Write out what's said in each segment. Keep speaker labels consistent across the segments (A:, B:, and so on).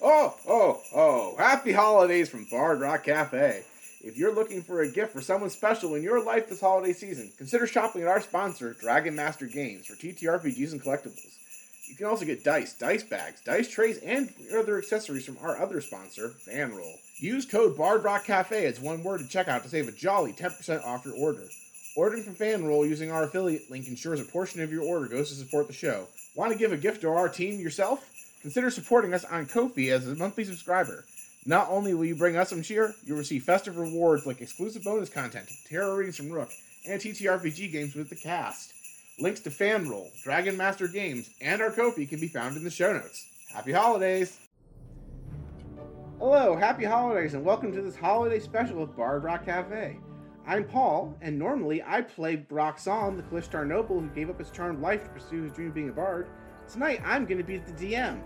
A: oh, oh, oh. Happy holidays from Bard Rock Cafe. If you're looking for a gift for someone special in your life this holiday season, consider shopping at our sponsor, Dragon Master Games, for TTRPGs and collectibles. You can also get dice, dice bags, dice trays, and other accessories from our other sponsor, Vanroll. Use code BardRockCafe as one word at checkout to save a jolly 10% off your order. Ordering from Fanroll using our affiliate link ensures a portion of your order goes to support the show. Want to give a gift to our team yourself? Consider supporting us on Kofi as a monthly subscriber. Not only will you bring us some cheer, you'll receive festive rewards like exclusive bonus content, tarot readings from Rook, and TTRPG games with the cast. Links to Fanroll, Dragon Master Games, and our Kofi can be found in the show notes. Happy holidays! Hello, happy holidays, and welcome to this holiday special of Bard Rock Cafe. I'm Paul, and normally I play Broxon, the Kalishtar noble who gave up his charmed life to pursue his dream of being a bard. Tonight, I'm going to be the DM.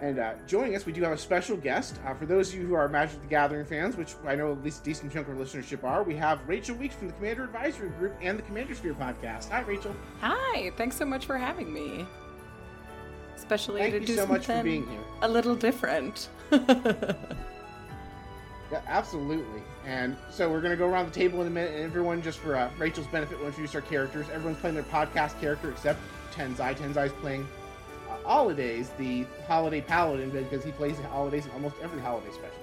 A: And uh, joining us, we do have a special guest. Uh, for those of you who are Magic the Gathering fans, which I know at least a decent chunk of our listenership are, we have Rachel Weeks from the Commander Advisory Group and the Commander Sphere podcast. Hi, Rachel.
B: Hi, thanks so much for having me. Especially
A: Thank
B: to
A: you
B: do
A: so
B: something
A: much for being here.
B: a little different.
A: Yeah, absolutely. And so we're going to go around the table in a minute, and everyone, just for uh, Rachel's benefit, will introduce our characters. Everyone's playing their podcast character except Tenzai. Tenzai's playing uh, Holidays, the holiday paladin, because he plays the holidays in almost every holiday special.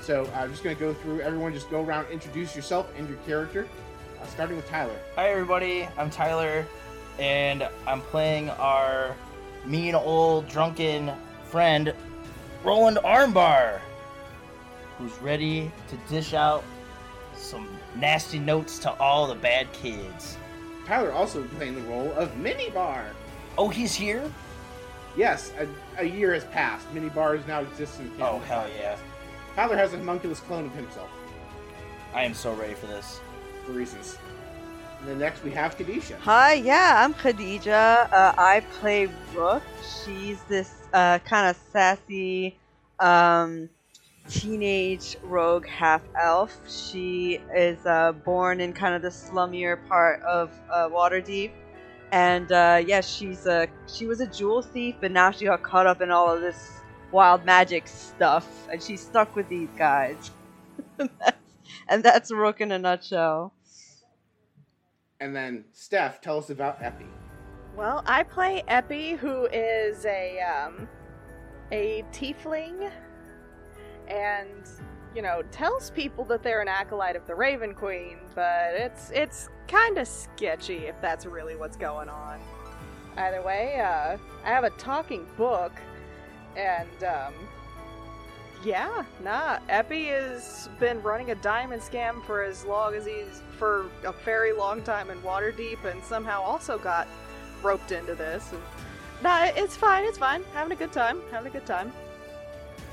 A: So I'm just going to go through. Everyone, just go around, introduce yourself and your character, uh, starting with Tyler.
C: Hi everybody, I'm Tyler, and I'm playing our mean old drunken friend, Roland Armbar, who's ready to dish out some nasty notes to all the bad kids.
A: Tyler also playing the role of Minibar.
C: Oh, he's here?
A: Yes, a, a year has passed. Minibar is now exists in
C: Oh
A: canon.
C: hell yeah!
A: Tyler has a homunculus clone of himself.
C: I am so ready for this.
A: for reasons. And then next we have Kadisha.
D: Hi, yeah, I'm Khadija. Uh, I play Rook. She's this uh, kind of sassy um, teenage rogue half elf. She is uh, born in kind of the slummier part of uh, Waterdeep, and uh, yeah, she's a she was a jewel thief, but now she got caught up in all of this wild magic stuff, and she's stuck with these guys. and that's Rook in a nutshell.
A: And then Steph, tell us about Epi.
E: Well, I play Epi, who is a um, a tiefling, and you know tells people that they're an acolyte of the Raven Queen, but it's it's kind of sketchy if that's really what's going on. Either way, uh, I have a talking book, and um, yeah, nah, Epi has been running a diamond scam for as long as he's for a very long time in Waterdeep, and somehow also got roped into this. And, nah, it's fine. It's fine. Having a good time. Having a good time.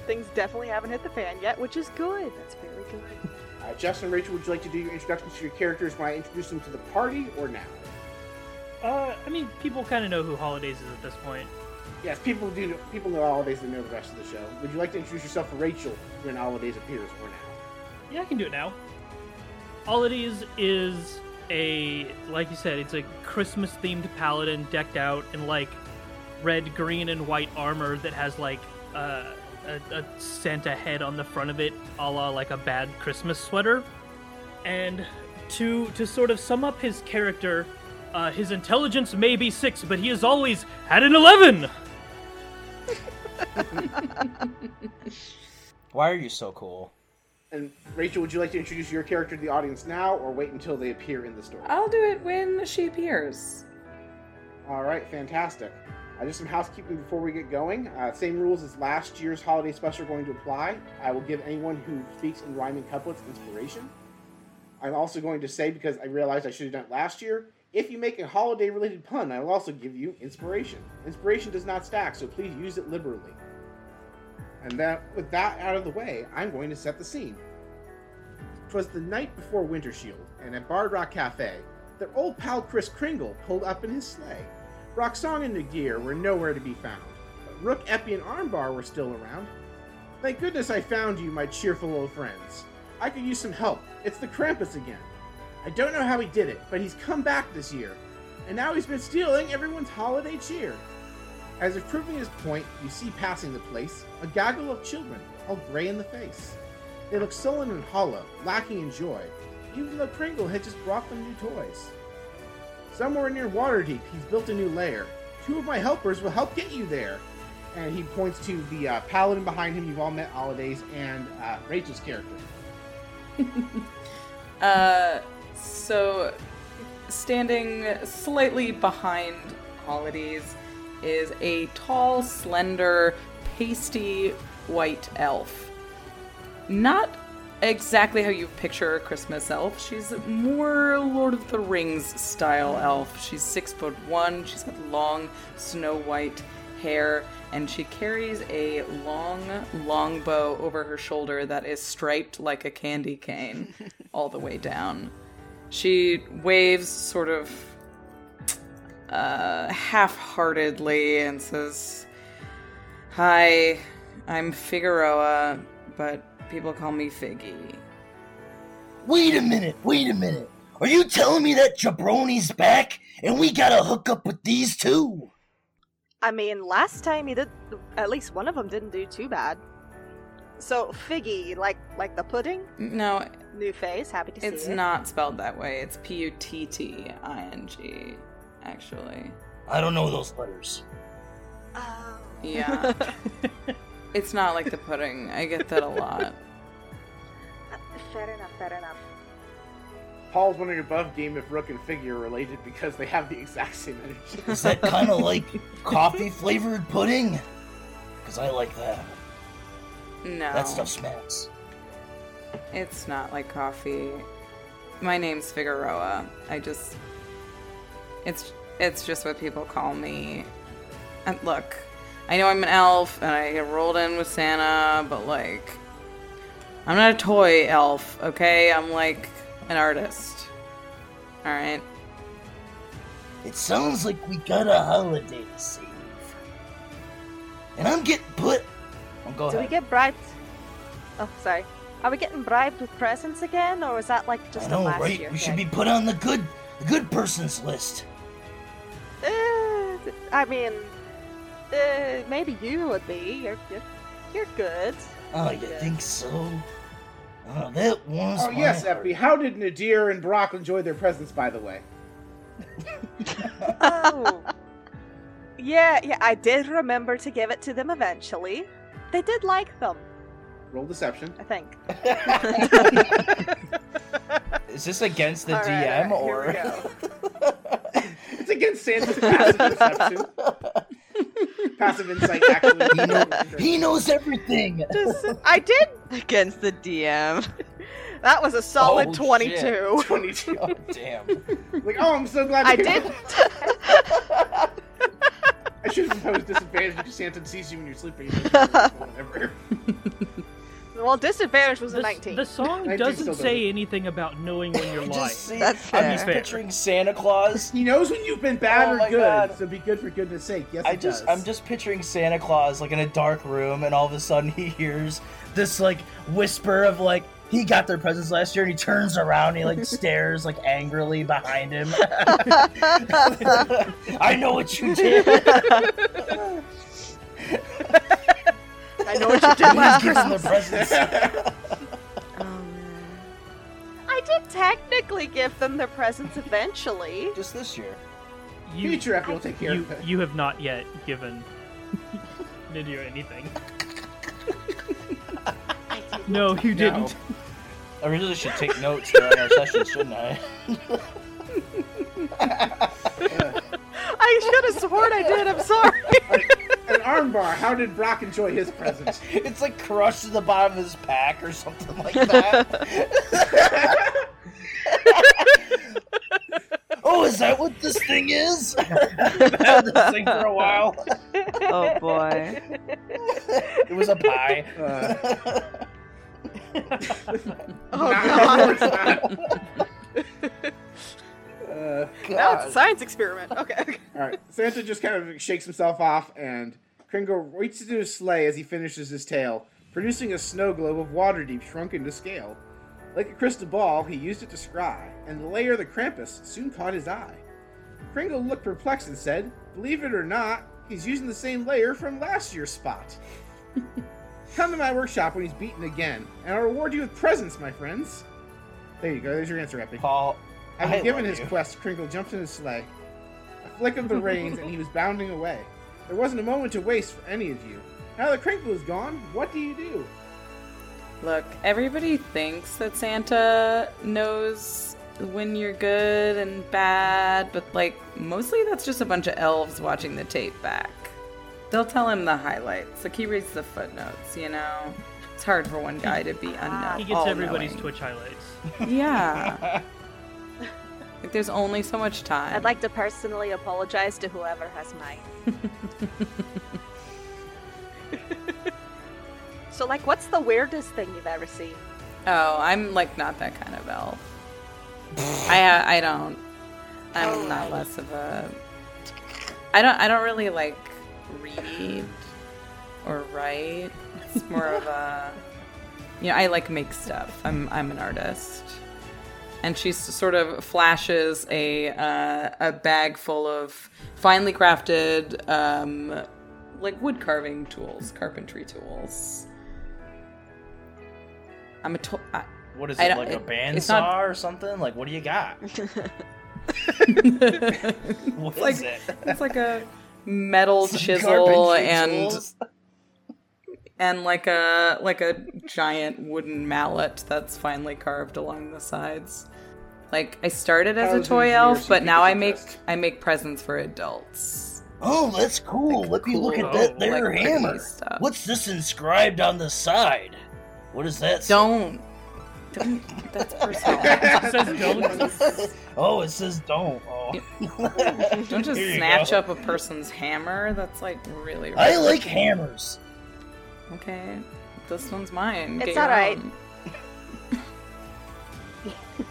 E: Things definitely haven't hit the fan yet, which is good. That's very good.
A: Uh, Justin and Rachel, would you like to do your introductions to your characters when I introduce them to the party or now?
F: Uh, I mean, people kind of know who Holidays is at this point.
A: Yes, people do. Know, people know holidays. They know the rest of the show. Would you like to introduce yourself to Rachel when holidays appears or now?
F: Yeah, I can do it now. Holidays is a, like you said, it's a Christmas themed paladin decked out in like red, green, and white armor that has like uh, a, a Santa head on the front of it, a la like a bad Christmas sweater. And to to sort of sum up his character, uh, his intelligence may be six, but he has always had an eleven.
C: Why are you so cool?
A: And Rachel, would you like to introduce your character to the audience now or wait until they appear in the story?
G: I'll do it when she appears.
A: All right, fantastic. Uh, just some housekeeping before we get going. Uh, same rules as last year's holiday special are going to apply. I will give anyone who speaks in rhyming couplets inspiration. I'm also going to say, because I realized I should have done it last year, if you make a holiday related pun, I will also give you inspiration. Inspiration does not stack, so please use it liberally. And that, with that out of the way, I'm going to set the scene. 'Twas the night before Winter Shield, and at Bard Rock Cafe, their old pal Chris Kringle pulled up in his sleigh. Roxanne and Nagir were nowhere to be found, but Rook, Epi, and Armbar were still around. Thank goodness I found you, my cheerful old friends. I could use some help. It's the Krampus again. I don't know how he did it, but he's come back this year, and now he's been stealing everyone's holiday cheer. As if proving his point, you see passing the place a gaggle of children, all gray in the face. They look sullen and hollow, lacking in joy, even though Pringle had just brought them new toys. Somewhere near Waterdeep, he's built a new lair. Two of my helpers will help get you there. And he points to the uh, paladin behind him you've all met holidays and uh, Rachel's character.
G: Uh, so, standing slightly behind Holidays is a tall, slender, pasty white elf. Not exactly how you picture a Christmas elf. She's more Lord of the Rings style elf. She's six foot one. She's got long, snow white hair, and she carries a long, long bow over her shoulder that is striped like a candy cane all the way down. She waves sort of uh, half heartedly and says, Hi, I'm Figueroa, but people call me Figgy.
C: Wait a minute, wait a minute. Are you telling me that jabroni's back and we gotta hook up with these two?
H: I mean, last time he did, at least one of them didn't do too bad. So Figgy, like like the pudding,
G: No,
H: new face, happy to see
G: it's
H: it.
G: not spelled that way. It's P U T T I N G, actually.
C: I don't know those letters.
H: Oh.
G: Yeah. it's not like the pudding. I get that a lot.
H: Fair enough, fair enough.
A: Paul's wondering above game if Rook and Figure are related because they have the exact same energy.
C: Is that kind of like coffee flavored pudding? Because I like that.
G: No.
C: That stuff smacks.
G: It's not like coffee. My name's Figueroa. I just it's it's just what people call me. And look, I know I'm an elf and I rolled in with Santa, but like I'm not a toy elf, okay? I'm like an artist. All right.
C: It sounds like we got a holiday to save. And I'm getting put. I'm go
H: Do we
C: ahead.
H: get bribed? Oh, sorry. Are we getting bribed with presents again, or was that like just
C: I
H: the
C: know,
H: last
C: right?
H: year?
C: We should be put on the good, the good person's list.
H: Uh, I mean, uh, maybe you would be. You're you're, you're good.
C: Oh, you
H: Yeah.
C: think so? Oh, that warms
A: Oh
C: my
A: yes,
C: heart.
A: Eppy. How did Nadir and Brock enjoy their presents, by the way?
H: Oh. yeah, yeah. I did remember to give it to them eventually. They did like them,
A: Roll deception.
H: I think.
C: Is this against the
H: All right,
C: DM
H: all
C: or?
A: It's against Santa's passive deception. passive insight, actually.
C: he, know, he knows everything.
E: Just, I did.
D: against the DM.
E: That was a solid
C: Oh, shit.
E: 22.
A: 22.
C: Oh, damn.
A: Like, oh, I'm so glad.
E: I
A: you-
E: did.
A: I should have imposed disadvantage because Santa sees you when you're sleeping. Whatever.
E: Well, disadvantage was a
F: The-
E: 19.
F: The song
A: 19 still
F: doesn't
A: doesn't.
F: say anything about knowing when you're lying.
C: Just see,
D: That's
C: I'm just
F: fair.
C: picturing Santa Claus.
A: He knows when you've been bad
C: Oh
A: or
C: my
A: good,
C: God.
A: so be good for goodness sake. Yes,
C: I
A: it
C: just,
A: does.
C: I'm just picturing Santa Claus like in a dark room, and all of a sudden he hears this like whisper of like he got their presents last year, and he turns around, and he like stares like angrily behind him. I know what you did.
E: I know what you did last
C: Gives him the
E: Christmas.
C: presents.
H: I did technically give them their presents eventually.
C: Just this year.
F: You,
A: Future Eppy will take care
F: you,
A: of it.
F: you have not yet given Nidia anything. no, you
A: No.
F: didn't.
C: I really should take notes during our sessions, shouldn't I?
E: I should have sworn I did. I'm sorry.
A: An armbar. How did Brock enjoy his present?
C: It's like crushed to the bottom of his pack or something like that. oh, is that what this thing is? I've had this thing for a while.
D: Oh boy.
C: It was a pie.
A: Uh,
E: Oh,
A: nah,
E: God.
A: it's not. uh,
E: Now it's a science experiment. Okay.
A: all right. Santa just kind of shakes himself off, and Kringle reaches into his sleigh as he finishes his tale, producing a snow globe of water deep shrunken to scale. Like a crystal ball, he used it to scry, and the layer of the Krampus soon caught his eye. Kringle looked perplexed and said, Believe it or not, He's using the same layer from last year's spot. Come to my workshop when he's beaten again, and I'll reward you with presents, my friends. There you go. There's your answer, Epi.
C: Paul,
A: Having
C: I
A: given
C: love
A: his
C: you.
A: quest, Kringle jumped in his sleigh. A flick of the reins, and he was bounding away. There wasn't a moment to waste for any of you. Now that Crinkle is gone, what do you do?
G: Look, everybody thinks that Santa knows when you're good and bad, but like mostly that's just a bunch of elves watching the tape back. They'll tell him the highlights. Like he reads the footnotes, you know. It's hard for one guy to be unknown.
F: He gets everybody's
G: all-knowing.
F: Twitch highlights.
G: Yeah. like there's only so much time.
H: I'd like to personally apologize to whoever has mine. so, like, what's the weirdest thing you've ever seen?
G: Oh, I'm like not that kind of elf. I I don't. I'm not less of a. I don't. I don't really like read or write. It's more of a. You know, I like make stuff. I'm I'm an artist. And she s- sort of flashes a uh, a bag full of finely crafted um, like wood carving tools, carpentry tools. I'm a to- I,
C: What is
G: I
C: it
G: don't-
C: like a
G: it-
C: bandsaw
G: it's not-
C: or something? Like, what do you got? What is
G: like-
C: it?
G: It's like a metal
C: Some
G: chisel
C: carpentry
G: and
C: tools?
G: and like a like a giant wooden mallet that's finely carved along the sides. Like I started as a
A: Thousands of
G: toy
A: years
G: elf, but
A: of
G: now I make
A: interest.
G: I make presents for adults.
C: Oh, that's cool. Let me look at
F: cool,
C: that there
G: like, pretty
C: hammer.
G: stuff.
C: What's this inscribed on the side? What is that? say?
G: Don't don't that's personal.
F: It says don't.
C: oh, it says don't. Oh.
G: don't just
C: Here you
G: snatch
C: go.
G: up a person's hammer. That's like really.
C: I
G: rude.
C: like hammers.
G: Okay, this one's mine.
H: It's
G: Get your
H: all right.
G: own.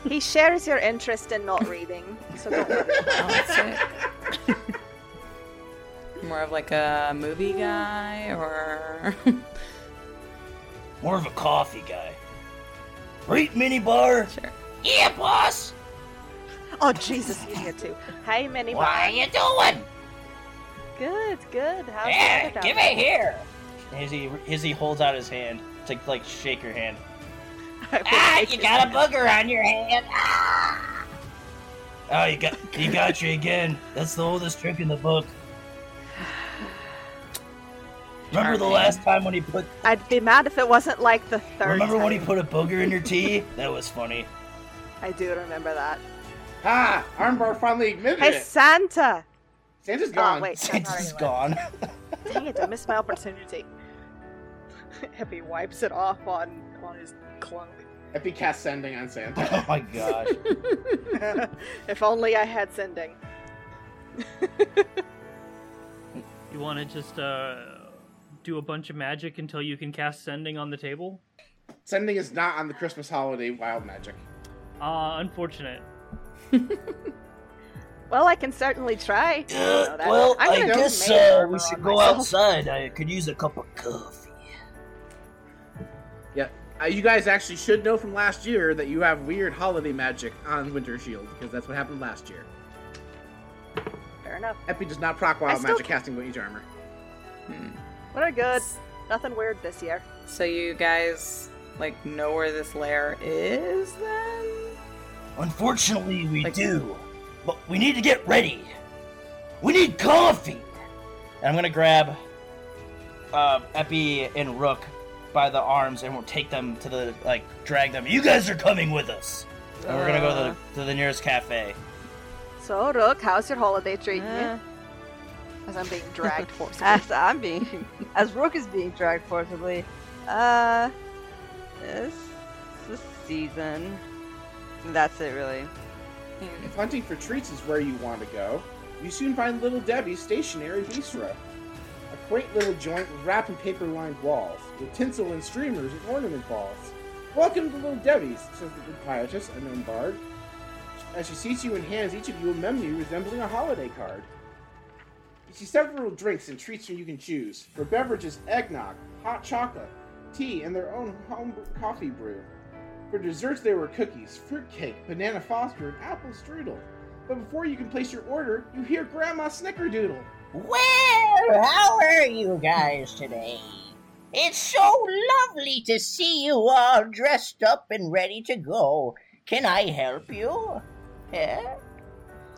H: He shares your interest in not reading, so don't worry.
G: Oh, that's it. More of like a movie guy or
C: More of a coffee guy. Great minibar.
G: Sure.
C: Yeah, boss.
H: Oh, Jesus, he's here too. Hi, Minnie.
C: What are you doing?
H: Good, good. How's
C: Yeah,
H: it going?
C: give it here. Izzy, Izzy holds out his hand to like shake your hand. Ah, you got a booger on your hand. Ah! Oh, you got you got you again. That's the oldest trick in the book. Remember the last time when he put
H: I'd be mad if it wasn't like the third.
C: Remember when he
H: time.
C: put a booger in your tea? That was funny.
H: I do remember that.
A: Ha! Armbar finally admitted
H: Hey,
A: it.
H: Santa!
A: Santa's
H: Oh,
A: gone.
H: wait.
C: Santa's
H: Santa's
C: gone.
H: Dang it, I missed my opportunity.
E: Hippie wipes it off on on his cloak.
A: Epi cast sending on Santa.
C: Oh my gosh.
E: if only I had sending.
F: You want to just uh, do a bunch of magic until you can cast sending on the table?
A: sending is not on the Christmas holiday wild magic.
F: Uh, unfortunate.
H: Well, I can certainly try.
C: Uh,
H: that-
C: well,
H: I'm
C: I
H: gonna
C: guess
H: make
C: uh,
H: armor
C: we
H: on
C: should go
H: myself.
C: outside. I could use a cup of coffee.
A: Uh, you guys actually should know from last year that you have weird holiday magic on Winter Shield because that's what happened last year.
H: Fair enough.
A: Epi does not proc
H: I
A: wild
H: still
A: magic casting with each armor.
H: We're good. Nothing weird this year.
G: Hmm. so you guys like know where this lair is then?
C: Unfortunately, we
G: Like-
C: do. But we need to get ready. We need coffee. And I'm gonna grab uh, Epi and Rook by the arms, and we'll take them to the like drag them. You guys are coming with us, and we're gonna go
H: Uh.
C: to the, to the nearest cafe.
H: So, Rook, how's your holiday treating
D: Uh,
H: you? As I'm being dragged forcibly.
D: as I'm being, as Rook is being dragged forcibly. Uh, this this season. That's it, really.
A: If hunting for treats is where you want to go, you soon find Little Debbie's stationary bistro. A quaint little joint with wrap and paper lined walls, with tinsel and streamers and ornament balls. Welcome to Little Debbie's, says the good pietist, a known bard, as she seats you and hands each of you a menu resembling a holiday card. You see several drinks and treats you can choose for beverages eggnog, hot chocolate, tea, and their own home coffee brew. For desserts, there were cookies, fruitcake, banana foster, and apple strudel. But before you can place your order, you hear Grandma Snickerdoodle.
C: Well, how are you guys today? It's so lovely to see you all dressed up and ready to go. Can I help you? Eh?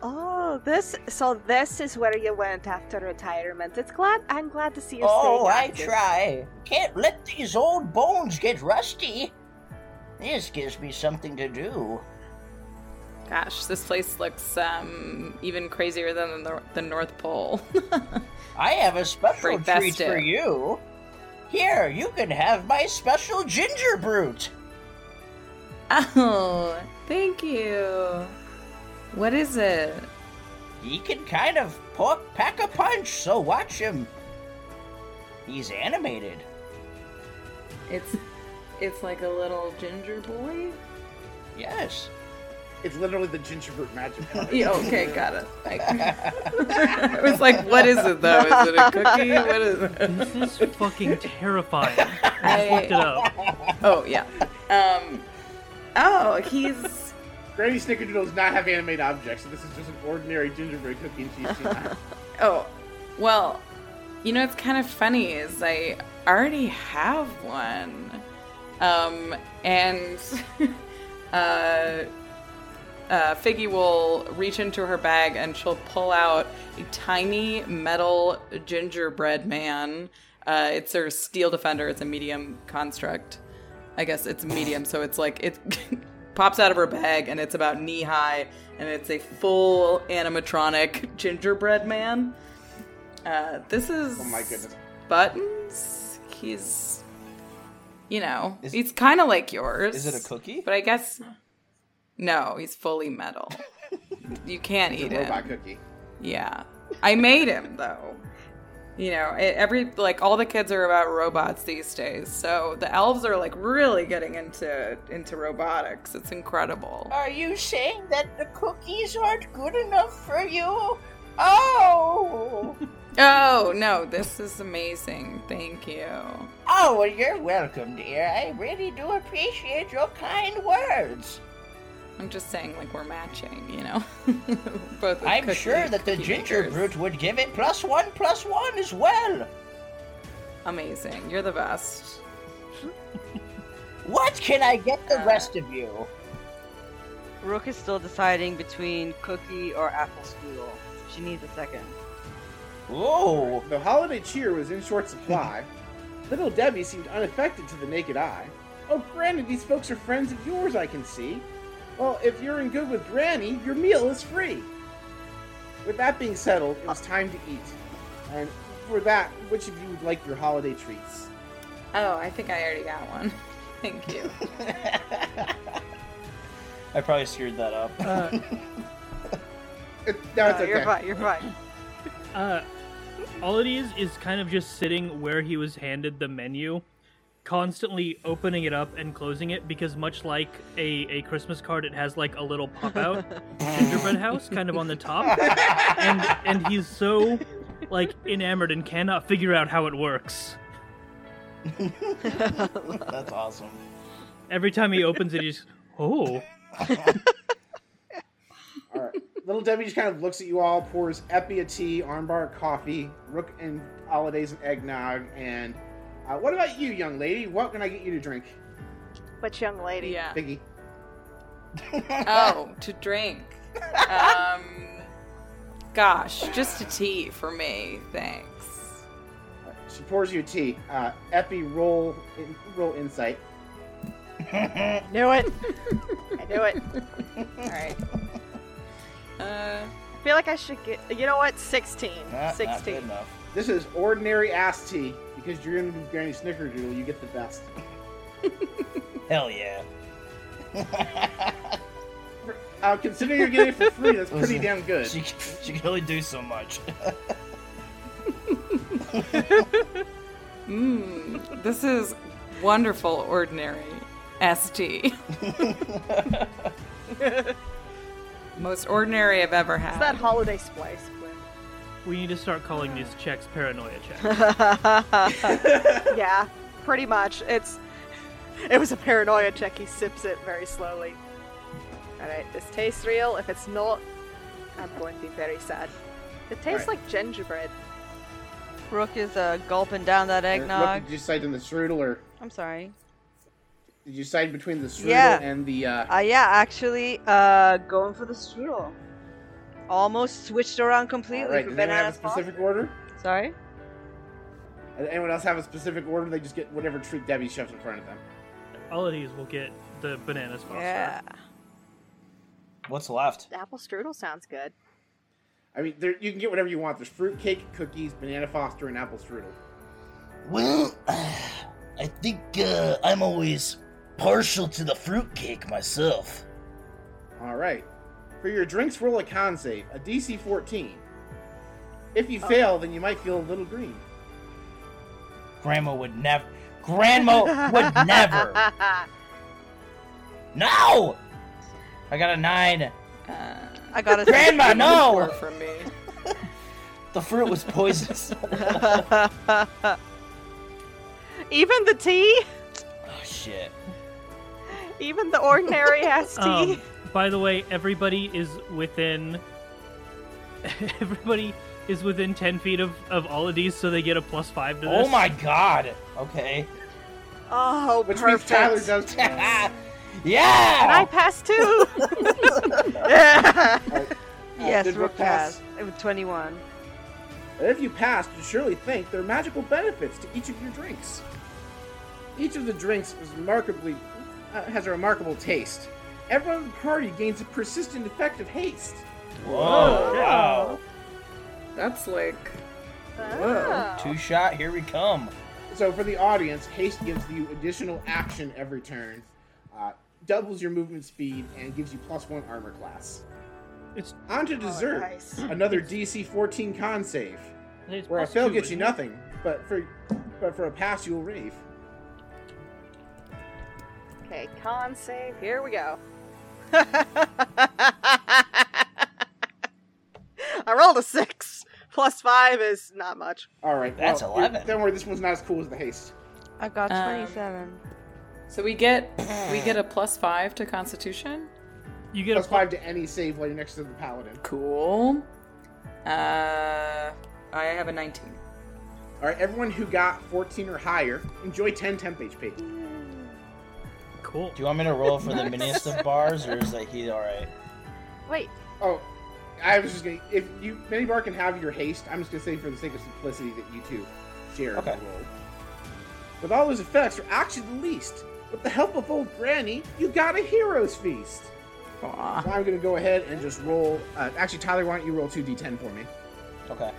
H: Oh, this. So this is where you went after retirement. It's glad. I'm glad to see you.
C: Oh, I
H: staying active.
C: try. Can't let these old bones get rusty. This gives me something to do.
G: Gosh, this place looks um, even crazier than the, the North Pole.
C: I have a special
G: Break that
C: treat for
G: stick.
C: you. Here, you can have my special ginger brute.
G: oh, thank you. What is it?
C: He can kind of pork pack a punch, so watch him. He's animated.
G: It's it's like a little ginger boy.
C: Yes.
A: It's literally the gingerbread magic. hour.
G: Yeah, okay, got it. Like, I was like, what is it though? Is it a cookie? What is it?
F: This is fucking terrifying. I just looked it up.
G: Oh yeah. Um. Oh, he's
A: Granny Snickerdoodle does not have animate objects, so this is just an ordinary gingerbread cookie and cheese snack.
G: Oh, well, you know, it's kind of funny is I already have one. Um, and uh, uh, Figgy will reach into her bag and she'll pull out a tiny metal gingerbread man. Uh, it's her steel defender. It's a medium construct. I guess it's medium, so it's like it pops out of her bag and it's about knee high and it's a full animatronic gingerbread man. Uh, this is
A: Oh my goodness.
G: buttons. He's, you know,
I: Is-
G: he's kind of like yours.
I: Is it a cookie?
G: But I guess no, he's fully metal. you can't
A: It's
G: eat
A: a robot
G: him.
A: cookie.
G: Yeah, I made him though. You know, e- every like all the kids are about robots these days. So the elves are like really getting into into robotics. It's incredible.
C: Are you saying that the cookies aren't good enough for you? Oh!
G: Oh no, this is amazing. Thank you.
C: Oh, well, you're welcome, dear. I really do appreciate your kind words.
G: I'm just saying, like we're matching. You know, both. with
C: I'm
G: cookie-
C: sure that the
G: cookie
C: ginger
G: makers.
C: brute would give it plus one, plus one as well.
G: Amazing. You're the best.
C: What can I get
I: Uh.
C: the rest of you?
D: Rook is still deciding between cookie or apple strudel. She needs a second.
C: Oh,
A: The holiday cheer was in short supply. Little Debbie seemed unaffected to the naked eye. Oh, granted, these folks are friends of yours, I can see. Well, if you're in good with Granny, your meal is free. With that being settled, it was time to eat. And for that, which of you would like your holiday treats?
G: Oh, I think I already got one. Thank you.
I: I probably screwed that up.
A: It, no, it's
D: Uh, No,
A: okay.
D: You're fine. You're fine.
F: Uh, all it is is kind of just sitting where he was handed the menu, constantly opening it up and closing it because much like a, a Christmas card, it has like a little pop out gingerbread house kind of on the top, and and he's so like enamored and cannot figure out how it works.
I: That's awesome.
F: Every time he opens it, he's oh
A: All right. Little Debbie just kind of looks at you all, pours Epi a tea, Armbar a coffee, Rook and Holidays an eggnog, and uh, what about you, young lady? What can I get you to drink?
H: Which young lady?
G: Yeah.
A: Biggie.
G: Oh, to drink. Um, gosh, just a tea for me, thanks.
A: She pours you a tea. Uh, Epi, roll in, roll insight.
H: Knew it. I knew it.
G: All right. Uh,
H: I feel like I should get. You know what? Sixteen.
I: Not, not good
H: Sixteen.
I: enough.
A: This is ordinary ass tea because you're gonna be Granny Snickerdoodle. You get the best.
I: Hell yeah.
A: Uh, considering you're getting it for free, that's pretty damn good.
I: she, she can only do so much.
G: mm, this is wonderful, ordinary ST. Most ordinary I've ever had.
H: It's that holiday spice.
F: we need to start calling these checks paranoia checks.
H: Gwen. yeah, pretty much. It's. It was a paranoia check. He sips it very slowly. All right, this tastes real. If it's not, I'm going to be very sad.
E: It tastes like gingerbread.
D: Brooke is uh, gulping down that
A: And
D: eggnog.
A: What, did you decide in the strudel, or
D: I'm sorry.
A: did you decide between the strudel
D: Yeah.
A: and the? Uh,
D: Uh, yeah, actually, uh, going for the strudel. Almost switched around completely
A: all right.
D: for
A: Does anyone have a
D: bananas.
A: specific order?
D: Sorry.
A: Does anyone else have a specific order? They just get whatever treat Debbie shoves in front of them.
F: All of these will get the bananas foster.
D: Yeah.
C: What's left?
H: The apple strudel sounds good.
A: I mean, there, you can get whatever you want. There's fruit cake, cookies, banana foster, and apple strudel.
J: Well, I think uh, I'm always partial to the fruitcake myself.
A: All right. For your drinks, roll a con save, a DC 14. If
D: Oh.
A: you fail, then you might feel a little green.
C: Grandma would never. Grandma would never. No! I got a nine.
G: Uh,
D: I got a
C: Grandma,
G: four
C: no!
G: from me.
C: The fruit was poisonous. Oh,
H: Even the tea,
C: oh, shit.
H: even the ordinary ass tea.
F: Um, by the way, everybody is within. everybody is within ten feet of of all of these, so they get a plus five to this.
C: Oh my god. Okay.
H: oh,
A: Which means
H: perfect.
A: Tyler does. Oh,
C: yeah!
H: And I passed too.
D: yes,
A: did
D: Brooke
A: Brooke pass?
D: passed. It was 21.
A: But if you passed, you surely think there are magical benefits to each of your drinks. Each of the drinks was remarkably uh, has a remarkable taste. Everyone in the party gains a persistent effect of haste.
C: Whoa. Wow.
G: That's like
A: Whoa.
C: Two shot, here we come.
A: So for the audience, haste gives you additional action every turn, uh, doubles your movement speed, and gives you plus one armor class.
F: It's-
A: on to dessert. Another DC 14 con save,
F: It's
A: where a
F: plus
A: fail
F: two,
A: gets you
F: isn't it?
A: nothing, but for but for a pass you'll rave.
E: Okay, con save. Here we go.
H: I rolled a six. Plus five is not much.
A: All right,
C: That's
A: well, you're-
C: 11.
A: Don't worry, this one's not as cool as the haste.
D: I got
G: Um,
D: 27.
G: so we get we get a plus five to Constitution.
F: You get
A: Plus
F: a plus
A: five to any save later next to the paladin.
G: Cool. Uh, I have a nineteen.
A: All right, everyone who got 14 or higher, enjoy 10 temp HP.
F: Cool.
C: Do you want me to roll for the miniest of bars, or is that he alright?
H: Wait,
A: Oh, I was just gonna if you Benny Bar can have your haste. I'm just gonna say for the sake of simplicity that you two share
C: Okay.
A: the roll. With all those effects, or actually the least, with the help of old Granny, you got a hero's feast.
G: Aw.
A: So I'm gonna go ahead and just roll. Uh, actually, Tyler, why don't you roll two d10 for me?
C: Okay.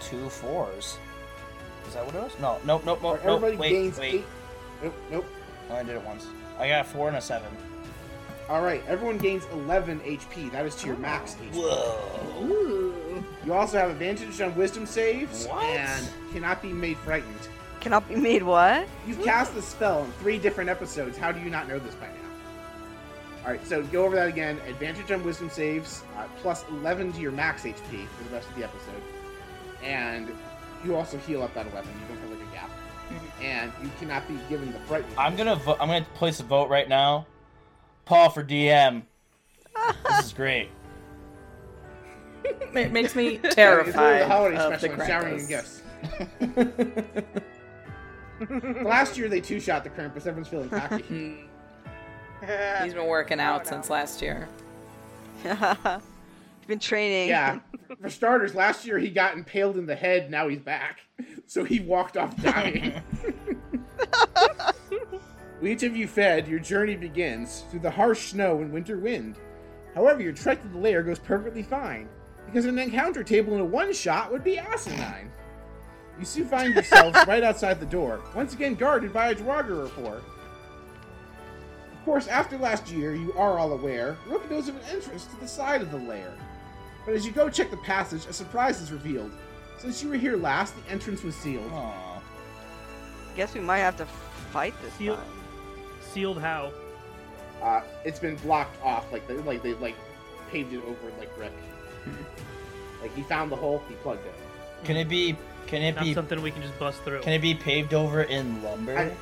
C: Two fours. Is that what it was? No, nope, nope, nope, nope.
A: Everybody
C: Wait,
A: gains
C: wait.
A: eight. Nope, nope.
C: I only did it once. I got a four and a seven.
A: All right, everyone gains 11 HP. That is to your max HP.
C: Whoa.
A: You also have advantage on wisdom saves
C: What?
A: and cannot be made frightened.
D: Cannot be made what?
A: You've cast the spell in three different episodes. How do you not know this by now? All right, so go over that again. Advantage on wisdom saves, uh, plus 11 to your max HP for the rest of the episode. And you also heal up that 11. You don't have like a gap. And you cannot be given the frightened.
C: I'm gonna vo- I'm gonna place a vote right now. Paul for DM. this is great.
G: It makes me
A: It's literally
G: terrified
A: the holiday
G: of the
A: special. I'm showering you
G: Krampus.
A: gifts. Last year they two shot the Krampus. Everyone's feeling cocky.
G: Mm, He's been working out
E: no.
G: since last year.
D: been training.
A: Yeah. For starters, last year he got impaled in the head. Now he's back. So he walked off dying. With Each of you fed, your journey begins through the harsh snow and winter wind. However, your trek to the lair goes perfectly fine, because an encounter table in a one shot would be asinine. You soon find yourselves right outside the door, once again guarded by a Dwarger rapport. Of course, after last year, you are all aware, Rook knows of an entrance to the side of the lair. But as you go check the passage, a surprise is revealed. Since you were here last, the entrance was sealed.
C: Aw.
D: Guess we might have to fight this
F: Seal-
D: time.
F: Sealed how?
A: Uh, it's been blocked off, like they like they like paved it over like brick. like he found the hole, he plugged it.
C: Can it be can it
F: Not
C: be
F: something we can just bust through.
C: can it be paved over in lumber?
A: I-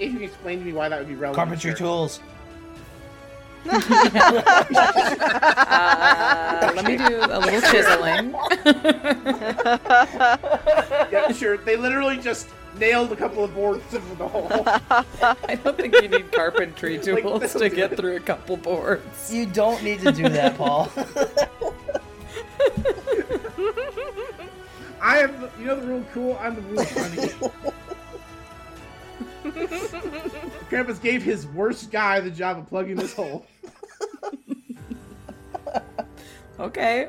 A: If you explain to me why that would be relevant.
C: Carpentry
A: sure.
C: tools.
G: Uh, let me do a little chiseling.
A: yeah, sure. They literally just nailed a couple of boards through the hole.
G: I don't think you need carpentry
A: Like,
G: tools
A: this
G: to
A: is
G: get
A: good.
G: through a couple boards.
C: You don't need to do that, Paul.
A: I am, the- you know, the rule cool. I'm the rule funny. Krampus gave his worst guy the job of plugging this hole.
G: Okay.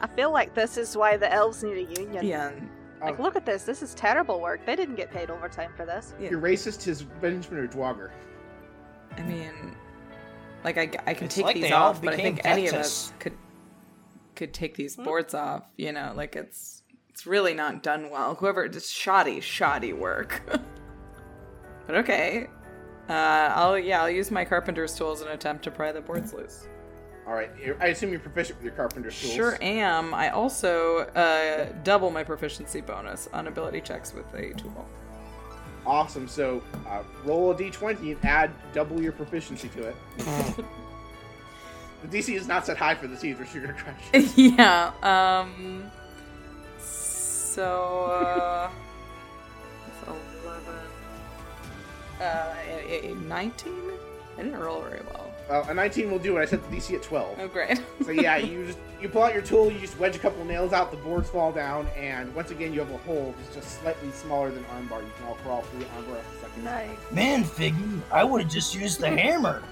H: I feel like this is why the elves need a union.
G: Yeah.
H: Like, look at this. This is terrible work. They didn't get paid overtime for this.
A: You're racist. His Benjamin or Dwagger.
G: I mean, like I, I can
C: It's
G: take
C: like
G: these
C: they all
G: off, but I
C: became Hmm.
G: think any of
C: Texas.
G: us could could take these boards off. You know, like it's it's really not done well. Whoever, it's shoddy, shoddy work. but okay, uh, I'll yeah, I'll use my carpenter's tools in an attempt to pry the boards loose.
A: All right. I assume you're proficient with your carpenter's tools.
G: Sure am. I also uh, double my proficiency bonus on ability checks with a tool.
A: Awesome. So uh, roll a d20 and add double your proficiency to it. the DC is not set high for this either, so you're gonna crash.
G: yeah. Um. So. Uh, it's eleven. Uh, a- a- nineteen. I didn't roll very well.
A: Uh, a 19 will do it. I set the DC at 12.
G: Oh, great.
A: So yeah, you just you pull out your tool, you just wedge a couple nails out, the boards fall down, and once again you have a hole that's just slightly smaller than armbar. You can all crawl through the armbar after sucking. it.
J: Man, Figgy, I would have just used the hammer.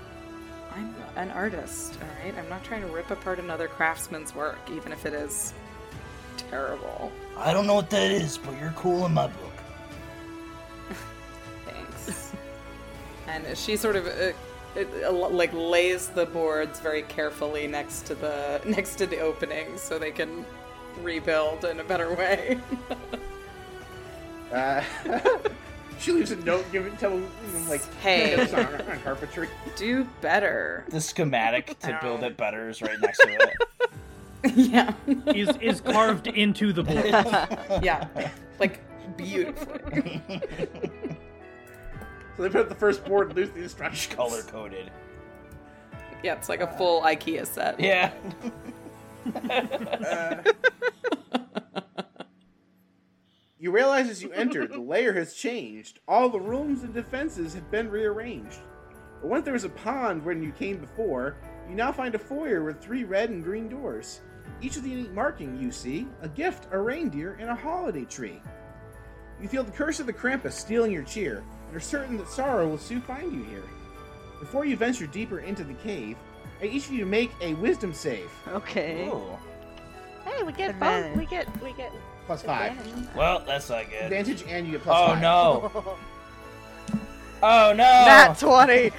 G: I'm an artist. All right. I'm not trying to rip apart another craftsman's work, even if it is terrible.
J: I don't know what that is, but you're cool in my book.
G: Thanks. and she sort of uh, it, uh, like lays the boards very carefully next to the next to the opening so they can rebuild in a better way.
A: Uh, she leaves a note given to him like
G: Hey.
A: notes on, on carpentry.
G: Do better.
C: the schematic to build it better is right next to it.
G: yeah.
F: is is carved into the board.
G: yeah. Like beautifully.
A: So they put up the first board, lose the instructions.
C: Color coded.
G: Yeah, it's like a full IKEA set.
C: Yeah.
A: Uh, You realize as you enter, the layer has changed. All the rooms and defenses have been rearranged. But once there was a pond when you came before, you now find a foyer with three red and green doors. Each with a unique marking you see a gift, a reindeer, and a holiday tree. You feel the curse of the Krampus stealing your cheer, and are certain that sorrow will soon find you here. Before you venture deeper into the cave, I each of you to make a wisdom save.
D: Okay.
C: Ooh.
H: Hey, we get
D: Advantage.
H: both. We get we get
A: Plus five.
H: advantage.
C: Well, that's not good.
A: Advantage, and you get plus
C: Oh
A: five.
C: no. Oh no.
D: Nat 20. Lay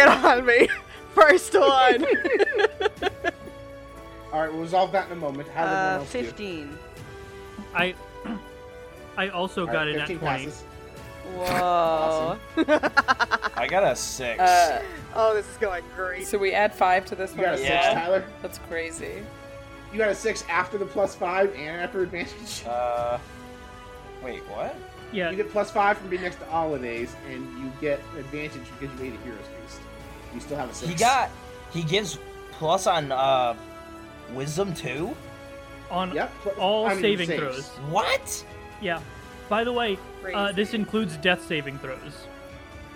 D: it on me. First one.
A: Alright, we'll resolve that in a moment. How did everyone
D: Uh,
A: else do?
D: 15.
F: I I also got
A: Alright,
F: in at
A: 15
F: twenty.
A: passes.
C: Uh,
D: Whoa.
C: I got a six.
G: Uh,
D: Oh, this is going great.
G: so we add five to this
A: You
G: one.
A: got a
C: Yeah.
A: six, Tyler.
G: That's crazy.
A: You got a six after the plus five and after advantage.
C: Uh, wait, what?
A: You
F: Yeah,
A: get plus five from being next to holidays, and you get advantage because you ate a hero's feast. You still have a six.
C: He got. He gives plus on uh, wisdom too.
F: on
A: Yep. pl-
F: all
A: I mean,
F: saving
A: saves.
F: throws.
C: What?
F: Yeah. By the way, uh,
G: Crazy.
F: this includes death saving throws.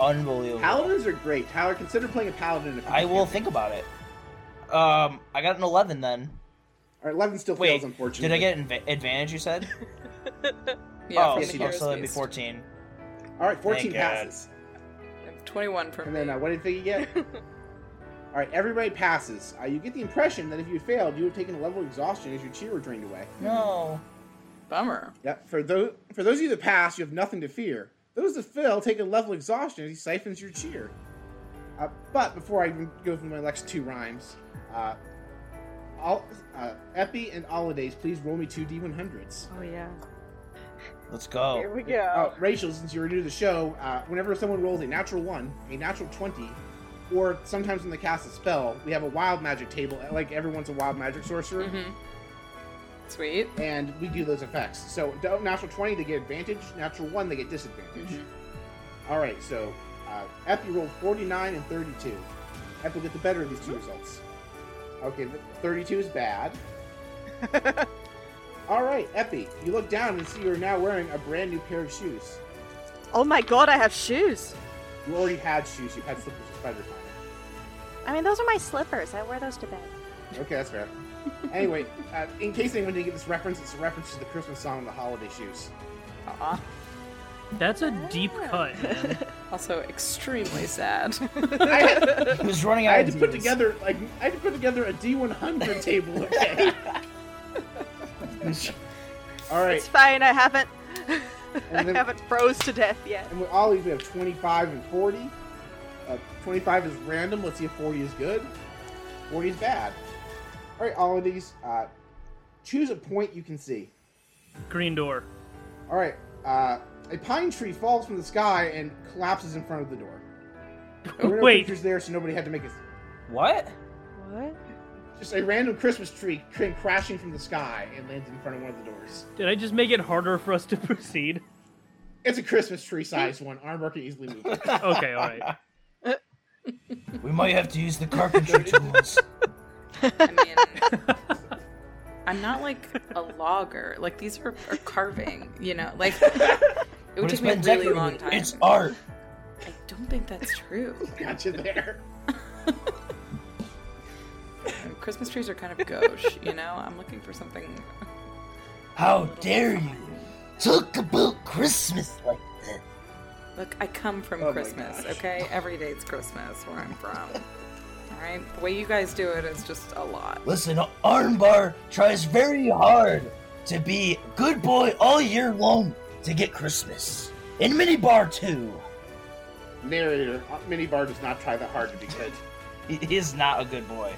C: Unbelievable.
A: Paladins are great. Tyler, consider playing a paladin. If you
C: I will
A: can.
C: think about it. Um, I got an eleven then.
A: All right, eleven still
C: Wait,
A: fails, unfortunately.
C: did I get inv- advantage? You said.
G: Yeah,
C: oh,
G: from
A: yes,
G: the
A: you
C: so,
A: did.
G: hero's
C: so that'd be
G: feast.
C: fourteen.
A: All right, fourteen
C: Thank God.
A: passes.
G: Twenty-one for
A: And then
G: me.
A: uh, what did you get? All right, everybody passes. Uh, you get the impression that if you failed, you would have taken a level of exhaustion as your cheer were drained away.
C: No.
G: Bummer.
A: Yep. For those for those of you that pass, you have nothing to fear. Those that fail take a level of exhaustion as he siphons your cheer. Uh, but before I even go through my next two rhymes, uh, all, uh, Epi and Holidays, please roll me two d100s.
D: Oh, yeah.
C: Let's
H: Here
C: go.
H: we go.
A: Uh, Rachel, since you were new to the show, uh, whenever someone rolls a natural one, a natural twenty, or sometimes when they cast a spell, we have a wild magic table. Like everyone's a wild magic sorcerer.
G: Mm-hmm. Sweet.
A: and we do those effects. So d- natural twenty, they get advantage. Natural one, they get disadvantage.
G: Mhm.
H: Mm-hmm.
A: All right, so uh, Epi rolled forty nine and thirty two. have to get the better of these two results. Okay, th- 32 is bad. All right, Epi, you look down and see you're now wearing a brand new pair of shoes.
H: Oh my god, I have shoes.
A: You already had shoes. You had slippers with spider time.
H: I mean, those are my slippers. I wear those to bed.
A: Okay, that's fair. anyway, uh, in case anyone didn't get this reference, it's a reference to the Christmas song, The Holiday Shoes.
G: Uh-uh.
F: That's a deep cut. Man.
G: Also, extremely sad.
A: I had,
C: He was running
A: I
C: out
A: had
C: of
A: to put
C: ideas.
A: together like I had to put together a D100 table. Okay. All right,
H: It's fine. I haven't. I
A: and then
H: haven't froze to death yet.
A: and with all these we have 25 and 40. Uh, 25 is random. Let's see if 40 is good. 40 is bad. All right, all of these. Uh, choose a point you can see.
F: Green door.
A: All right, uh, a pine tree falls from the sky and collapses in front of the door. There were no
F: Wait.
A: pictures there, so nobody had to make it.
C: What?
D: What?
A: Just a random Christmas tree came crashing from the sky and lands in front of one of the doors.
F: Did I just make it harder for us to proceed?
A: It's a Christmas tree sized one. Armor can easily move. it.
F: Okay, all right.
C: We might have to use the carpentry tools.
G: I mean, I'm not like a logger. Like these are, are carving, you know. Like it would
C: But it's
G: take me a
C: been
G: really long
C: decorated.
G: time.
C: It's art.
G: I don't think that's true.
A: Got you there.
G: Christmas trees are kind of gauche, you know. I'm looking for something.
C: How dare you talk about Christmas like that?
G: Look, I come from
A: Oh my
G: Christmas,
A: gosh.
G: okay? Every day's Christmas where I'm from. All right, the way you guys do it is just a lot.
C: Listen, Armbar tries very hard to be a good boy all year long to get Christmas. And Minibar too.
A: Narrator, uh, Minibar does not try that hard to be good.
C: He is not a good boy.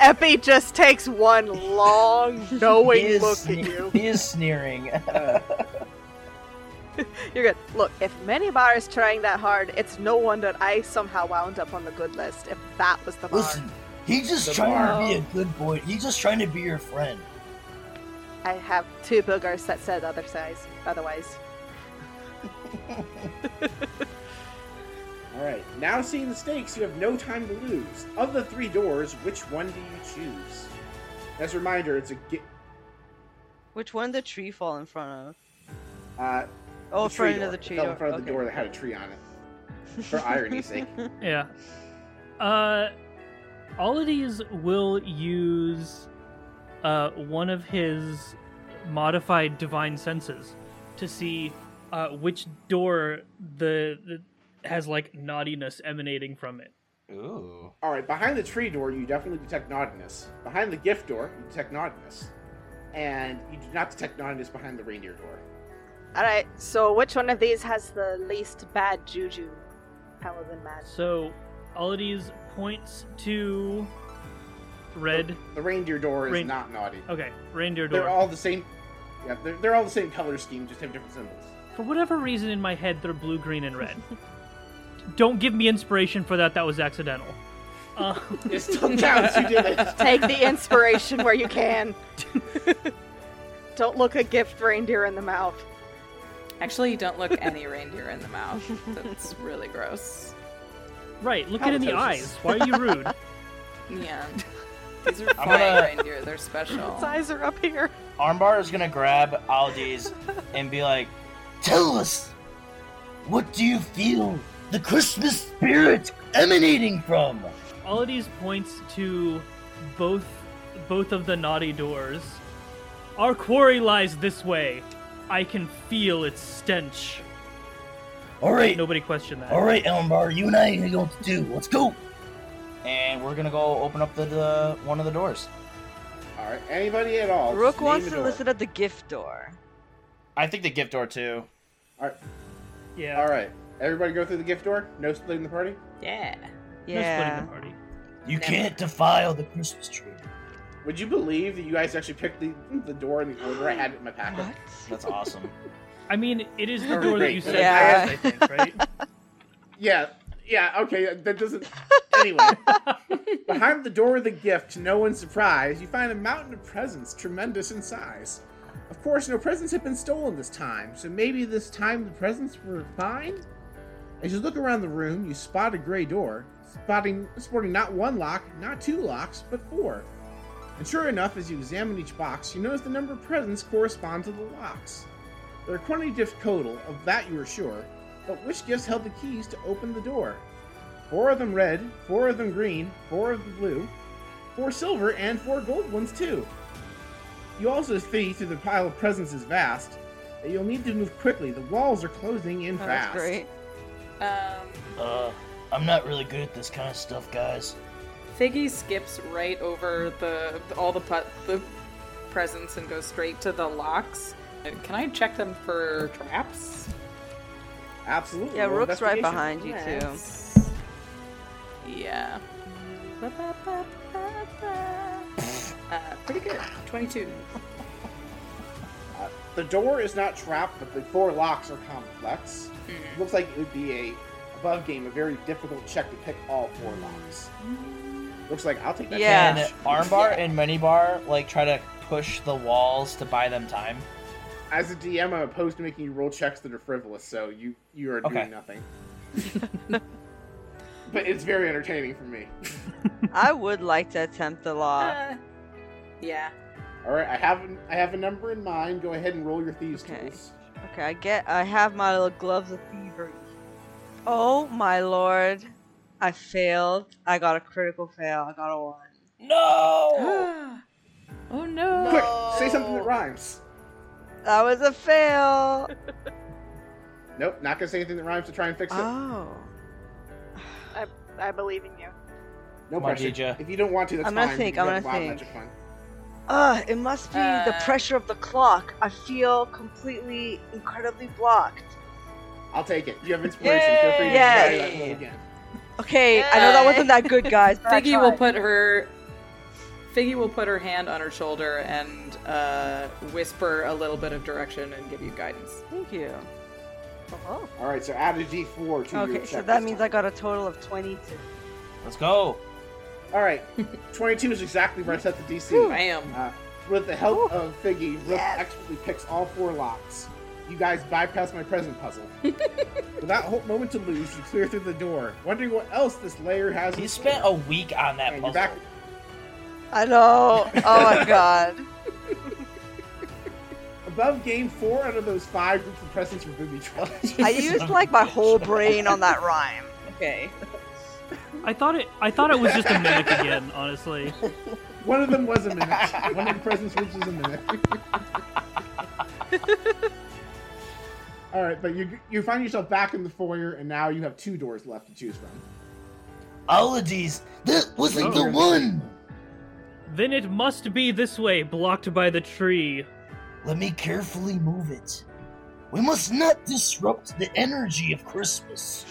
H: Epi just takes one long, knowing
C: he is
H: look
C: sne-
H: at you.
C: He is sneering.
H: You're good. Look, if Minibar is trying that hard, it's no wonder I somehow wound up on the good list. If that was the bar,
C: Listen, he's just
A: The
C: trying
A: bar.
C: to be a good boy. He's just trying to be your friend.
H: I have two boogers that said other size. Otherwise,
A: All right, now seeing the stakes, you have no time to lose. Of the three doors, which one do you choose? As a reminder, it's a gi-
D: Which one did the tree fall in front of?
A: uh,
D: Oh, in
A: the tree
D: front
A: door.
D: of the
A: It
D: tree
A: fell
D: door.
A: in front of
D: okay.
A: the door that had a tree on it. For irony's sake,
F: Yeah. Uh, all of these will use uh, one of his modified divine senses to see uh, which door the, the has like naughtiness emanating from it.
C: Ooh.
A: all right. Behind the tree door, you definitely detect naughtiness. Behind the gift door, you detect naughtiness, and you do not detect naughtiness behind the reindeer door.
H: all right. So which one of these has the least bad juju? Paladin match.
F: So all of these points to red.
A: The reindeer door is
F: Rein-
A: not naughty.
F: Okay, reindeer door.
A: They're all the same. Yeah, they're, they're all the same color scheme, just have different symbols.
F: For whatever reason in my head, they're blue, green, and red. Don't give me inspiration for that. That was accidental. Uh,
A: It still counts. You did it.
H: Take the inspiration where you can. Don't look a gift reindeer in the mouth.
G: Actually, you don't look any reindeer in the mouth. That's really gross.
F: right, look it in the eyes.
A: Halitosis.
F: Why are you rude?
G: Yeah. These are flying
C: gonna-
G: reindeer. They're special.
H: Its eyes are up here.
C: Armbar is gonna grab Aldi's and be like, "Tell us, what do you feel the Christmas spirit emanating from?"
F: all of these points to both both of the naughty doors. Our quarry lies this way. I can feel its stench.
C: All right,
F: Nobody questioned that.
C: all right, Armbar, you and I know what to do. Let's go. And we're gonna go open up the, the one of the doors.
A: All right, anybody at all? just
D: Rook
A: name
D: wants
A: a
D: to
A: door.
D: listen at the gift door.
C: I think the gift door too.
F: Yeah.
A: All right, everybody go through the gift door. No splitting the party.
G: Yeah.
F: No splitting
D: Yeah.
F: the party.
C: You
G: Never.
C: can't defile the Christmas tree.
A: Would you believe that you guys actually picked the, the door in the order I had it in my packet?
C: That's awesome.
F: I mean, it is the
A: Or
F: door that
A: wait,
F: you
A: but
F: said
D: I-
F: first, I think, right?
A: Yeah, yeah. Okay, that doesn't. Anyway, behind the door of the gift, to no one's surprise, you find a mountain of presents, tremendous in size. Of course, no presents have been stolen this time, so maybe this time the presents were fine. As you look around the room, you spot a gray door, spotting, sporting not one lock, not two locks, but four. And sure enough, as you examine each box, you notice the number of presents correspond to the locks. There are quantitative total, of that you are sure, but which gifts held the keys to open the door? Four of them red, four of them green, four of them blue, four silver, and four gold ones too. You also see through the pile of presents is vast that you'll need to move quickly. The walls are closing in fast.
D: Oh, That's great.
G: Um,
C: Uh, I'm not really good at this kind of stuff, guys.
G: Figgy skips right over the all the put, the presents and goes straight to the locks. Uh, Can I check them for traps?
A: Absolutely.
D: Yeah,
A: roll
D: Rook's right
A: investigation.
D: behind you too.
G: Yes. Yeah. Uh, pretty good. Twenty-two.
A: Uh, the door is not trapped, but the four locks are complex.
D: Mm-hmm.
A: Looks like it would be a above game, a very difficult check to pick all four locks. Looks like I'll take that.
D: Yeah.
C: And Armbar and Minibar like try to push the walls to buy them time.
A: As a DM, I'm opposed to making you roll checks that are frivolous, so you you are doing
C: Okay.
A: nothing. but it's very entertaining for me.
D: I would like to attempt the law.
G: Uh, yeah.
A: All right, I have an, I have a number in mind. Go ahead and roll your thieves
D: Okay.
A: tools.
D: Okay, I get. I have my little gloves of thievery. Oh my lord! I failed. I got a critical fail. I got a one.
C: No.
G: oh no.
A: Quick, say something that rhymes.
D: That was a fail.
A: Nope, not gonna say anything that rhymes to try and fix it.
D: Oh,
H: I believe in you.
A: no
C: Come on,
A: pressure.
C: DJ.
A: If you don't want to, that's
D: I'm
A: fine.
D: gonna think,
A: You
D: I'm
A: have
D: gonna
A: wild
D: think.
A: magic fun.
D: Ugh, it must be the
G: Uh.
D: pressure of the clock. I feel completely, incredibly blocked.
A: I'll take it. You have inspiration. Feel free to
D: Yay!
A: try that roll again.
D: Okay, I know that wasn't that good, guys. But I
G: Figgy will
D: tried.
G: put her. Figgy will put her hand on her shoulder and uh, whisper a little bit of direction and give you guidance.
D: Thank you.
A: All right, so add a d4 to your
D: Oh, Okay,
A: check
D: so
A: this
D: that means
A: time.
D: I got a total of twenty-two.
C: Let's go.
A: All right, 22 is exactly where I set the DC.
G: Bam.
A: Uh, with the help of Figgy, Rook expertly picks all four locks. You guys bypass my present puzzle. Without a moment to lose, you clear through the door, wondering what else this layer has. in
C: You
A: store.
C: spent a week on that
A: And
C: puzzle.
A: you're back.
D: I know. Oh my god.
A: Above game four out of those five groups of presents were booby trapped.
D: I used like my whole brain on that rhyme. Okay.
F: I thought it. I thought it was just a mimic again. Honestly,
A: One of them was a mimic. One of the presents which is a mimic. All right, but you you find yourself back in the foyer, and now you have two doors left to choose from.
C: All of these. That wasn't
F: Oh.
C: the one.
F: then it must be this way, blocked by the tree.
C: Let me carefully move it. We must not disrupt the energy of Christmas.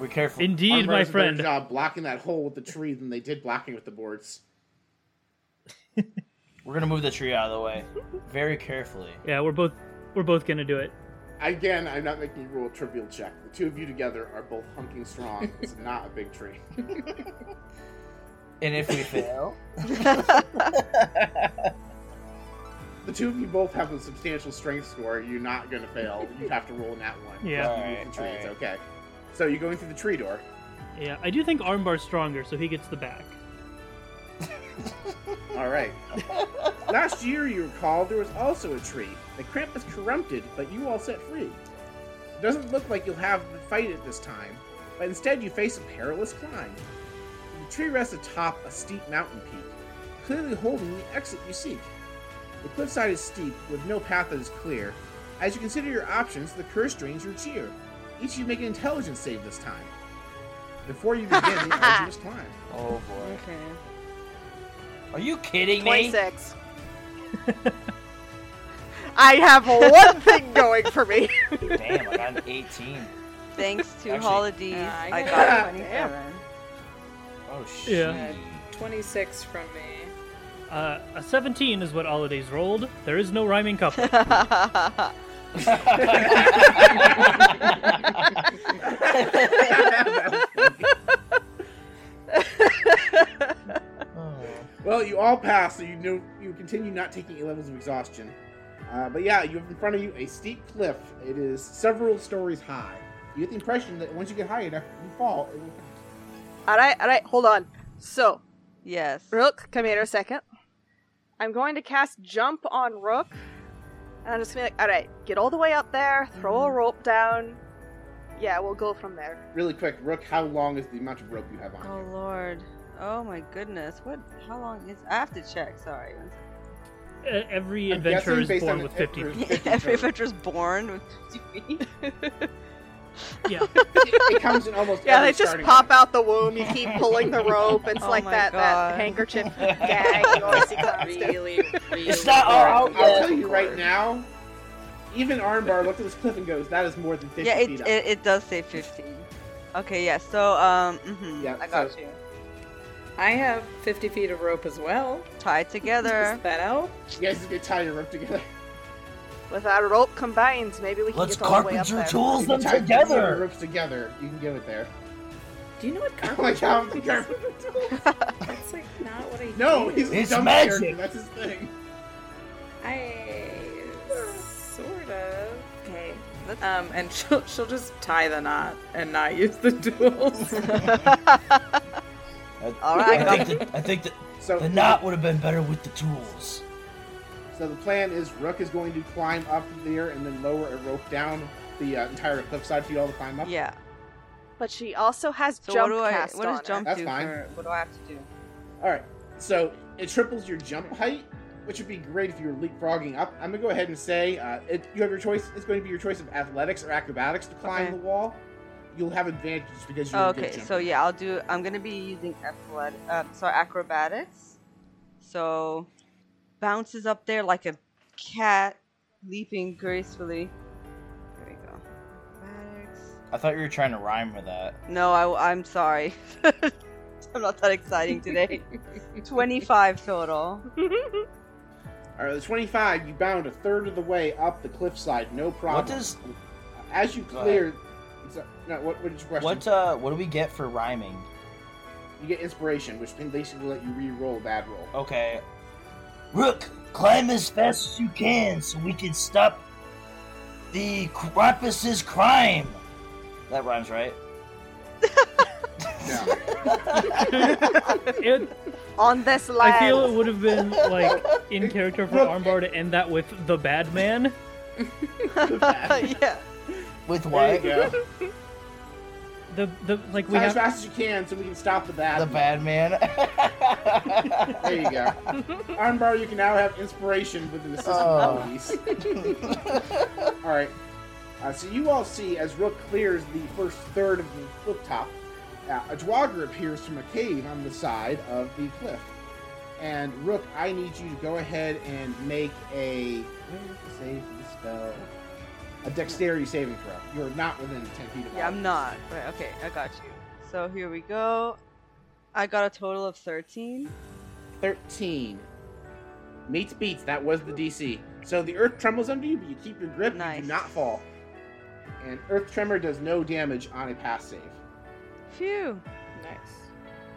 C: We're careful.
A: Armbar
F: Indeed, my
A: does a better
F: friend.
A: job blocking that hole with the tree than they did blocking with the boards.
C: We're gonna move the tree out of the way, very carefully.
F: Yeah, we're both. We're both gonna do it.
A: Again, I'm not making you roll a trivial check. The two of you together are both hunking strong. It's not a big tree.
C: And if we fail,
A: The two of you both have a substantial strength score. You're not going to fail. You have to roll that one.
F: Yeah.
A: You move the tree. It's okay. So you're going through the tree door.
F: Yeah, I do think Armbar's stronger, so he gets the back.
A: All right. Last year, you recall, there was also a tree. The Krampus corrupted, but you all set free. It doesn't look like you'll have the fight at this time, but instead you face a perilous climb. The tree rests atop a steep mountain peak, clearly holding the exit you seek. The cliffside is steep, with no path that is clear. As you consider your options, the curse drains your cheer. Each of you make an intelligence save this time. Before you begin the arduous climb.
C: oh boy,
D: Okay.
C: are you kidding me?
H: 26. I have one thing going for me.
C: Damn, like I'm 18.
D: Thanks to
C: Actually-
D: holidays,
G: Yeah, I
D: I
G: got
D: got
A: it.
D: 27.
C: Oh shit.
F: Yeah.
G: Twenty-six from me.
F: Uh, a 17 is what Holidays rolled. There is no rhyming couple.
A: Well, you all pass, so you know you continue not taking any levels of exhaustion. Uh, but yeah, you have in front of you a steep cliff. It is several stories high. You get the impression that once you get high enough, you fall. It will-
E: All right, all right, hold on. So,
D: Yes.
E: Rook, come here a second. I'm going to cast jump on Rook, and I'm just gonna be like, all right, get all the way up there, throw a rope down. Yeah, we'll go from there.
A: Really quick, Rook, how long is the amount of rope you have on
D: Oh
A: you?
D: lord. Oh my goodness. What? How long is? I have to check. Sorry. one second.
F: E- Every
A: I'm guessing
F: adventurer is
A: based
F: born
A: on
F: with
A: the
F: 50
A: emperor's
F: feet.
D: Every
A: rope.
D: adventurer's born with 50 feet.
F: Yeah.
A: it comes in almost
E: Yeah,
A: every
E: they just
A: starting
E: pop out the womb. You keep pulling the rope. It's
D: Oh
E: like
D: my
E: that, that
D: God.
E: handkerchief gag noise he comes to.
G: really, really.
C: It's
E: Oh,
C: not all out
A: Alright, Oh, I'll
C: yet.
A: tell you right now. Even Armbar looked at this cliff and goes, "That is more than fifty
D: yeah, it,
A: feet up."
D: it it does say 15. Okay. Yeah. So um. mhm,
A: Yeah,
D: I got
A: so-
D: you.
G: I have 50 feet of rope as well.
D: Tied together.
G: Is that out?
A: you guys just get tied and roped together.
E: With our rope combined, maybe we can
C: Let's
E: get all the way up
C: carpenter
E: there.
C: tools
A: You get
C: them
A: tied and you
C: together.
A: Ropes together. You can go it there.
G: Do you know what
A: Oh
G: carpenter
A: my god,
G: is?
A: the carpenter.
G: That's like not what I
A: No,
G: do.
A: he's a
C: It's
A: dumb character.
C: magic.
A: That's his thing.
G: I sort of. Okay.
D: That's-
G: Um, and she'll she'll just tie the knot and not use the tools.
C: I,
D: All right,
C: I think that, I think that
A: So
C: the knot would have been better with the tools.
A: So the plan is Rook is going to climb up there and then lower a rope down the uh, entire cliffside for you all to climb up.
D: Yeah.
E: But she also has
D: So
E: jump
D: what do I?
E: cast
D: What does
E: on her.
D: jump
A: That's
D: do?
A: fine.
D: For, what do I have to do?
A: All right. So it triples your jump height, which would be great if you were leapfrogging up. I'm gonna go ahead and say uh, it, you have your choice. It's going to be your choice of athletics or acrobatics to climb
D: Okay.
A: the wall. You'll have advantage because you're a good
D: Okay,
A: jumper.
D: so yeah, I'll do. I'm gonna be using athletic, uh, sorry, acrobatics. So bounces up there like a cat, leaping gracefully. There we go. Acrobatics.
C: I thought you were trying to rhyme with that.
D: No, I, am sorry. I'm not that exciting today. 25 total.
A: All right, the 25, you bound a third of the way up the cliffside, no problem.
C: What does
A: As you
C: Go
A: clear, so- no, what, what is your question?
C: what uh what do we get for rhyming?
A: you get inspiration, which can basically let you re-roll a bad roll.
C: Okay. Rook, climb as fast as you can so we can stop the Krampus's crime. That rhymes, right?
A: No.
F: It,
E: on this
F: I
E: line.
F: feel it would have been like in character for
A: Look.
F: Armbar to end that with the bad man.
D: yeah.
C: With
A: There
C: what?
A: you go.
F: The the like we
A: Climb as
F: have
A: fast as you can so we can stop the bad.
C: The bad man.
A: There you go. Armbar, you can now have inspiration with an assistant
C: Oh.
A: bonus. all right. Uh, so you all see as Rook clears the first third of the cliff top, uh, a Dwager appears from a cave on the side of the cliff. And Rook, I need you to go ahead and make a what is the save for the spell. A dexterity saving throw. You're not within ten feet of
D: Yeah,
A: all.
D: I'm not. But okay, I got you. So here we go. I got a total of 13.
A: Thirteen. Meets beats. That was the DC. So the earth trembles under you, but you keep your grip. You
D: Nice.
A: do not fall. And Earth Tremor does no damage on a pass save.
D: Phew.
G: nice.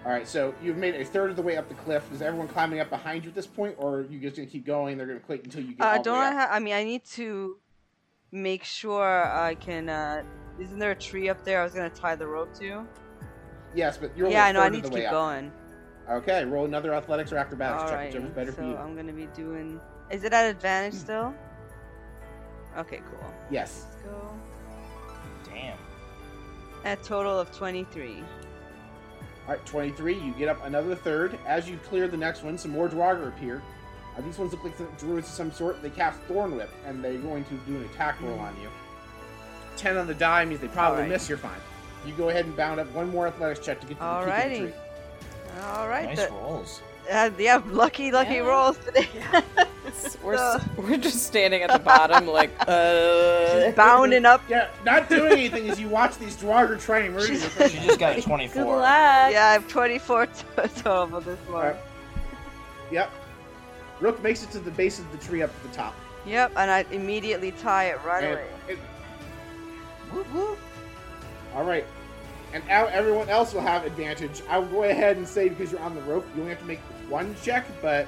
A: All right, so you've made a third of the way up the cliff. Is everyone climbing up behind you at this point, or are you just gonna keep going? They're gonna quit until you get all
D: Uh,
G: oh,
A: the
D: don't
A: way
D: I
A: up?
D: have? I mean, I need to make sure I can. Uh, isn't there a tree up there? I was gonna tie the rope to.
A: Yes, but you're
D: yeah,
A: only
D: I
A: a
D: know. I
A: third
D: need to
A: of the way
D: keep
A: up.
D: going.
A: Okay, roll another athletics or acrobatics check,
D: Alright.
A: whichever's better
D: So
A: for you. Hmm.
D: I'm gonna be doing. Is it at advantage still? Okay, cool.
A: Yes.
D: Let's go.
C: Damn.
D: A total of 23.
A: All right, 23. You get up another third. As you clear the next one, some more Draugr appear. Uh, these ones look like some druids of some sort. They cast Thorn Whip, and they're going to do an attack roll on you. 10 on the die means they probably
D: Alright.
A: miss. You're fine. You go ahead and bound up one more athletics check to get to the peak of the
D: Alrighty.
A: tree.
D: All right.
C: Nice
D: the-
C: rolls.
D: uh, yeah, lucky, lucky
G: Yeah.
D: rolls today.
G: We're, s- we're just standing at the bottom, like, uh.
D: Bounding up.
A: Yeah, not doing anything as you watch these Draugr try and murder you.
C: She just got a 24.
D: Yeah, I have 24 t- total for this one.
A: Alright. Yep. Rook makes it to the base of the tree up at the top.
D: Yep, and I immediately tie it right
A: And-
D: away.
A: and-
C: Whoop, whoop.
A: all right. And now everyone else will have advantage. I will go ahead and say because you're on the rope, you only have to make one check, but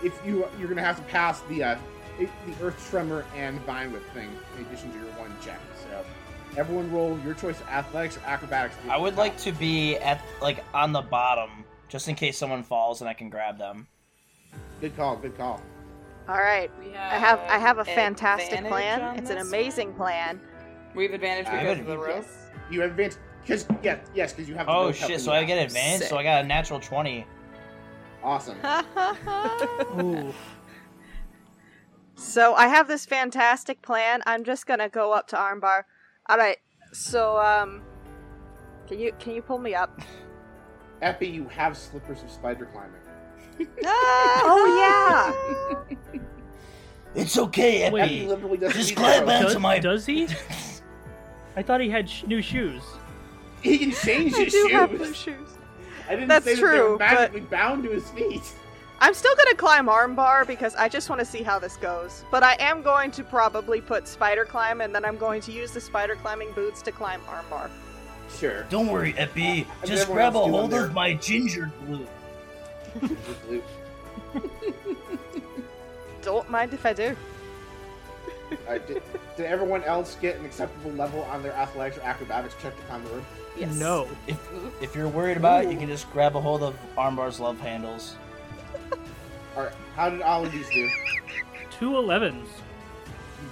A: if you you're gonna have to pass the uh, it, the Earth Tremor and Vine Whip thing in addition to your one check. So everyone roll your choice of athletics or acrobatics. to get
C: I
A: to
C: would
A: the
C: like
A: top.
C: to be at like on the bottom, just in case someone falls and I can grab them.
A: Good call, good call.
H: All right.
G: We
H: I have I have a fantastic
G: advantage on
H: plan. It's an
G: this
H: amazing plan.
G: one? We have advantage
A: I
G: because
C: would-
G: of the rope.
A: Uh, You have advantage because yeah, yes, because you have. the
C: Oh
A: rope helping
C: shit! So
A: you
C: I
A: out.
C: get advantage. So I got a natural twenty.
A: awesome.
F: Ooh.
H: so I have this fantastic plan. I'm just gonna go up to armbar. All right. So um, can you can you pull me up?
A: Epi, you have slippers of spider climbing.
H: oh yeah.
J: It's okay, Epi.
F: Wait.
A: Epi literally doesn't
J: Just
A: need
J: climb
A: arrows.
J: up.
F: does,
J: to my-
F: does he? I thought he had sh- new shoes.
A: He can change
H: I
A: his
H: do
A: shoes.
H: have blue shoes.
A: I didn't
H: That's
A: say that they were
H: true, but-
A: magically bound to his feet.
H: I'm still gonna climb armbar because I just want to see how this goes. But I am going to probably put spider climb, and then I'm going to use the spider climbing boots to climb armbar.
A: Sure.
J: Don't worry, Epi.
A: Uh,
J: Just
A: everyone
J: grab a
A: else do on
J: hold
A: their-
J: of my ginger glue.
H: Don't mind if I do.
A: Alright, did, did everyone else get an acceptable level on their athletics or acrobatics check to climb the rope?
G: Yes.
F: No.
C: If if you're worried about it, you can just grab a hold of Armbar's love handles.
A: All right, how did all of these do?
F: Two 11s.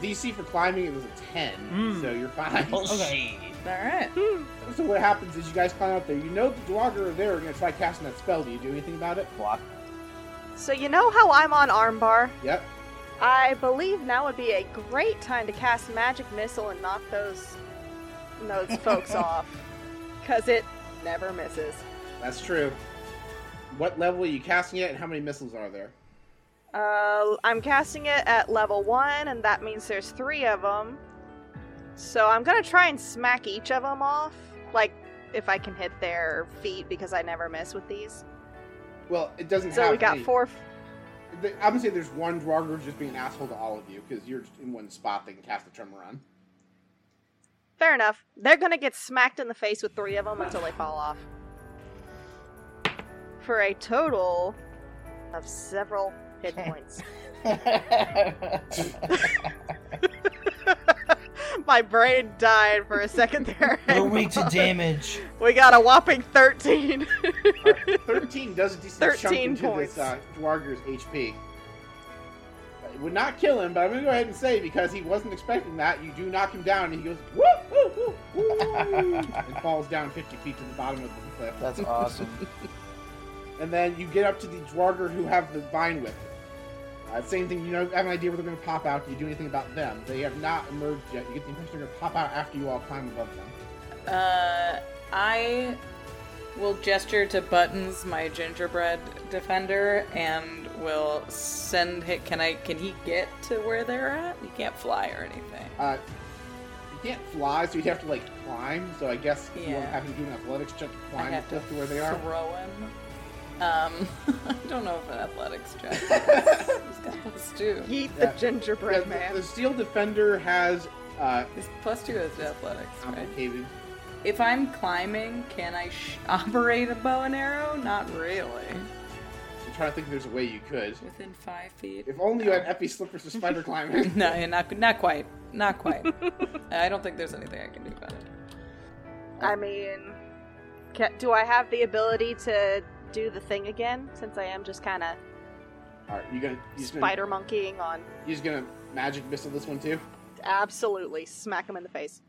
A: DC for climbing it was a ten,
F: Mm.
A: so you're fine.
C: Bullshit.
G: All right.
A: So what happens is you guys climb up there. You know the Dwagger are there. Are gonna try casting that spell. Do you do anything about it?
C: Block.
H: So you know how I'm on armbar?
A: Yep.
H: I believe now would be a great time to cast magic missile and knock those those folks off, cause it never misses.
A: That's true. What level are you casting it, and how many missiles are there?
H: Uh, I'm casting it at level one, and that means there's three of them. So I'm gonna try and smack each of them off, like if I can hit their feet, because I never miss with these.
A: Well, it doesn't
H: So
A: have.
H: we got
A: any-
H: four.
A: The- I'm gonna say there's one Dwarger just being an asshole to all of you because you're just in one spot. They can cast the tremor on.
H: Fair enough. They're gonna get smacked in the face with three of them until they fall off. For a total of several hit points. My brain died for a second there.
C: We're weak to damage.
H: We got a whopping 13.
A: All right, Thirteen does a decent chunk
H: 13
A: into
H: points.
A: this uh, Dwarger's HP. It would not kill him, but I'm gonna go ahead and say because he wasn't expecting that, you do knock him down, and he goes woo woo woo woo, and falls down 50 feet to the bottom of the cliff.
C: That's awesome.
A: And then you get up to the Dwarger who have the vine whip. Uh, same thing, you know, have an idea where they're going to pop out. Do you do anything about them? They have not emerged yet. You get the impression they're going to pop out after you all climb above them.
G: Uh, I will gesture to Buttons, my gingerbread defender, and will send him. Can I? Can he get to where they're at? He can't fly or anything.
A: Uh, you can't fly, so you'd have to, like, climb. So I guess you want to
G: Yeah.
A: have to do an athletics check to
G: I
A: climb
G: have
A: up to where they are.
G: Throw him. Um, I don't know if an athletics check. He's got plus two.
H: Yeet
A: Yeah.
H: the
A: Yeah,
H: gingerbread
A: the-
H: man.
A: the Steel Defender has uh,
G: He's plus two is to athletics, right?
A: complicated.
G: If I'm climbing, can I sh- operate a bow and arrow? Not really.
A: I'm trying to think if there's a way you could.
G: Within five feet.
A: If only you had epi slippers for spider climbing.
G: No, yeah, not not quite, not quite. I don't think there's anything I can do about it.
H: I mean, ca do I have the ability to do the thing again since I am just kind of
A: all right, you gonna you just gonna,
H: spider monkeying on?
A: you just gonna magic missile this one too?
H: Absolutely, smack him in the face.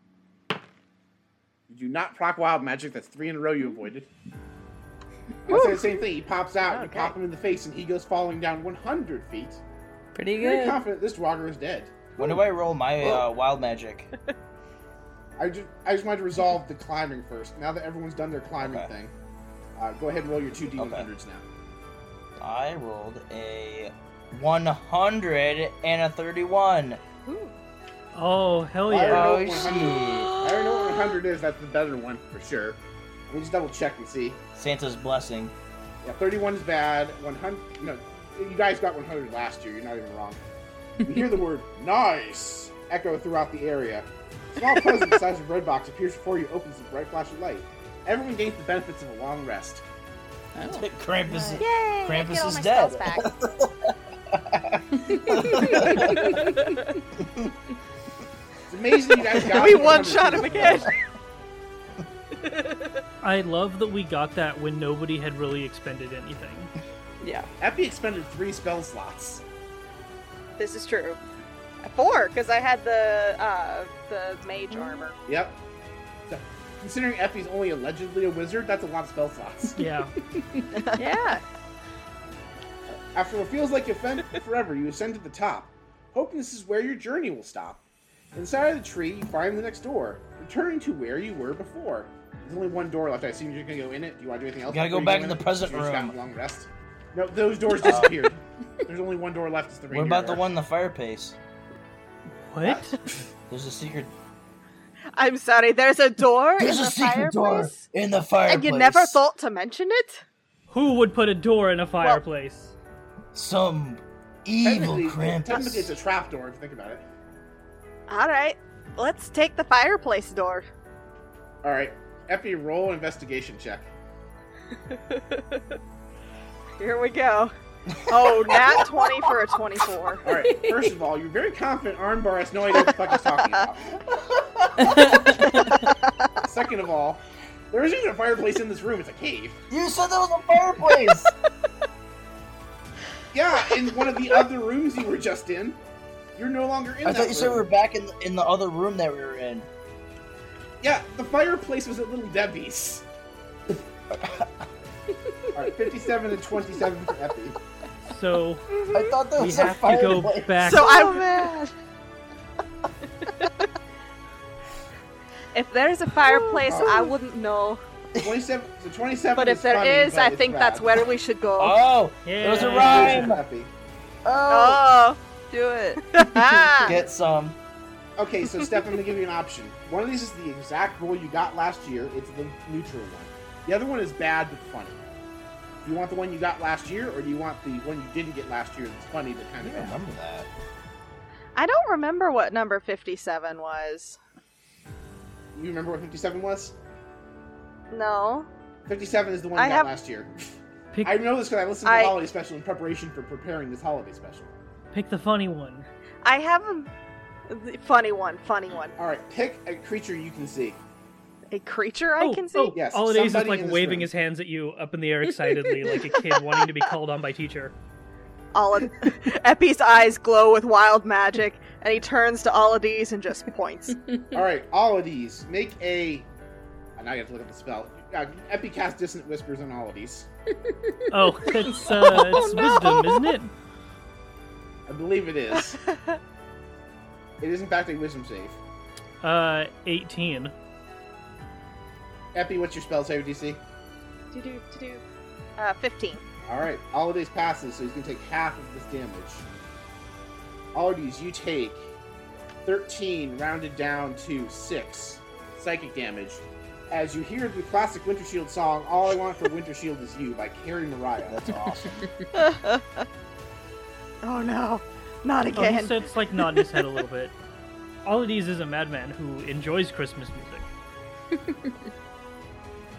A: You do not proc wild magic. That's three in a row you avoided. I'll say the same thing. He pops out, you
H: Okay.
A: pop him in the face, and he goes falling down 100 feet.
G: Pretty
A: Very
G: good.
A: confident this Draugr is dead.
C: When do I roll my uh, wild magic?
A: I just, I just wanted to resolve the climbing first. Now that everyone's done their climbing
C: Okay.
A: thing, uh, go ahead and roll your two d100s now.
C: I rolled a 100 and a 31.
F: Oh, hell
A: I
F: yeah.
A: already know
C: Oh,
A: what 100 is. I already know what 100 is. That's the better one for sure. We'll just double check and see.
C: Santa's blessing.
A: Yeah, 31 is bad. 100. No, you guys got 100 last year. You're not even wrong. You hear the word "nice" echo throughout the area. A Small present the size of a red box appears before you. Opens with a bright flash of light. Everyone gains the benefits of a long rest.
G: Oh.
C: Krampus.
H: Yay!
C: Krampus
H: get all
C: is dead.
H: my spells back.
A: It's amazing you guys got
H: we
A: me.
H: one shot him again.
F: I love that we got that when nobody had really expended anything.
G: Yeah.
A: Epi expended three spell slots.
H: this is true. Four, because I had the uh, the mage armor.
A: Yep. So, considering Epi's only allegedly a wizard, that's a lot of spell slots.
F: Yeah.
H: yeah.
A: After what feels like you've been forever, you ascend to the top, hoping this is where your journey will stop. Inside of the tree, you find the next door, returning to where you were before. There's only one door left. I assume you're gonna go in it. Do you want to do anything else?
C: Gotta go
A: before you
C: back
A: in
C: to
A: it?
C: the present
A: You just got
C: room. Uh,
A: a long rest. No, those doors disappeared. There's only one door left. It's the
C: What
A: reindeer
C: about the
A: door.
C: one in the fireplace?
F: What?
C: There's a secret.
H: I'm sorry. There's a door
J: There's
H: in
J: a
H: the
J: secret
H: fireplace,
J: door in the fireplace.
H: and you never thought to mention it.
F: Who would put a door in a fireplace?
C: Some evil
A: Technically- Technically, it's a
C: Krampus.
A: trap door. If you think about it.
H: All right, let's take the fireplace door.
A: All right, Epi, roll an investigation check.
H: Here we go. Oh, nat 20 for a 24.
A: All right. First of all, you're very confident Armbar has no idea what the fuck he's talking about. Second of all, there isn't even a fireplace in this room. It's a cave.
C: You said there was a fireplace.
A: Yeah, in one of the other rooms you were just in. You're no longer in
C: I
A: that
C: thought you said we
A: room.
C: were back in the, in the other room that we were in.
A: Yeah, the fireplace was at Little Debbie's. All right, 57 and 27 for Epi.
F: So
C: I thought there
F: we
C: was a
F: have to go
C: fireplace.
F: back.
H: So I-
E: Oh, man.
H: If there's a fireplace, I wouldn't know.
A: 27, so 27
H: But
A: is
H: if there
A: funny,
H: is,
A: but
H: I
A: it's
H: think
A: bad.
H: that's where we should go.
C: Oh, there was a
F: Yeah.
C: rhyme.
A: Epi.
C: Oh,
H: Oh.
D: Do it.
H: Ah.
C: get some.
A: Okay, so Steph, I'm gonna give you an option. One of these is the exact roll you got last year. It's the neutral one. The other one is bad but funny. Do you want the one you got last year, or do you want the one you didn't get last year that's funny but
C: I
A: kind of
C: don't
A: bad?
C: remember that.
H: I don't remember what number 57 was.
A: You remember what 57 was?
H: No.
A: 57 is the one you
H: I
A: got
H: have-
A: last year.
F: Pick,
A: I know this because I listened to
H: I-
A: the holiday special in preparation for preparing this holiday special.
F: pick the funny one.
H: I have a funny one, funny one.
A: All right, pick a creature you can see.
H: A creature I
F: oh,
H: can see?
F: oh,
A: Yes,
F: all it is is
A: somebody
F: like
A: in this
F: waving
A: room.
F: his hands at you up in the air excitedly, like a kid wanting to be called on by teacher.
H: Olad- Epi's eyes glow with wild magic, and he turns to Oladese and just points.
A: All right, all of these make a. I now you have to look up the spell. Uh, Epicast Dissonant Whispers on all of these.
F: Oh, it's uh, it's wisdom, isn't it?
A: I believe it is. it is in fact a wisdom save.
F: Uh, eighteen.
A: Epi, what's your spell save DC?
H: Do-do, do-do. Uh, 15.
A: All right, all of these passes, so he's gonna take half of this damage. All of these, you take thirteen, rounded down to six psychic damage. As you hear the classic Winter Shield song, "All I Want for Winter Shield Is You" by Carrie Mariah.
C: That's awesome.
H: Oh no, not
F: Oh, he
H: again.
F: said it's like nodding his head a little bit. All it is is a madman who enjoys Christmas music.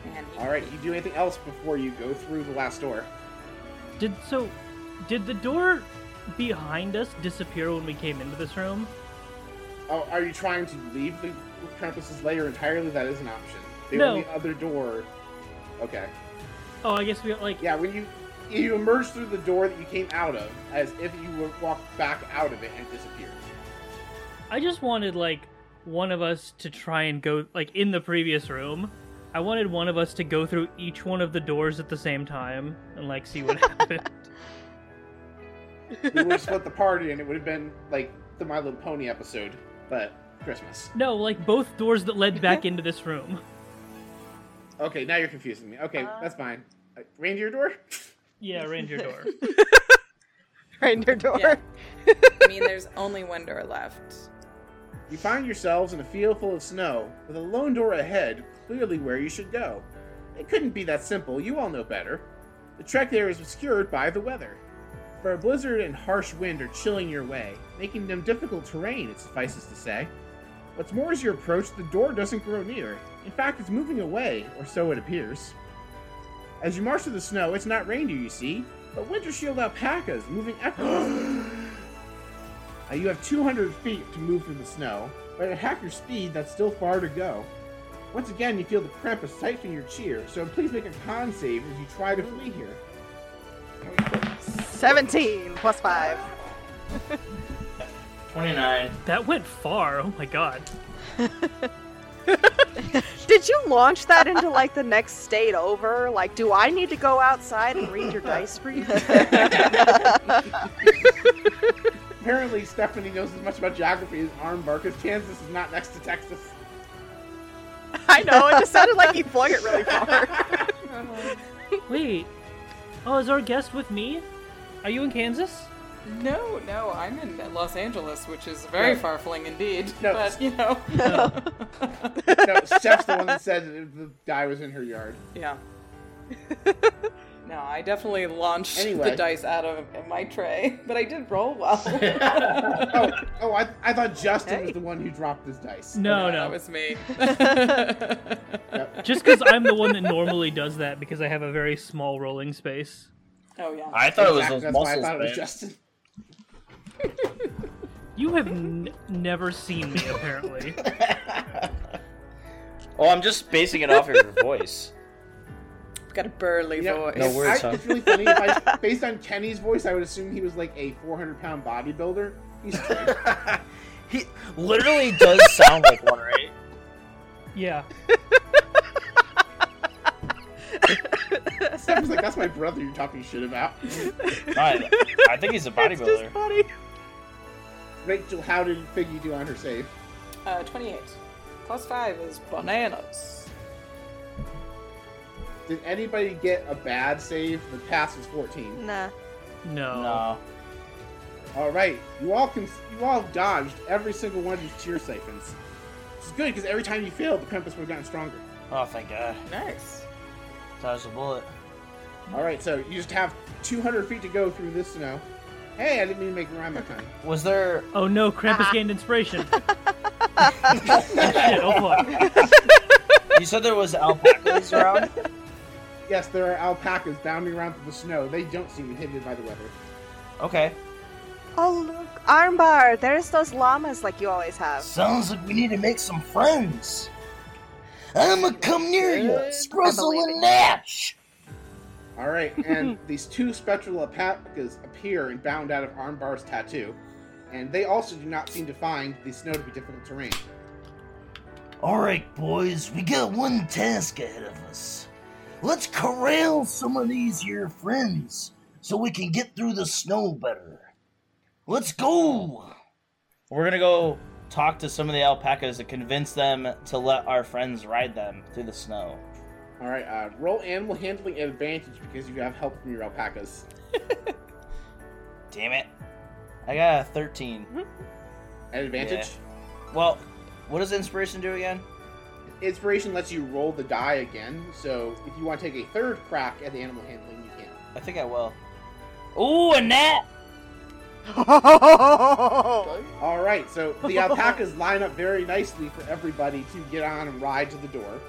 G: Man, he-
A: All right, you do anything else before you go through the last door?
F: Did so? Did the door behind us disappear when we came into this room?
A: Oh, are you trying to leave the Krampus's lair entirely? That is an option. The
F: No.
A: only other door. Okay.
F: Oh, I guess we like.
A: Yeah, when you you emerge through the door that you came out of, as if you were walked back out of it and disappeared.
F: I just wanted like one of us to try and go like in the previous room. I wanted one of us to go through each one of the doors at the same time and like see what happened.
A: We would have split the party, and it would have been like the My Little Pony episode, but Christmas.
F: No, like both doors that led back into this room.
A: Okay, now you're confusing me. Okay, that's fine. Uh, reindeer door.
F: Yeah, ranger door.
H: Reindeer door.
G: Yeah. I mean, there's only one door left.
A: You find yourselves in a field full of snow, with a lone door ahead, clearly where you should go. It couldn't be that simple, you all know better. The trek there is obscured by the weather. For a blizzard and harsh wind are chilling your way, making them difficult terrain, it suffices to say. What's more, as you approach, the door doesn't grow near. In fact, it's moving away, or so it appears. As you march through the snow, it's not reindeer you see, The Winter Shield alpaca is moving effortlessly. Uh, you have 200 feet to move through the snow, but at half your speed, that's still far to go. Once again, you feel the cramp of siphoning your cheer, so please make a con save as you try to flee here.
E: 17 plus 5.
C: 29.
F: That went far. Oh my god.
E: Did you launch that into like the next state over? Like, do I need to go outside and read your dice for you?
A: Apparently, Stephanie knows as much about geography as Armbar, because Kansas is not next to Texas.
E: I know, it just sounded like you flung it really far.
F: Wait. Oh, is our guest with me? Are you in Kansas?
G: No, no, I'm in Los Angeles, which is very
A: No.
G: far fling indeed.
A: No.
G: But you know,
A: No, Steph's the one that said that the guy was in her yard.
G: yeah. No, I definitely launched
A: Anyway.
G: the dice out of my tray, but I did roll well.
A: Oh, oh I, I thought Justin was the one who dropped his dice.
F: No,
G: That
F: no.
G: was me.
F: Just because I'm the one that normally does that because I have a very small rolling space.
G: oh yeah.
C: I thought it was
A: Exactly,
C: those
A: that's why I
C: muscles.
A: thought it was
C: man.
A: Justin.
F: You have n- never seen me, apparently.
C: Oh, I'm just basing it off of your voice.
G: Got a burly
A: Yeah,
G: voice.
C: No worries,
A: I,
C: huh?
A: It's really funny. If I, based on Kenny's voice, I would assume he was like a 400 pound bodybuilder. He's straight.
C: he literally does sound like one, right?
F: Yeah.
A: Steph was like, that's my brother you're talking shit about.
C: No, I, I think he's a
E: It's just
C: bodybuilder.
E: funny.
A: Rachel, how did Figgy do on her save?
G: Uh, 28. Plus 5 is bananas.
A: Did anybody get a bad save? The pass was 14.
D: Nah.
F: No.
C: No.
A: All right, you all can you all dodged every single one of these cheer siphons. Which is good because every time you failed, the compass would have gotten stronger.
C: Oh, thank God.
G: Nice.
C: That was a bullet.
A: All right, so you just have 200 feet to go through this snow. Hey, I didn't mean to make a rhyme that time.
C: Was there?
F: Oh no, Krampus gained inspiration. Shit, oh fuck.
C: You said there was alpacas around.
A: Yes, there are alpacas bounding around through the snow. They don't seem inhibited by the weather.
C: Okay.
E: Oh, look. Armbar, there's those llamas like you always have.
J: Sounds like we need to make some friends. I'ma come near you, Scruzzle and Natch.
A: All right, and these two spectral alpacas appear and bound out of Armbar's tattoo, and they also do not seem to find the snow to be difficult terrain.
J: Alright, boys, we got one task ahead of us. Let's corral some of these here friends so we can get through the snow better. Let's go!
C: We're gonna go talk to some of the alpacas to convince them to let our friends ride them through the snow.
A: All right, uh, roll animal handling at advantage because you have help from your alpacas.
C: Damn it! I got a thirteen.
A: At advantage,
C: Well, what does inspiration do again?
A: inspiration lets you roll the die again. So if you want to take a third crack at the animal handling, you can.
C: I think I will. Ooh, a gnat!
A: All right, so the alpacas line up very nicely for everybody to get on and ride to the door.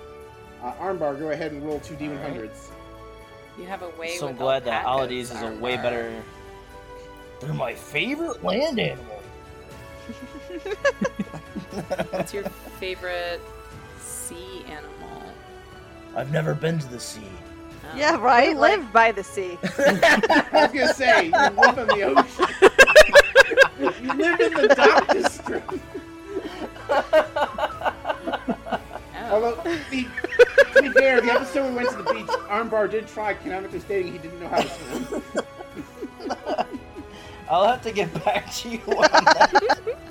A: Uh, Armbar, go ahead and roll two d100s.
G: You have a way
C: So
G: with
C: glad that
G: alpacas
C: Alades is a
G: are
C: way
G: rare.
C: better.
J: They're my favorite land animal.
G: What's your favorite sea animal?
J: I've never been to the sea.
G: Oh.
D: Yeah,
E: I
D: right? Like,
E: live by the sea.
A: I was gonna say, you live on the ocean. you live in the dock district.
G: Oh.
A: Although, the, to be fair, the episode we went to the beach, Armbar did try canonically stating he didn't know how to swim.
C: I'll have to get back to you on that.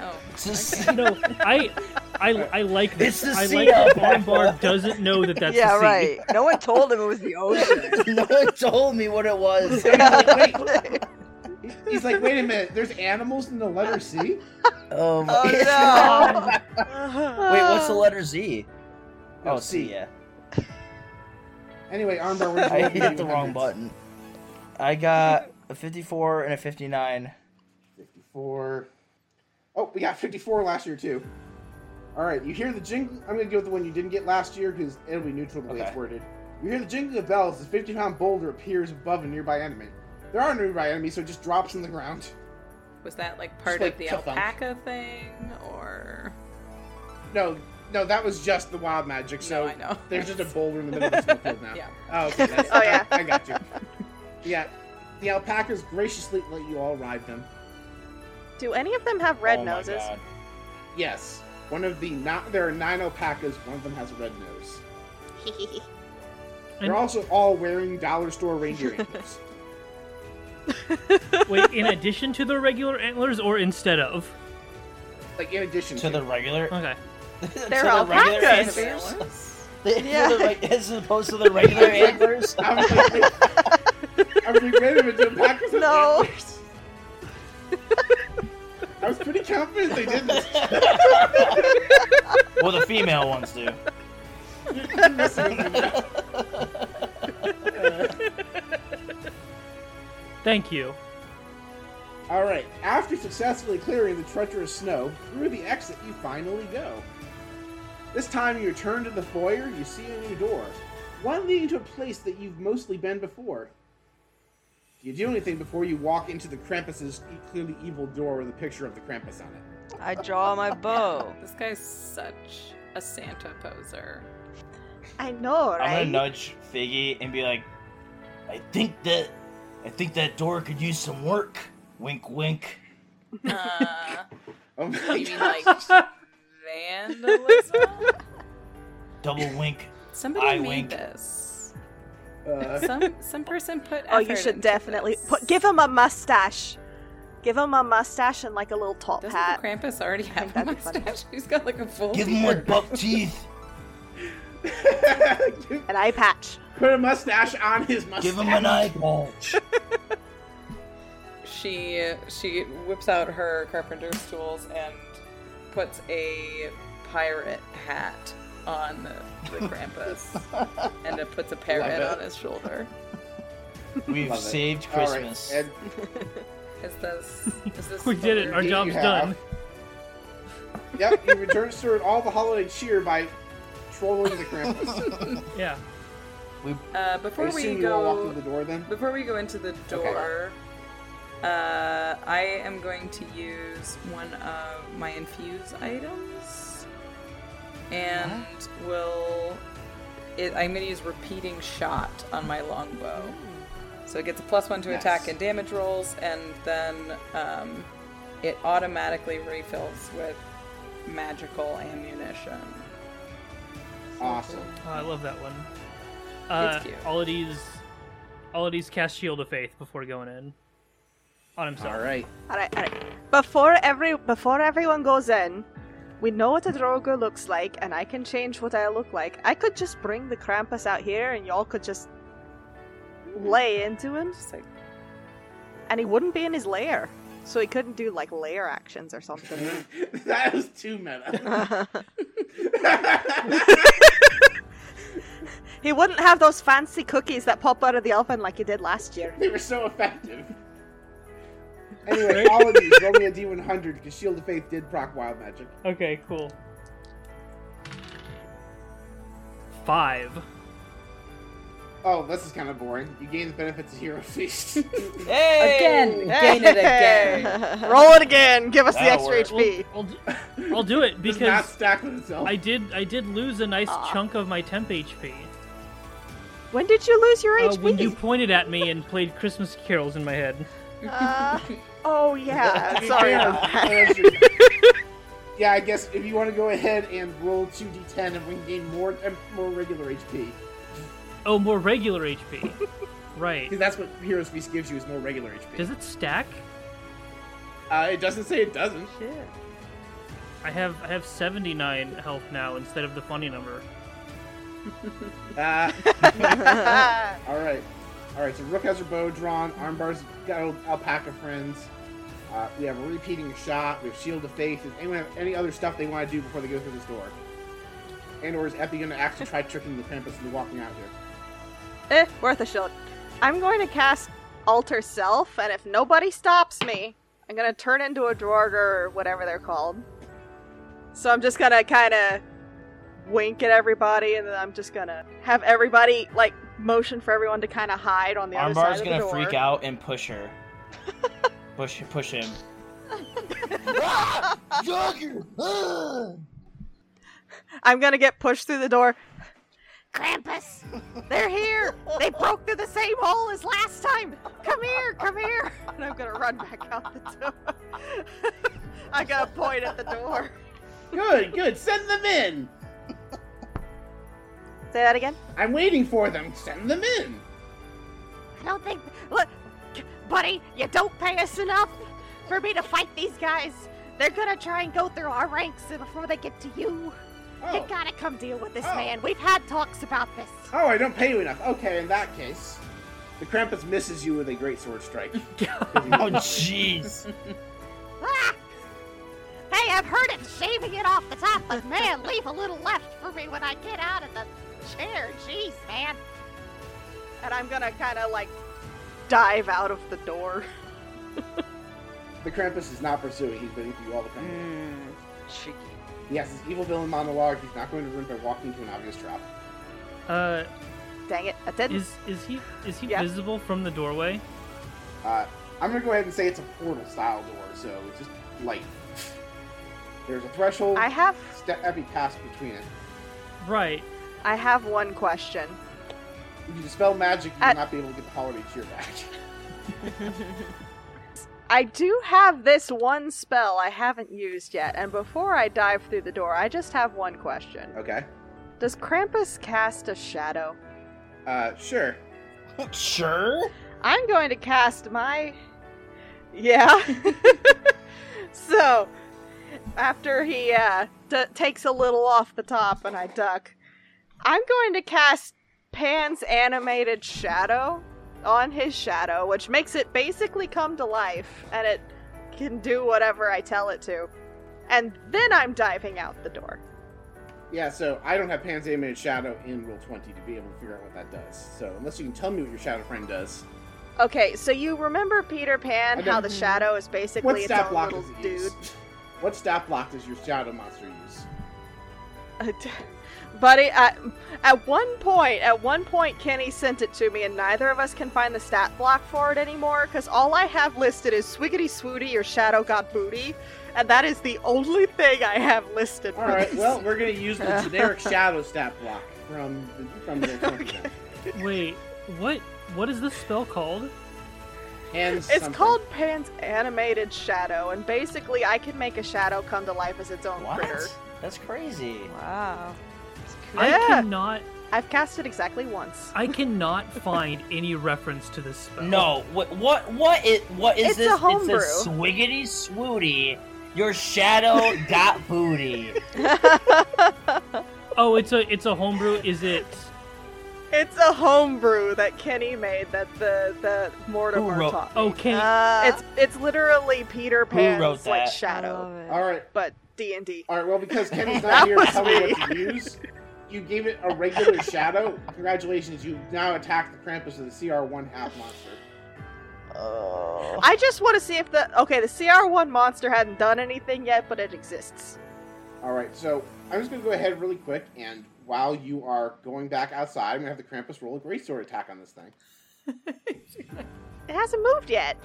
G: Oh.
C: Just-
F: You know, I, I, I like this.
J: It's the
F: I
J: sea
F: like that
J: alpaca.
F: Barnbar doesn't know that that's
D: yeah,
F: the sea.
D: right. No one told him it was the ocean.
J: no one told me what it was.
A: Like, wait. He's like, wait a minute, there's animals in the letter C?
J: Oh, my
D: Oh, no.
C: Wait, what's the letter Z?
A: No,
C: oh, C,
A: C.
C: yeah.
A: Anyway, Armbar, we're
C: I hit the wrong button. I got a 54 and a 59.
A: 54. Oh, we got 54 last year, too. All right, you hear the jingle. I'm going to go with the one you didn't get last year because it'll be neutral the way it's
C: Okay.
A: worded. You hear the jingle of bells as a 50 pound boulder appears above a nearby enemy. There are no nearby enemies, so it just drops on the ground.
G: Was that like part
A: like
G: of the
A: ka-thunk.
G: alpaca thing, or
A: No, no, that was just the wild magic, so
G: no? I know.
A: there's just a boulder in the middle of the snowfield now.
G: Yeah.
A: Oh, okay, that's-
H: Oh, yeah.
A: I got you. Yeah, the alpacas graciously let you all ride them.
H: Do any of them have red
C: Oh my
H: noses?
C: God.
A: Yes, one of the not there are nine alpacas. One of them has a red nose.
F: And-
A: They're also all wearing dollar store reindeer antlers.
F: Wait, in addition to the regular antlers or instead of?
A: Like in addition
C: To the regular.
F: Okay.
C: to
H: They're
C: the regular
H: alpacas.
C: antlers?
H: Yeah.
C: To the reg- as opposed to the regular antlers.
A: I was like, wait, I was like, wait a minute, do alpacas have
H: No.
A: antlers? I was pretty confident they didn't.
C: well, the female ones do.
A: You're missing them.
F: Thank you.
A: All right. After successfully clearing the treacherous snow, through the exit you finally go. This time you return to the foyer, you see a new door. One leading to a place that you've mostly been before. Do you do anything before you walk into the Krampus's e- clearly evil door with a picture of the Krampus on it?
D: I draw my bow.
G: This guy's such a Santa poser.
H: I know, right?
C: I'm gonna nudge Figgy and be like, I think that, I think that door could use some work. Wink, wink.
G: Uh,
A: Oh
G: you
A: my
G: mean
A: God.
G: like vandalism?
C: Double wink.
G: Somebody
C: I
G: made
C: wink.
G: this.
A: Uh,
G: Some some person put.
H: oh, you
G: effort
H: should
G: into
H: definitely
G: this.
H: put, give him a mustache. Give him a mustache and like a little top
G: Doesn't
H: hat.
G: the Krampus already have a
H: that'd be funny.
G: mustache? He's got like a full.
C: Give him like
G: beard.
C: buck teeth.
H: An eye patch.
A: Put a mustache on his mustache.
C: Give him an eye patch.
G: She she whips out her carpenter's tools and puts a pirate hat on the Krampus, and it puts a parrot
A: it.
G: on his shoulder.
C: We've
A: Love it.
C: saved
A: All right,
C: Christmas.
A: and
G: Is this? Is this
F: We did it.
G: what
F: Our
G: we're-
A: you
F: job's
A: have.
F: done.
A: yep, you return to serve all the holiday cheer by trolling the Krampus.
F: Yeah.
G: Uh,
A: I
G: before we
A: assume you all walk
G: go,
A: through the door then?
G: Before we go into the door, uh, I am going to use one of my infuse items, and will. It, I'm going to use repeating shot on my longbow, so it gets a plus one to
A: Nice.
G: attack and damage rolls, and then um, it automatically refills with magical ammunition.
A: Awesome.
F: Oh, I love that one. Uh,
G: It's cute.
F: Aladi's, Aladi's cast Shield of Faith before going in. On himself.
A: All right.
H: All right, all right. Before every before everyone goes in, we know what a drogo looks like, and I can change what I look like. I could just bring the Krampus out here, and y'all could just lay into him,
G: Just like
H: and he wouldn't be in his lair, so he couldn't do like lair actions or something.
A: that was too meta.
H: he wouldn't have those fancy cookies that pop out of the oven like he did last year.
A: they were so effective. Anyway, all of these, roll me a D100 because Shield of Faith did proc wild magic.
F: Okay, cool. Five.
A: Oh, this is kind of boring. You gain the benefits of Hero Feast.
G: again, gain it again.
H: Roll it again. Give us the
C: That'll
H: extra
F: Well,
H: HP.
F: I'll, d- I'll do it
A: Does not
F: because
A: stack with itself.
F: I did. I did lose a nice
H: Aw.
F: chunk of my temp HP
H: When did you lose your
F: uh,
H: HP?
F: when you pointed at me and played Christmas carols in my head.
H: Uh, oh yeah.
A: To be
H: Sorry.
A: fair,
H: about that.
A: as you- yeah, I guess if you want to go ahead and roll 2d10 and we can gain more and more regular HP.
F: Oh, more regular HP. right.
A: Because that's what Hero's Feast gives you is more regular HP.
F: Does it stack?
A: uh, it doesn't say it doesn't.
F: I have I have 79 health now instead of the funny number.
A: Uh, all right, all right. So Rook has her bow drawn. Armbar's got al- alpaca friends. Uh, we have a repeating shot. We have shield of faith. Does anyone have any other stuff they want to do before they go through this door? And or is Epi going to actually try tricking the Krampus into walking out here?
H: Eh, worth a shot. I'm going to cast Alter Self, and if nobody stops me, I'm going to turn into a drawer or whatever they're called. So I'm just going to kind of wink at everybody, and then I'm just gonna have everybody like motion for everyone to kind of hide on the other side
C: Armbar's
H: of the
C: gonna
H: door.
C: freak out and push her. push, push him.
K: ah! Jogger! Ah!
H: I'm gonna get pushed through the door. Krampus, they're here. They broke through the same hole as last time. Come here, come here. And I'm gonna run back out the door. I gotta point at the door.
A: Good, good. Send them in.
H: Say that again.
A: I'm waiting for them. Send them in.
H: I don't think. Look, buddy, you don't pay us enough for me to fight these guys. They're gonna try and go through our ranks before they get to you. You
A: Oh,
H: gotta come deal with this
A: Oh.
H: man. We've had talks about this.
A: oh, I don't pay you enough. Okay, in that case, the Krampus misses you with a great sword strike.
C: Oh, jeez.
H: Ah! Hey, I've heard of shaving it off the top, but man, leave a little left for me when I get out of the chair. Jeez, man. And I'm gonna kind of like dive out of the door.
A: the Krampus is not pursuing. He's beneath you all the time.
D: Mm, tricky.
A: Yes, his evil villain monologue. He's not going to ruin by walking into an obvious trap.
F: Uh,
H: Dang it, I didn't.
F: is is he is he
H: Yeah.
F: visible from the doorway?
A: Uh, I'm gonna go ahead and say it's a portal style door, so it's just light. There's a threshold.
H: I have
A: Step every pass between it.
F: Right.
H: I have one question.
A: If you dispel magic, you will
H: At-
A: not be able to get the holiday cheer back.
H: I do have this one spell I haven't used yet, and before I dive through the door, I just have one question.
A: okay.
H: Does Krampus cast a shadow?
A: Uh, sure.
C: sure.
H: I'm going to cast my. Yeah. so, after he uh, d- takes a little off the top and I duck, I'm going to cast Pan's animated shadow on his shadow, which makes it basically come to life and it can do whatever I tell it to. And then I'm diving out the door.
A: Yeah, so I don't have Pan's Animated Shadow in Rule 20 to be able to figure out what that does. So unless you can tell me what your Shadow Friend does.
H: Okay, so you remember Peter Pan,
A: I
H: how the
A: don't-
H: shadow is basically
A: What
H: its
A: stat
H: own
A: block
H: little
A: does it
H: dude.
A: use? What stat block does your Shadow Monster use?
H: Buddy, at, at one point, at one point, Kenny sent it to me, and neither of us can find the stat block for it anymore because all I have listed is Swiggity Swooty or Shadow Got Booty, and that is the only thing I have listed. for
A: Alright,
H: this.
A: well, we're gonna use the generic Shadow stat block from the, from the 20 then.
F: Wait. What what is this spell called?
A: And
H: it's
A: something.
H: called Pan's Animated Shadow, and basically, I can make a shadow come to life as its own critter.
C: What? That's crazy.
D: Wow. It's
F: I
H: Yeah.
F: cannot
H: I've cast it exactly once.
F: I cannot find any reference to this spell.
C: No. What? What? What is? What is
H: It's a
C: this?
H: homebrew.
C: It's a swiggity swooty. Your shadow got booty.
F: Oh, it's a it's a homebrew. Is it?
H: It's a homebrew that Kenny made that the the Mortimer
C: Who wrote-
H: taught. me.
F: Oh, Kenny.
D: Uh,
H: it's it's literally Peter Pan's
C: wrote
H: like
C: that?
D: I
H: shadow,
D: love it.
A: Alright,
H: but D and D.
A: alright, well, because Kenny's
H: That
A: not here to
H: was
A: tell me what to use, you gave it a regular Shadow. Congratulations, you now attack the Krampus with a CR1 half monster.
C: Oh.
H: I just want to see if the okay the CR1 monster hadn't done anything yet, but it exists.
A: All right, so I'm just going to go ahead really quick, and while you are going back outside, I'm going to have the Krampus roll a greatsword attack on this thing.
H: It hasn't moved yet.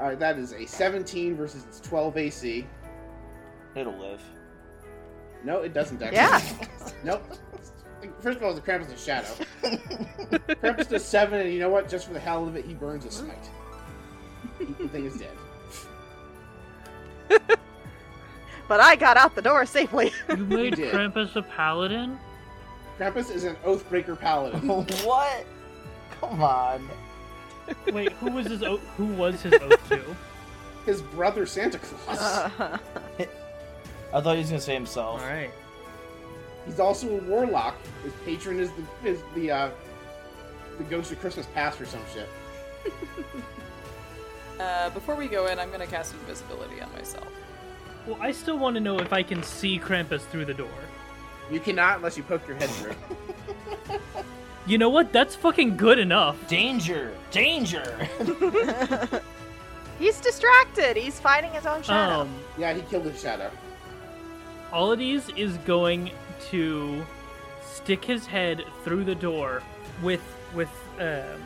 A: All right, that is a 17 versus its 12 AC.
C: It'll live.
A: No, it doesn't. Actually.
H: Yeah.
A: Nope. First of all, the Krampus is a shadow. Krampus does seven, and you know what? Just for the hell of it, he burns a smite. the thing is dead.
H: But I got out the door safely.
F: You made
A: did.
F: Krampus a paladin?
A: Krampus is an Oathbreaker paladin.
C: what? Come on.
F: Wait, who was his? O- who was his oath to?
A: His brother Santa Claus.
D: Uh.
C: I thought he was gonna say himself.
F: All right.
A: He's also a warlock. His patron is the is the uh, the ghost of Christmas past or some shit.
G: Uh, before we go in, I'm gonna cast invisibility on myself.
F: Well, I still want to know if I can see Krampus through the door.
A: You cannot unless you poke your head through.
F: You know what? That's fucking good enough.
C: Danger! Danger!
H: He's distracted. He's fighting his own shadow.
F: Um,
A: Yeah, he killed his shadow.
F: Olides is going to stick his head through the door with with um,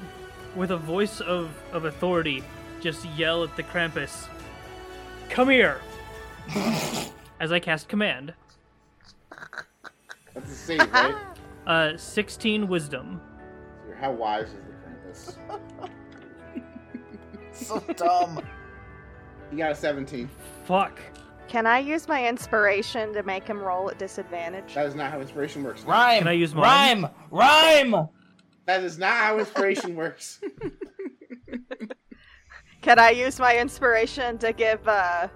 F: with a voice of, of authority. Just yell at the Krampus, "Come here!" as I cast command.
A: That's a save, right?
F: Uh, sixteen wisdom.
A: So How wise is the Krampus?
C: So dumb.
A: He got a 17.
F: Fuck.
H: Can I use my inspiration to make him roll at disadvantage?
A: That is not how inspiration works.
C: Rhyme.
F: Can I use mine?
C: Rhyme. Rhyme.
A: That is not how inspiration works.
H: Can I use my inspiration to give uh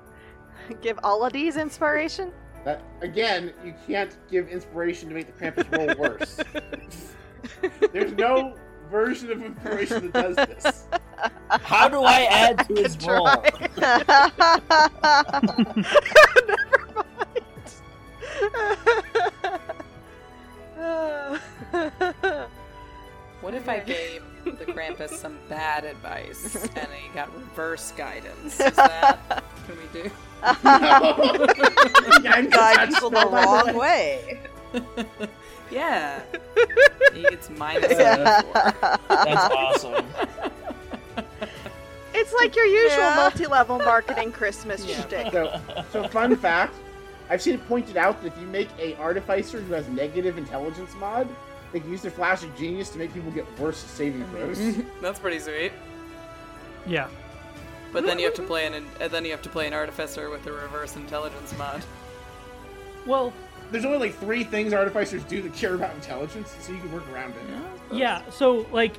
H: give all of these inspiration?
A: That again, you can't give inspiration to make the Krampus roll worse. There's no version of inspiration that does this.
C: How do I add to his roll?
G: What if I gave the Krampus some bad advice and he got reverse guidance? Is that can we do?
A: I'm
D: Guide people the wrong way.
G: Yeah. He gets minus
D: Yeah.
G: a four.
C: That's awesome.
H: It's like your usual
D: Yeah.
H: multi-level marketing Christmas shtick.
A: So, so fun fact, I've seen it pointed out that if you make a artificer who has negative intelligence mod, they can use their flash of genius to make people get worse saving throws.
G: That's pretty sweet.
F: Yeah.
G: But then you have to play an and then you have to play an artificer with a reverse intelligence mod.
F: Well,
A: There's only like three things artificers do that care about intelligence, so you can work around it.
F: yeah. So like,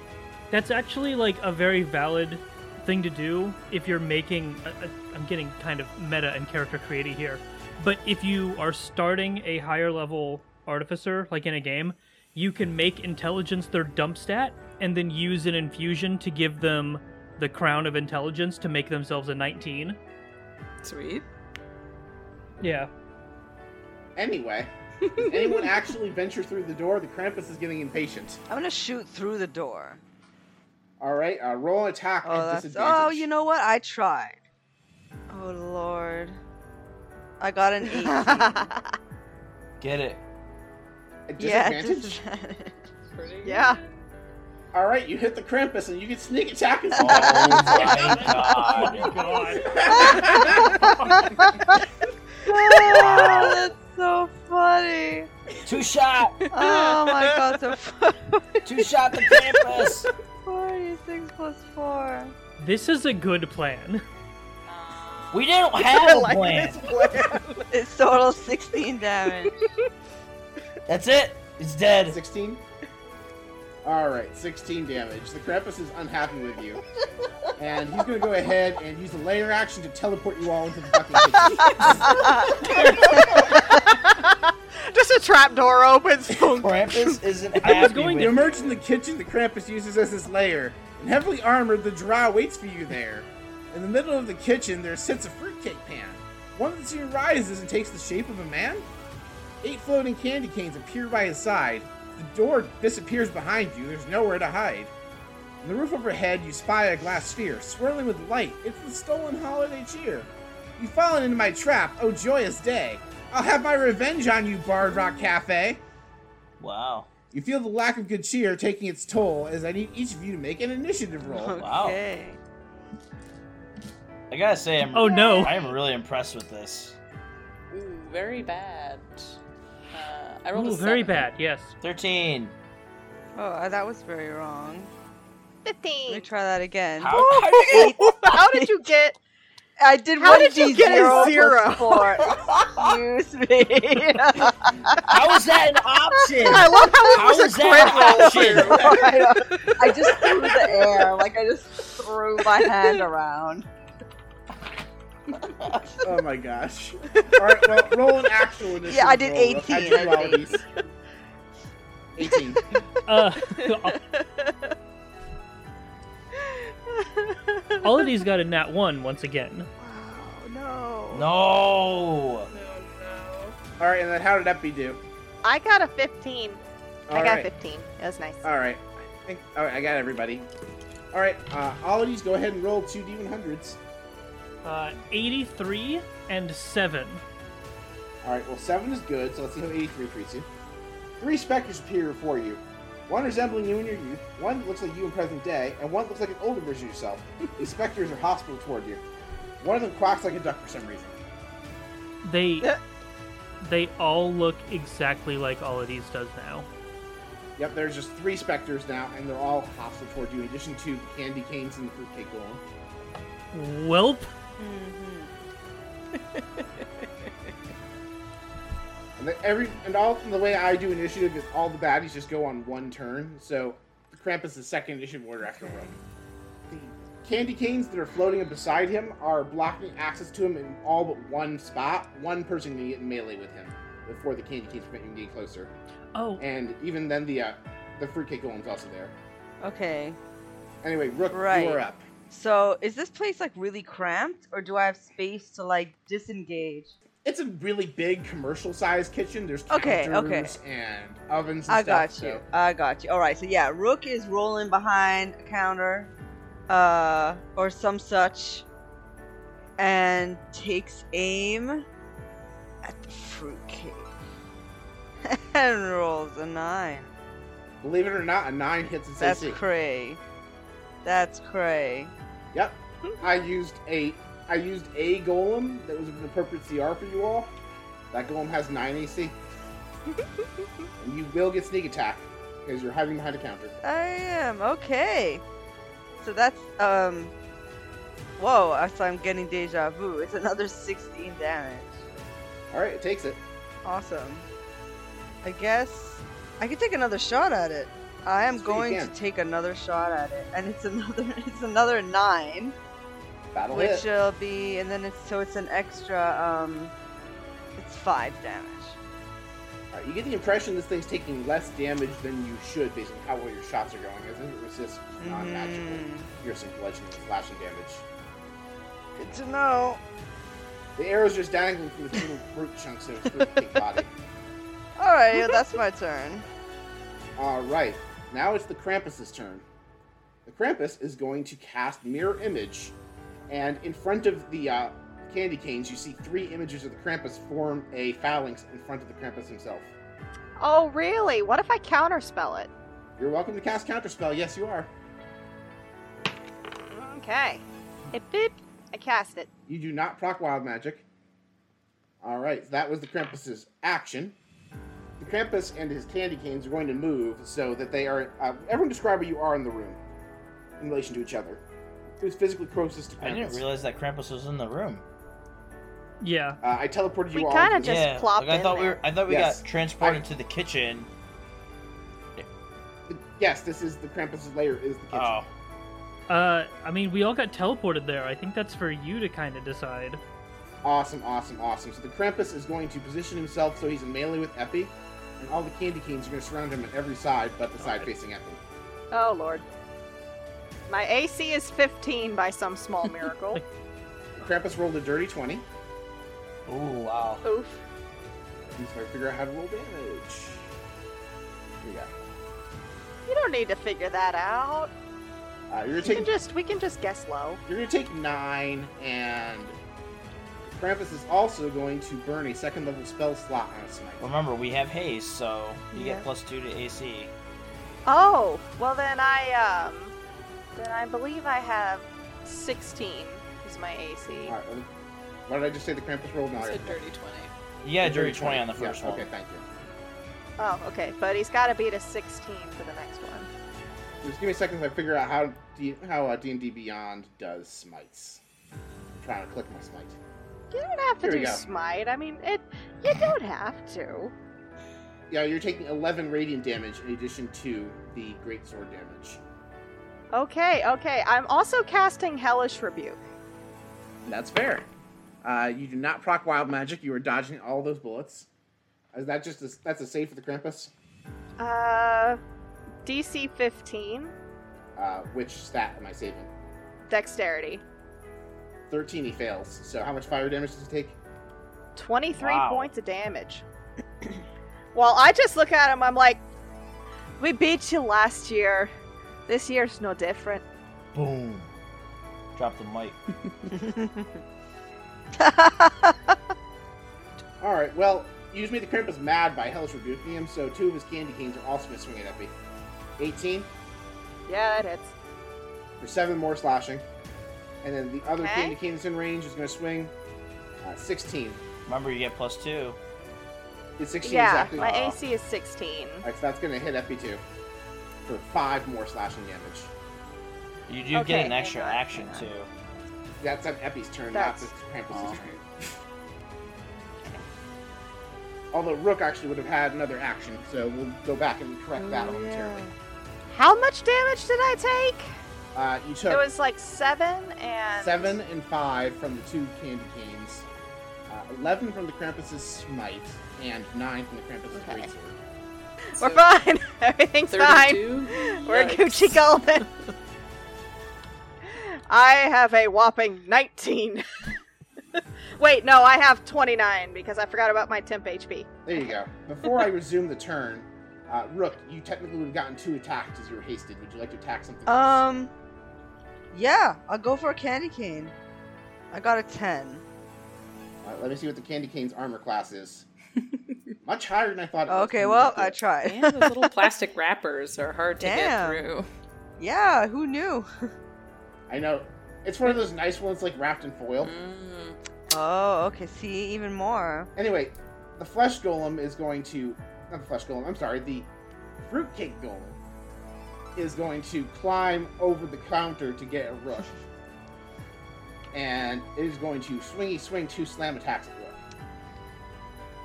F: that's actually like a very valid thing to do if you're making. A, a, I'm getting kind of meta and character creative here, but if you are starting a higher level artificer, like in a game, you can make intelligence their dump stat, and then use an infusion to give them the crown of intelligence to make themselves a 19.
G: Sweet.
F: Yeah.
A: Anyway, if anyone actually venture through the door, the Krampus is getting impatient.
D: I'm gonna shoot through the door.
A: All right, uh, roll an attack
D: Oh,
A: at
D: that's.
A: disadvantage.
D: Oh, you know what? I tried. Oh lord, I got an E. eight.
C: Get it.
A: At
D: yeah,
A: disadvantage.
D: disadvantage.
H: yeah.
A: All right, you hit the Krampus and you get sneak attack as
C: Oh my god.
D: oh, that's so funny.
C: Two shot.
D: Oh my god, so fu-
C: Two shot the campus.
D: forty-six plus four.
F: This is a good plan.
C: We didn't have a plan.
D: It's total sixteen damage.
C: That's it. It's dead.
A: 16? Alright, 16 damage. The Krampus is unhappy with you. And he's gonna go ahead and use a layer action to teleport you all into the fucking kitchen.
H: Just a trap door opens. Boom.
C: Krampus isn't happy.
F: I was going
C: with
A: you emerge in the kitchen the Krampus uses as his lair. And heavily armored, the drow waits for you there. In the middle of the kitchen, there sits a fruitcake pan. One that soon rises and takes the shape of a man? Eight floating candy canes appear by his side. The door disappears behind you, there's nowhere to hide. On the roof overhead, you spy a glass sphere, swirling with light. It's the stolen holiday cheer. You've fallen into my trap, oh joyous day! I'll have my revenge on you, Bard Rock Cafe!
C: Wow.
A: You feel the lack of good cheer taking its toll as I need each of you to make an initiative roll.
C: Wow.
D: Okay.
C: I gotta say, I'm.
F: Oh no.
C: I am really impressed with this.
G: Ooh, very bad. Uh, I rolled a
F: Ooh, very
G: seven.
F: bad. Yes.
C: Thirteen.
D: Oh, that was very wrong. Let me
H: Fifteen.
D: try that again.
C: How, how do you
D: Eight.
H: How did you get?
D: I did
H: How
D: one
H: did you
D: D
H: get
D: zero
H: a zero?
D: plus four. Excuse me.
C: How is that an option?
H: I love how it
C: How
H: was a
C: is that
H: crit
C: an option?
D: Oh, I just threw the air, like I just threw my hand around.
A: Oh my gosh. Alright, well, roll an actual initiative.
D: Yeah, I did
A: roll. I
D: 18,
A: drew
D: I did
A: all these. 18.
F: Uh, all of these got a nat one once again.
H: no.
C: No.
A: Alright, and then how did Epi do?
H: I got a fifteen. I
A: All
H: got
A: right.
H: fifteen. That was nice.
A: All right. I think. All right. I got everybody. All right. Uh, all of these, go ahead and roll two d100s.
F: Uh, 83 and 7.
A: All right, well, seven is good, so let's see how 83 treats you. Three specters appear before you. One resembling you in your youth, one that looks like you in present day, and one that looks like an older version of yourself. These specters are hostile toward you. One of them quacks like a duck for some reason.
F: They they all look exactly like all of these does now.
A: Yep, there's just three specters now, and they're all hostile toward you, in addition to the candy canes and the fruitcake golem.
F: Welp.
A: And then every and all and the way I do initiative is all the baddies just go on one turn. So Krampus is second initiative order after a run. The candy canes that are floating up beside him are blocking access to him in all but one spot. One person can get melee with him before the candy canes prevent you from getting closer.
F: Oh,
A: And even then, the uh, the fruitcake golem's also there.
D: Okay.
A: Anyway, Rook,
D: Right.
A: you're up.
D: So is this place like really cramped, or do I have space to like disengage?
A: It's a really big commercial-sized kitchen. There's
D: Okay, okay.
A: counters and ovens. And
D: I
A: stuff,
D: got
A: so-
D: you. I got you. All right. So yeah, Rook is rolling behind a counter, uh, or some such, and takes aim at the fruitcake, and rolls a nine.
A: Believe it or not, a nine hits its
D: That's
A: AC.
D: cray. That's cray.
A: Yep. I used a I used a golem that was an appropriate CR for you all. That golem has nine AC. and you will get sneak attack because you're hiding behind a counter.
D: I am okay. So that's um. Whoa! uh, So I'm getting deja vu. It's another 16 damage.
A: All right, it takes it.
D: Awesome. I guess I could take another shot at it. I
A: Sure
D: am
A: you
D: going to
A: can.
D: take another shot at it, and it's another it's another nine,
A: Battle
D: which
A: hit.
D: will be, and then it's so it's an extra um, it's five damage.
A: All right, you get the impression this thing's taking less damage than you should based on how well your shots are going. As if it resists non-magical
D: Mhm.
A: piercing, bludgeoning, and slashing damage.
D: Good to know.
A: The arrow's just dangling from its little root chunks of its fruitcake body.
D: All right, that's my turn.
A: All right, now it's the Krampus's turn. The Krampus is going to cast Mirror Image, and in front of the uh, candy canes, you see three images of the Krampus form a phalanx in front of the Krampus himself.
H: Oh, really? What if I counterspell it?
A: You're welcome to cast Counterspell. Yes, you are.
H: Okay. It beep. I cast it.
A: You do not proc wild magic. All right, that was the Krampus's action. The Krampus and his candy canes are going to move so that they are. Uh, everyone, describe where you are in the room in relation to each other. Who's physically closest to Krampus?
C: I didn't realize that Krampus was in the room.
F: yeah.
A: Uh, I teleported you
H: We
A: all.
H: kinda
A: into the-
H: Just
C: yeah,
H: plopped
C: like, I
H: in
C: thought we
H: there.
C: were, I thought we
A: Yes.
C: got transported
A: I-
C: to the kitchen.
A: Yes, this is the Krampus' layer is the kitchen.
C: Oh,
F: Uh, I mean, we all got teleported there. I think that's for you to kind of decide.
A: Awesome, awesome, awesome. So the Krampus is going to position himself so he's in melee with Epi, and all the candy canes are going to surround him on every side but the side facing Epi.
H: Oh, Lord. My AC is 15 by some small miracle.
A: The Krampus rolled a dirty 20.
C: oh wow.
H: Oof.
A: He's going to figure out how to roll damage. Here we go.
H: You don't need to figure that out.
A: Uh, you're going
H: We
A: to take
H: can just we can just guess low.
A: you're going to take nine, and Krampus is also going to burn a second level spell slot on a smite.
C: Remember, we have haze, so you
H: Yeah.
C: get plus two to AC.
H: Oh, well then I um then I believe I have 16 is my AC.
A: All right, well, why did I just say the Krampus rolled?
G: It's
A: nine?
G: a dirty 20.
C: You got a dirty 20 on the first
A: yeah,
C: one.
A: Okay, thank you.
H: Oh, okay. But he's got to beat a 16 for the next one.
A: Just give me a second to figure out how D- how uh, D&D Beyond does smites. I'm trying to click my smite.
H: You don't have to
A: Here we
H: do
A: go.
H: smite. I mean, it you don't have to.
A: Yeah, you're taking 11 radiant damage in addition to the great sword damage.
H: Okay, okay. I'm also casting Hellish Rebuke.
A: That's fair. Uh, you do not proc wild magic. You are dodging all those bullets. Is that just a, that's a save for the Krampus?
H: Uh DC 15
A: Uh, which stat am I saving?
H: dexterity.
A: 13. He fails. So how much fire damage does he take?
H: 23
C: Wow.
H: points of damage. well, I just look at him, I'm like, we beat you last year. This year's no different.
C: Boom. Drop the mic.
A: All right. Well, you just made the Krampus mad by Hellish rebuking him, so two of his candy canes are also going to swing at Epi. 18
H: Yeah, that hits.
A: for seven more slashing, and then the other
H: Okay.
A: candy cane that's in range is going to swing uh, 16.
C: Remember, you get plus two.
A: It's 16
H: yeah,
A: exactly.
H: my
A: Aw.
H: AC is 16.
A: All right, so that's going to hit Epi too for five more slashing damage.
C: You do
H: Okay,
C: get an
H: hang
C: extra
H: on,
C: action
H: hang
C: too.
A: That's on Epi's turn, not
H: That's-
A: the Krampus'
C: Aw.
A: turn. Although Rook actually would have had another action, so we'll go back and correct that
H: Oh, yeah.
A: momentarily.
H: How much damage did I take?
A: Uh, you took
H: It was like seven and
A: seven and five from the two candy canes, uh, eleven from the Krampus's smite, and nine from the Krampus's
H: Okay.
A: greatsword.
H: We're fine. Everything's fine.
G: 32?
H: We're
G: Yikes.
H: Gucci Golden. I have a whopping 19. Wait, no, I have 29 because I forgot about my temp HP.
A: There you go. Before I resume the turn, uh, Rook, you technically would have gotten two attacks as you were hasted. Would you like to attack something? else?
D: Um, yeah, I'll go for a candy cane. I got a ten.
A: Uh, let me see what the candy cane's armor class is. Much higher than I thought. It was.
D: Okay,
A: I'm
D: well,
A: gonna
D: I
A: do it.
D: tried.
G: Man, those little plastic wrappers are hard to
D: Damn.
G: get through.
D: yeah, who knew?
A: I know. It's one of those nice ones, like wrapped in
D: Mm-hmm.
A: foil.
G: Mm.
D: Oh, okay. See, even more.
A: Anyway, the flesh golem is going to not the flesh golem. I'm sorry, the fruitcake golem is going to climb over the counter to get a rook, and it is going to swingy swing two slam attacks at rook.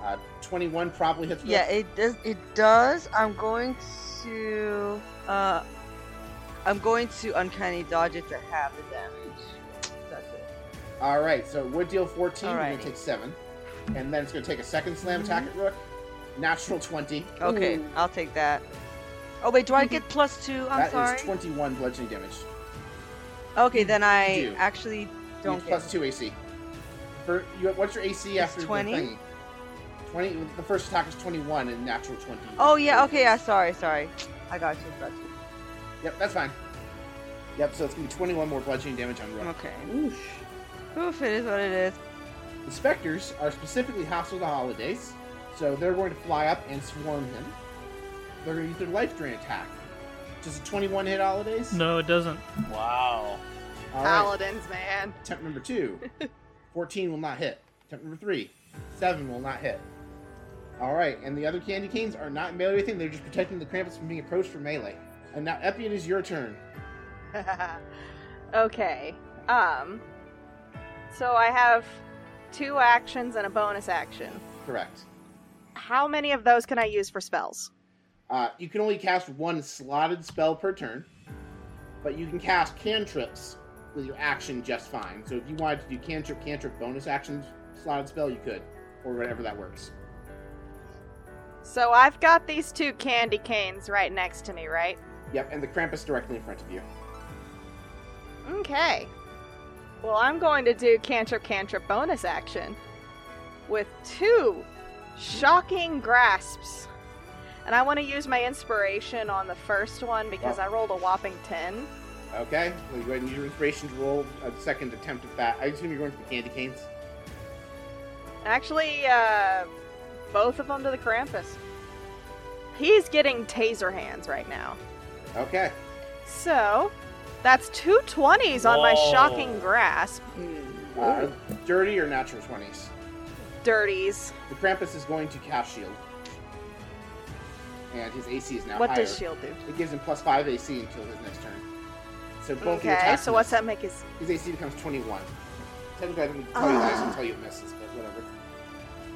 A: Uh, Twenty-one probably hits. Rook.
D: Yeah, it does. It does. I'm going to. Uh, I'm going to uncanny dodge it to half the damage. That's it.
A: All right, so it would deal 14. We're going
D: Alrighty. Mm-hmm.
A: to take seven, and then it's going to take a second slam attack at rook. Natural 20.
D: Okay,
G: Ooh.
D: I'll take that. Oh wait, do I get plus two? I'm
A: That is
D: sorry.
A: 21 bludgeoning damage.
D: okay, then I
A: do.
D: actually don't
A: You- plus
D: get.
A: two AC. For, you, what's your AC
D: It's
A: after
D: 20?
A: the thingy? Twenty. The first attack is twenty-one and natural twenty.
D: Oh yeah. Okay. Yeah. Sorry. Sorry. I got you. Got you.
A: Yep, that's fine. Yep. So it's gonna be twenty-one more bludgeoning damage on Rook.
D: Okay.
G: Oosh.
D: Oof. It is what it is. Mm-hmm.
A: The specters are specifically hostile to holidays, so they're going to fly up and swarm him. They're going to use their life drain attack. Does a twenty-one hit holidays?
F: No, it doesn't.
C: Wow.
A: All right.
H: Paladins, man.
A: Attempt number two. 14 will not hit. Attempt number three. 7 will not hit. Alright, and the other candy canes are not melee or anything, they're just protecting the Krampus from being approached for melee. And now, Epi, it is your turn.
H: okay. Um. So I have two actions and a bonus action.
A: Correct.
H: How many of those can I use for spells?
A: Uh, you can only cast one slotted spell per turn, but you can cast cantrips with your action just fine. So if you wanted to do cantrip, cantrip, bonus action, slotted spell, you could, or whatever that works.
H: So I've got these two candy canes right next to me, right?
A: Yep, and the Krampus directly in front of you.
H: Okay. Well, I'm going to do cantrip cantrip bonus action with two shocking grasps. And I want to use my inspiration on the first one because I rolled a whopping 10.
A: Okay, well, you go ahead and use your inspiration to roll a second attempt at that. I assume you're going for the candy canes.
H: Actually, uh, both of them to the Krampus. He's getting taser hands right now.
A: Okay.
H: So, that's two 20s on my
C: Whoa.
H: shocking grasp.
G: Mm.
A: Uh, dirty or natural 20s?
H: Dirties.
A: The Krampus is going to cast shield. And his AC is now
H: What
A: higher.
H: does shield do?
A: It gives him plus 5 AC until his next turn. So both your
H: Okay,
A: attacks
H: so what's
A: miss.
H: that Ah. make his
A: His AC becomes 21. Technically, I didn't tell you guys until you it misses, but whatever.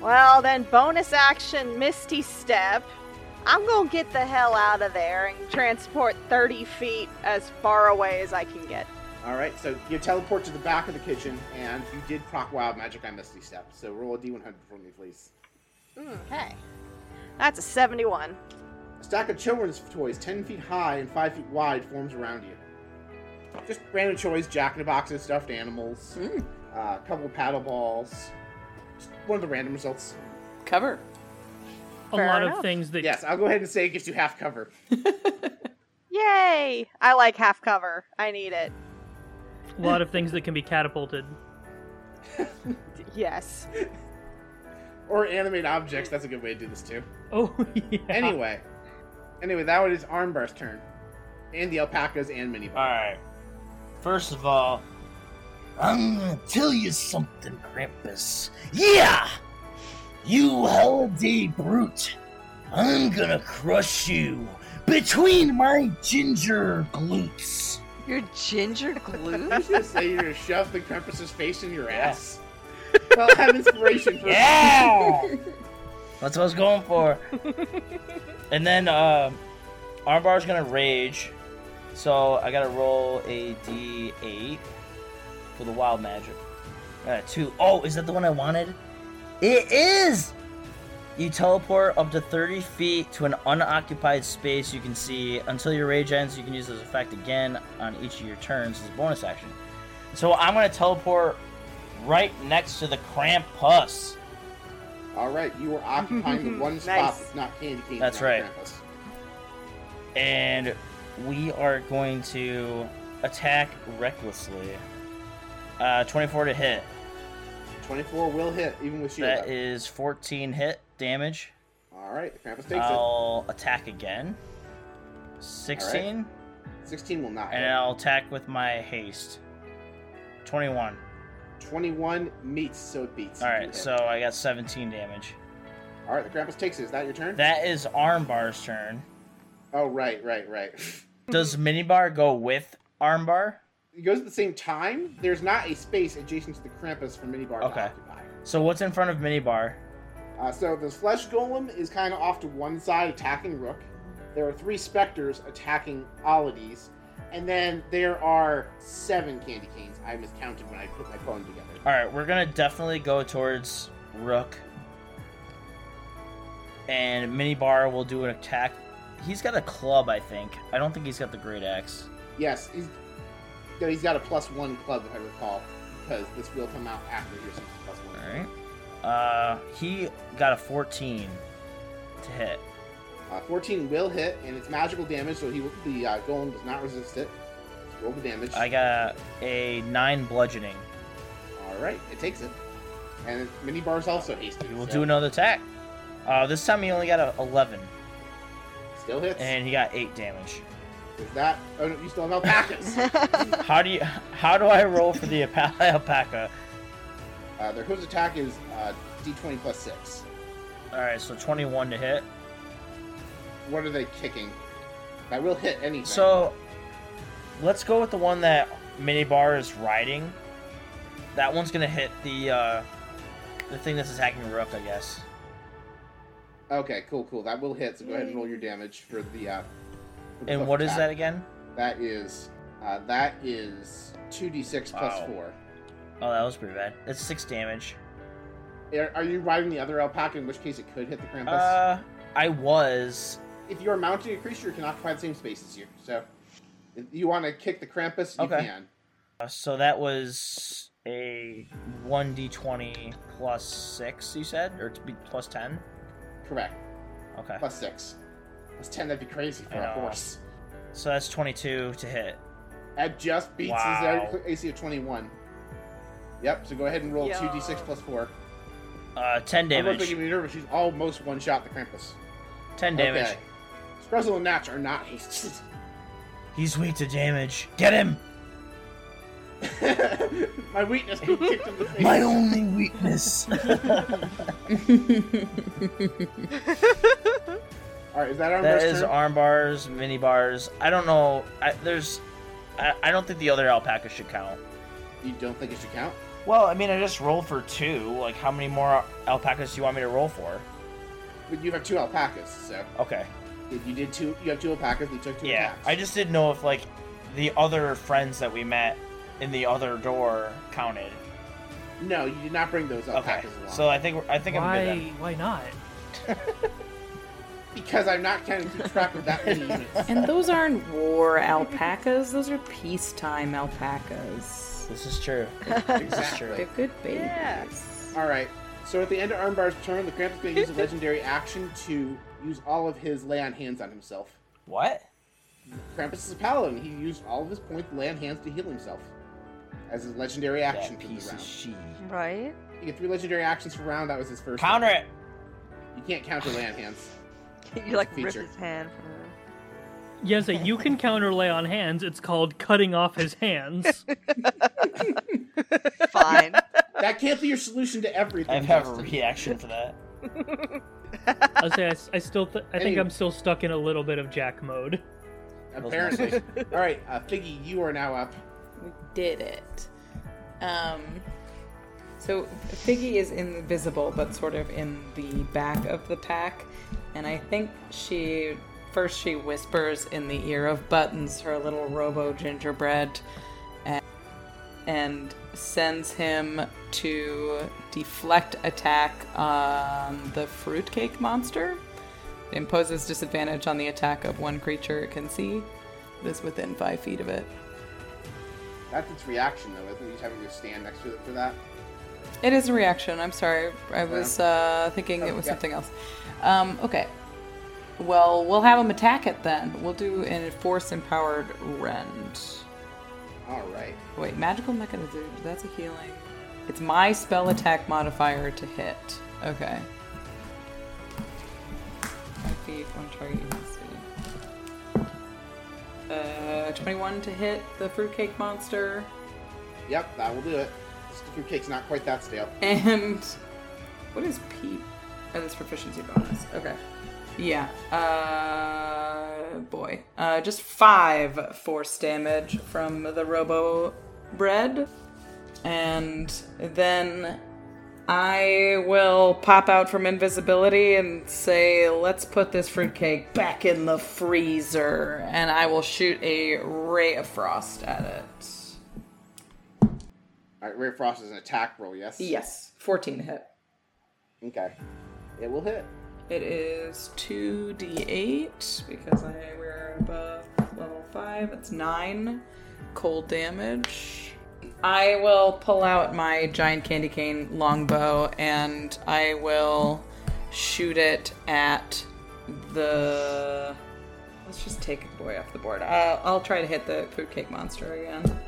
H: Well, then, bonus action Misty Step. I'm gonna get the hell out of there and transport 30 feet as far away as I can get.
A: Alright, so you teleport to the back of the kitchen, and you did proc wild magic on Misty Step. So roll a d100 for me, please.
H: Okay. That's a 71.
A: A stack of children's toys 10 feet high and 5 feet wide forms around you. Just random toys, jack in the boxes, stuffed animals,
C: Hmm.
G: Mm.
A: uh, a couple paddle balls. Just one of the random results.
G: Cover.
F: A
H: Fair
F: lot
H: enough.
F: of things that
A: Yes, I'll go ahead and say it gives you half cover.
H: Yay! I like half cover. I need it.
F: a lot of things that can be catapulted.
H: Yes.
A: Or animate objects. That's a good way to do this too.
F: Oh, yeah.
A: Anyway, anyway, that was Armbar's turn, and the alpacas and mini.
C: Alright. First of all,
J: I'm gonna tell you something, Krampus. Yeah! You holiday brute! I'm gonna crush you between my ginger glutes!
D: Your ginger glue?
A: Say you're gonna shove the Krampus's face in your ass. Well, have inspiration for
C: Yeah! That's what I was going for. and then uh, Armbar's gonna rage. So I gotta roll a d8 for the wild magic. I got a two. Oh, is that the one I wanted? It is! You teleport up to 30 feet to an unoccupied space you can see. Until your rage ends, you can use this effect again on each of your turns as a bonus action. So I'm gonna teleport right next to the Krampus.
A: All right, you are occupying the one spot
D: Nice.
A: that's not candy cane.
C: That's
A: not
C: right.
A: Krampus.
C: And we are going to attack recklessly. Uh, 24 to hit.
A: Twenty-four will hit, even with shield.
C: That
A: up.
C: is 14 hit damage.
A: All right, Krampus takes
C: I'll attack again. 16.
A: it. Sixteen will not.
C: And
A: Hit.
C: I'll attack with my haste. 21.
A: Twenty-one meets, so it beats. You
C: Alright,
A: hit.
C: so I got 17 damage.
A: all right, the Krampus takes it. Is that your turn?
C: That is Armbar's turn.
A: Oh, right, right, right.
C: Does Minibar go with Armbar?
A: It goes at the same time. There's not a space adjacent to the Krampus for Minibar
C: Okay.
A: to occupy.
C: So what's in front of Minibar?
A: Uh, so the flesh golem is kind of off to one side attacking Rook. There are three specters attacking Olides. And then there are seven candy canes. I miscounted when I put my phone together.
C: All right, we're gonna definitely go towards Rook, and Minibar will do an attack. He's got a club, I think. I don't think he's got the great axe.
A: Yes, he's, yeah, he's got a plus one club, if I recall, because this will come out after your six plus
C: All
A: one.
C: right, uh, he got a 14 to hit.
A: Uh, 14 will hit, and it's magical damage, so he will- the uh, golem does not resist it. Let's roll the damage.
C: I got a nine bludgeoning.
A: All right, it takes it. And Minibar's also hasted.
C: He will
A: so
C: do another attack. Uh, this time he only got a 11,
A: Still hits.
C: and he got eight damage.
A: Is that? Oh no, you still have alpacas.
C: How do you? How do I roll for the alpa- alpaca?
A: uh, their hooves attack is uh, d20 plus six.
C: All right, so 21 to hit.
A: What are they kicking? That will hit anything.
C: So let's go with the one that Minibar is riding. That one's gonna hit the uh, the thing that's attacking Rook, I guess.
A: okay, cool, cool. That will hit. So go ahead and roll your damage for the. Uh, for the
C: And
A: hoof
C: what is that
A: attack.
C: again?
A: That is. Uh, that is two d6 plus
C: Wow.
A: four.
C: Oh, that was pretty bad. That's six damage.
A: Are, are you riding the other alpaca? In which case, it could hit the Krampus.
C: Uh, I was.
A: if you are mounting a creature, you can occupy the same space as you. So, if you want to kick the Krampus, you
C: Okay.
A: can.
C: uh, So that was a one d20 plus six. You said, or to be plus ten.
A: Correct.
C: Okay.
A: Plus six. Plus ten. That'd be crazy for
C: I
A: a
C: know.
A: horse.
C: So that's twenty-two to hit.
A: That just beats
C: Wow.
A: his AC of 21. Yep, so go ahead and roll
H: Yo.
A: 2d6 plus 4.
C: Uh, ten
A: I'm not making
C: damage.
A: me nervous. She's almost one shot the Krampus.
C: Ten damage.
A: Okay. Scruzzle and Natch are not hasted.
C: He's weak to damage. Get him.
A: My weakness being kicked in the face.
J: My only weakness.
A: Alright, is that our
C: That
A: first
C: is
A: turn?
C: arm bars, mini bars. I don't know. I, there's, I, I don't think the other alpaca should count.
A: You don't think it should count?
C: Well, I mean, I just rolled for two. Like, how many more alpacas do you want me to roll for?
A: But you have two alpacas, so
C: Okay.
A: if you did two. You have two alpacas. You took two.
C: Yeah.
A: attacks.
C: I just didn't know if like the other friends that we met in the other door counted.
A: no. You did not bring those
C: Okay.
A: alpacas along.
C: So I think I think I'm
F: why?
C: good then.
F: Why not?
A: because I'm not counting keep track of that many units.
G: And those aren't war alpacas, those are peacetime alpacas.
C: This is true. This is
A: exactly.
C: true.
G: They're good babies.
H: Yeah.
A: All right. So at the end of Armbar's turn, the Krampus is going to use a legendary action to use all of his lay on hands on himself.
C: What?
A: Krampus is a paladin. He used all of his points to lay on hands to heal himself as his legendary action
C: That
A: for the
C: piece of
A: round.
C: shit.
D: right?
A: You get three legendary actions per round. That was his first.
C: Counter
A: one.
C: it.
A: You can't counter land hands.
D: you like rip
A: Feature.
D: his hand from him.
F: Yes, you can counter lay on hands. It's called cutting off his hands.
D: Fine.
A: That can't be your solution to everything.
C: I have a
A: Justin.
C: reaction for that.
F: I'll say I, s- I still th- I think
A: Anyway.
F: I'm still stuck in a little bit of Jack mode.
A: Apparently. All right, uh, Figgy, you are now up.
G: We did it. Um, so Figgy is invisible, but sort of in the back of the pack, and I think she first she whispers in the ear of Buttons, her little robo gingerbread, and, and sends him to deflect attack on the fruitcake monster. It imposes disadvantage on the attack of one creature it can see that is within five feet of it.
A: That's its reaction, though. I think he's having to stand next to it for that.
G: It is a reaction. I'm sorry. I was uh, thinking it was
A: yeah.
G: something else. Um, okay. Well, we'll have him attack it then. We'll do a force empowered rend.
A: All right.
G: Wait, magical mechanism. That's a healing. It's my spell attack modifier to hit. Okay. Five feet, one target you can see. Uh, 21 to hit the fruitcake monster.
A: Yep, that will do it. This fruit cake's not quite that stale.
G: And what is P? Oh, this proficiency bonus. Okay. Yeah. Uh, boy. Uh, just five force damage from the Robo Bread, and then I will pop out from invisibility and say, "Let's put this fruitcake back in the freezer," and I will shoot a ray of frost at it.
A: All right, Ray Frost is an attack roll, yes?
G: Yes, fourteen to hit.
A: Okay. It will hit.
G: It is 2d8 because I we're above level 5. It's 9 cold damage. I will pull out my giant candy cane longbow and I will shoot it at the. Let's just take a boy off the board. I'll, I'll try to hit the fruitcake monster again.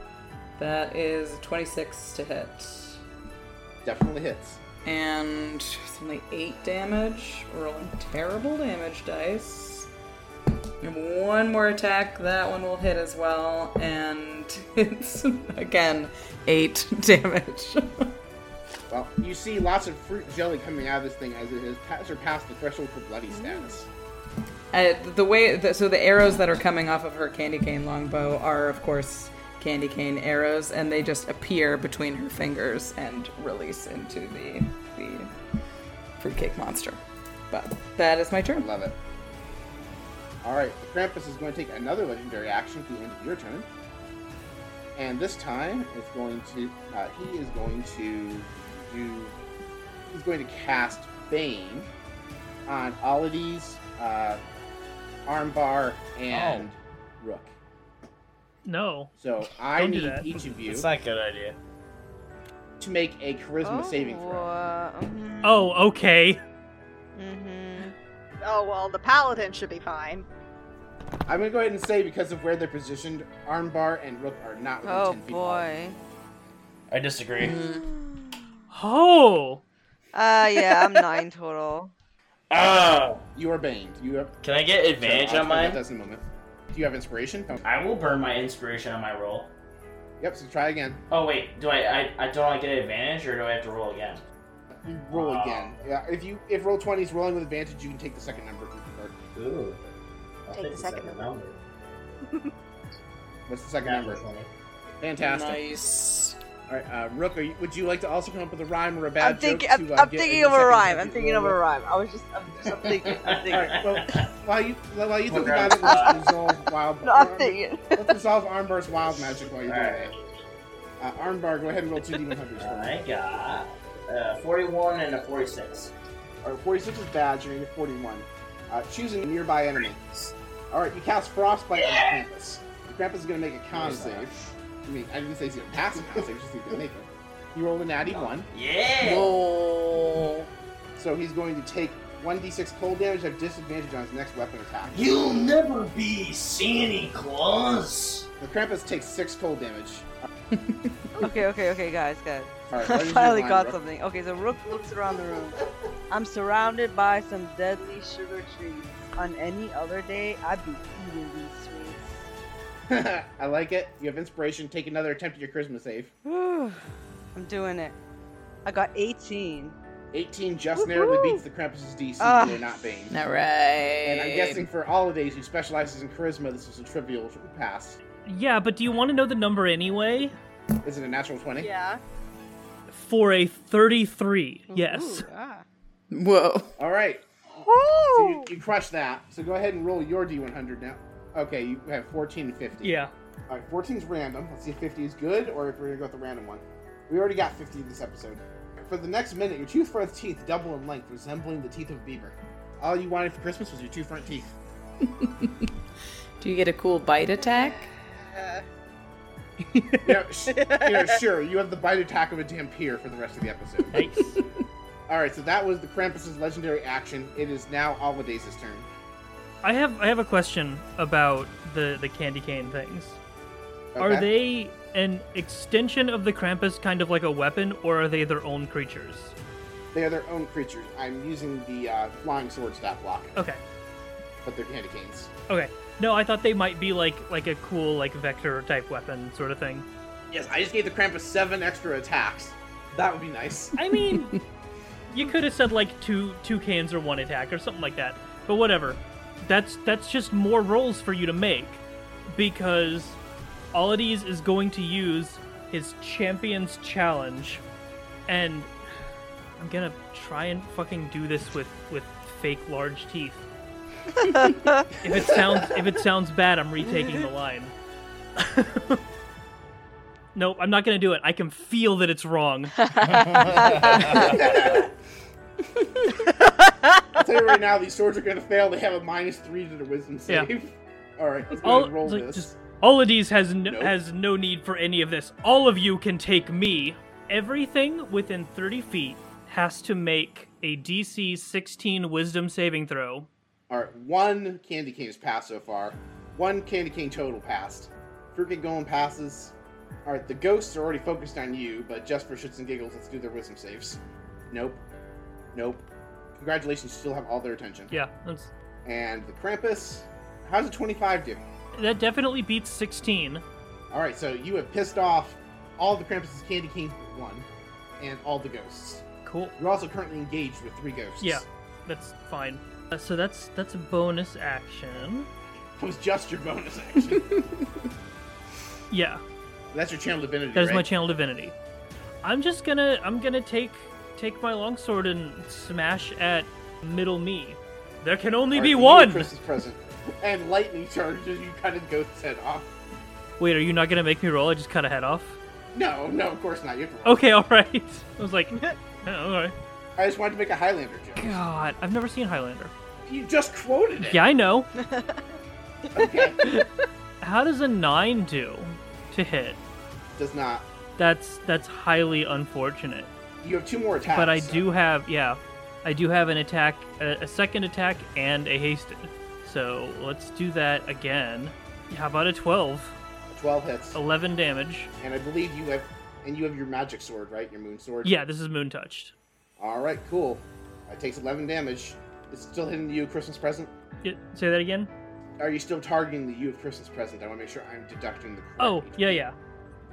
G: That is 26 to hit
A: Definitely hits.
G: and it's only eight damage. Rolling terrible damage dice. And one more attack. That one will hit as well, and it's again eight damage.
A: Well, you see lots of fruit jelly coming out of this thing as it has pa- surpassed the threshold for bloody status.
G: Uh, the way the, so the arrows that are coming off of her candy cane longbow are of course candy cane arrows and they just appear between her fingers and release into the the fruitcake monster but that is my turn
A: Love it. All right, Krampus is going to take another legendary action at the end of your turn, and this time it's going to uh, he is going to do he's going to cast Bane on Olides, uh, Armbar, and Rook.
F: No.
A: So I
F: Oh. Don't do
A: need
F: that.
A: each of you
C: It's not a good idea.
A: to make a Charisma saving
D: Oh,
A: throw.
F: Oh, okay.
D: uh, Mm-hmm.
H: Oh well, the paladin should be fine.
A: I'm going to go ahead and say because of where they're positioned, Armbar and Rook are not within
D: Oh
A: 10 feet. of all of you.
D: boy.
C: I disagree.
A: Mm.
F: Oh.
D: Uh, yeah, I'm nine total.
C: Oh,
A: You are baned. You have
C: can I get advantage
A: So I'll
C: on
A: talk about
C: mine?
A: this in a moment. Do you have inspiration? No.
C: I will burn my inspiration on my roll.
A: Yep. So try again.
C: Oh wait, do I, I I don't I get advantage or do I have to roll again?
A: You roll
C: Wow.
A: again. Yeah. If you if roll twenty is rolling with advantage, you can take the second number. if you prefer.
C: Ooh. I'll
H: Take the second number.
A: What's the second number?
C: Natural 20.
A: Fantastic.
G: nice
A: All right, uh, Rook. Are you, would you like to also come up with a rhyme or a bad
D: I'm thinking.
A: joke?
D: I'm,
A: to, uh,
D: I'm
A: get
D: thinking
A: the
D: of a
A: second
D: rhyme.
A: number
D: I'm
A: you
D: thinking of a
A: roll?
D: rhyme. I was just. I'm, just, I'm thinking. I'm
A: All
D: thinking.
A: right. Well, while you while you think
C: We're
A: about it,
C: gonna-
A: let's resolve wild.
D: No, I'm thinking.
A: let's resolve Armbar's wild magic while you're doing
C: Alright.
A: it. Uh, Armbar, go ahead and roll two d100s for me.
C: I got uh, 41 and a 46.
A: Or 46 is bad, you're going to 41. Uh, choose a nearby enemy. Alright, you cast Frostbite on Krampus. Krampus is going to make a con
C: Nice.
A: save. I mean, I didn't say he's going to pass a con save, just he's going to make it. He rolled a natty 1,
C: Yeah.
G: Whoa.
A: so he's going to take 1d6 cold damage at disadvantage on his next weapon attack.
J: You'll never be Santa Claus.
A: The Krampus takes 6 cold damage.
D: okay, okay, okay, guys, guys.
A: All right,
D: I
A: what is your
D: finally
A: line,
D: got
A: Rook?
D: something. Okay, so Rook looks around the room. I'm surrounded by some deadly sugar trees. On any other day, I'd be eating these sweets.
A: I like it. You have inspiration. Take another attempt at your charisma save.
D: Whew. I'm doing it. I got 18.
A: 18 just narrowly beats the Krampus's DC.
D: Ah.
A: They're not Bane.
G: All right.
A: And I'm guessing for holidays who specializes in charisma, this is a trivial pass.
F: Yeah, but do you want to know the number anyway?
A: Is it a natural 20?
H: Yeah.
F: For a 33, yes.
G: Whoa.
A: All right. So you,
H: Woo!
A: you crush that. So go ahead and roll your D100 now. Okay, you have 14 and 50.
F: Yeah.
A: All right, 14 is random. Let's see if 50 is good or if we're going to go with the random one. We already got 50 this episode. For the next minute, your two front teeth double in length, resembling the teeth of a beaver. All you wanted for Christmas was your two front teeth.
G: Do you get a cool bite attack?
A: You know, sh- you know, sure, you have the bite attack of a damn peer for the rest of the episode.
F: Nice.
A: All right, so that was the Krampus's legendary action. It is now Holidays' turn.
F: I have I have a question about the the candy cane things. Are
A: Okay?
F: they an extension of the Krampus, kind of like a weapon, or are they their own creatures?
A: They are their own creatures. I'm using the uh, flying sword stat block,
F: Okay,
A: but they're candy canes.
F: okay. No, I thought they might be like like a cool like vector type weapon sort of thing.
A: Yes, I just gave the Krampus seven extra attacks. That would be nice.
F: I mean, you could have said like two two cans or one attack or something like that. But whatever. That's that's just more rolls for you to make because Olides is going to use his champion's challenge and I'm going to try and fucking do this with with fake large teeth. if it sounds if it sounds bad, I'm retaking the line. nope, I'm not going to do it. I can feel that it's wrong.
A: I'll tell you right now, these swords are going to fail. They have a minus three to their wisdom
F: Yeah.
A: save. All right, let's go
F: All,
A: ahead and roll
F: it's like,
A: this.
F: just- all of these has no,
A: Nope.
F: has no need for any of this. All of you can take me. Everything within 30 feet has to make a DC 16 Wisdom saving throw.
A: All right, one candy cane has passed so far. One candy cane total passed. Fruitcake Golem passes. All right, the ghosts are already focused on you, but just for shits and giggles, let's do their wisdom saves. Nope. Nope. Congratulations, you still have all their attention.
F: Yeah, that's,
A: And the Krampus, how's a 25 do?
F: that definitely beats 16.
A: All right, so you have pissed off all the Krampus's candy canes but one, and all the ghosts.
F: Cool.
A: You're also currently engaged with three ghosts.
F: Yeah, that's fine. Uh, so that's that's a bonus action.
A: That was just your bonus action.
F: Yeah,
A: That's your channel divinity,
F: That is
A: right?
F: my channel divinity. I'm just gonna I'm gonna take take my longsword and smash at middle me. There can only
A: All
F: be
A: right, you
F: one.
A: get Chris's present. And lightning charges, you cut his ghost's head off.
F: Wait, are you not gonna make me roll? I just cut a head off.
A: No, no, of course not. You have to roll.
F: Okay, all right. I was like, "Eh, all right.
A: I just wanted to make a Highlander joke.
F: God, I've never seen Highlander.
A: You just quoted it.
F: Yeah, I know.
A: Okay.
F: How does a nine do to hit?
A: Does not.
F: That's that's highly unfortunate.
A: You have two more attacks.
F: But I
A: so-
F: do have yeah, I do have an attack, a, a second attack, and a hasted. So let's do that again. How about a twelve?
A: 12 hits.
F: Eleven damage.
A: And I believe you have. And you have your magic sword, right? Your moon sword?
F: Yeah, this is moon touched.
A: All right, cool. It takes 11 damage. It's still hitting you, Christmas present.
F: Y- Say that again.
A: Are you still targeting the you of Christmas present? I want to make sure I'm deducting the. correct-
F: Oh yeah yeah,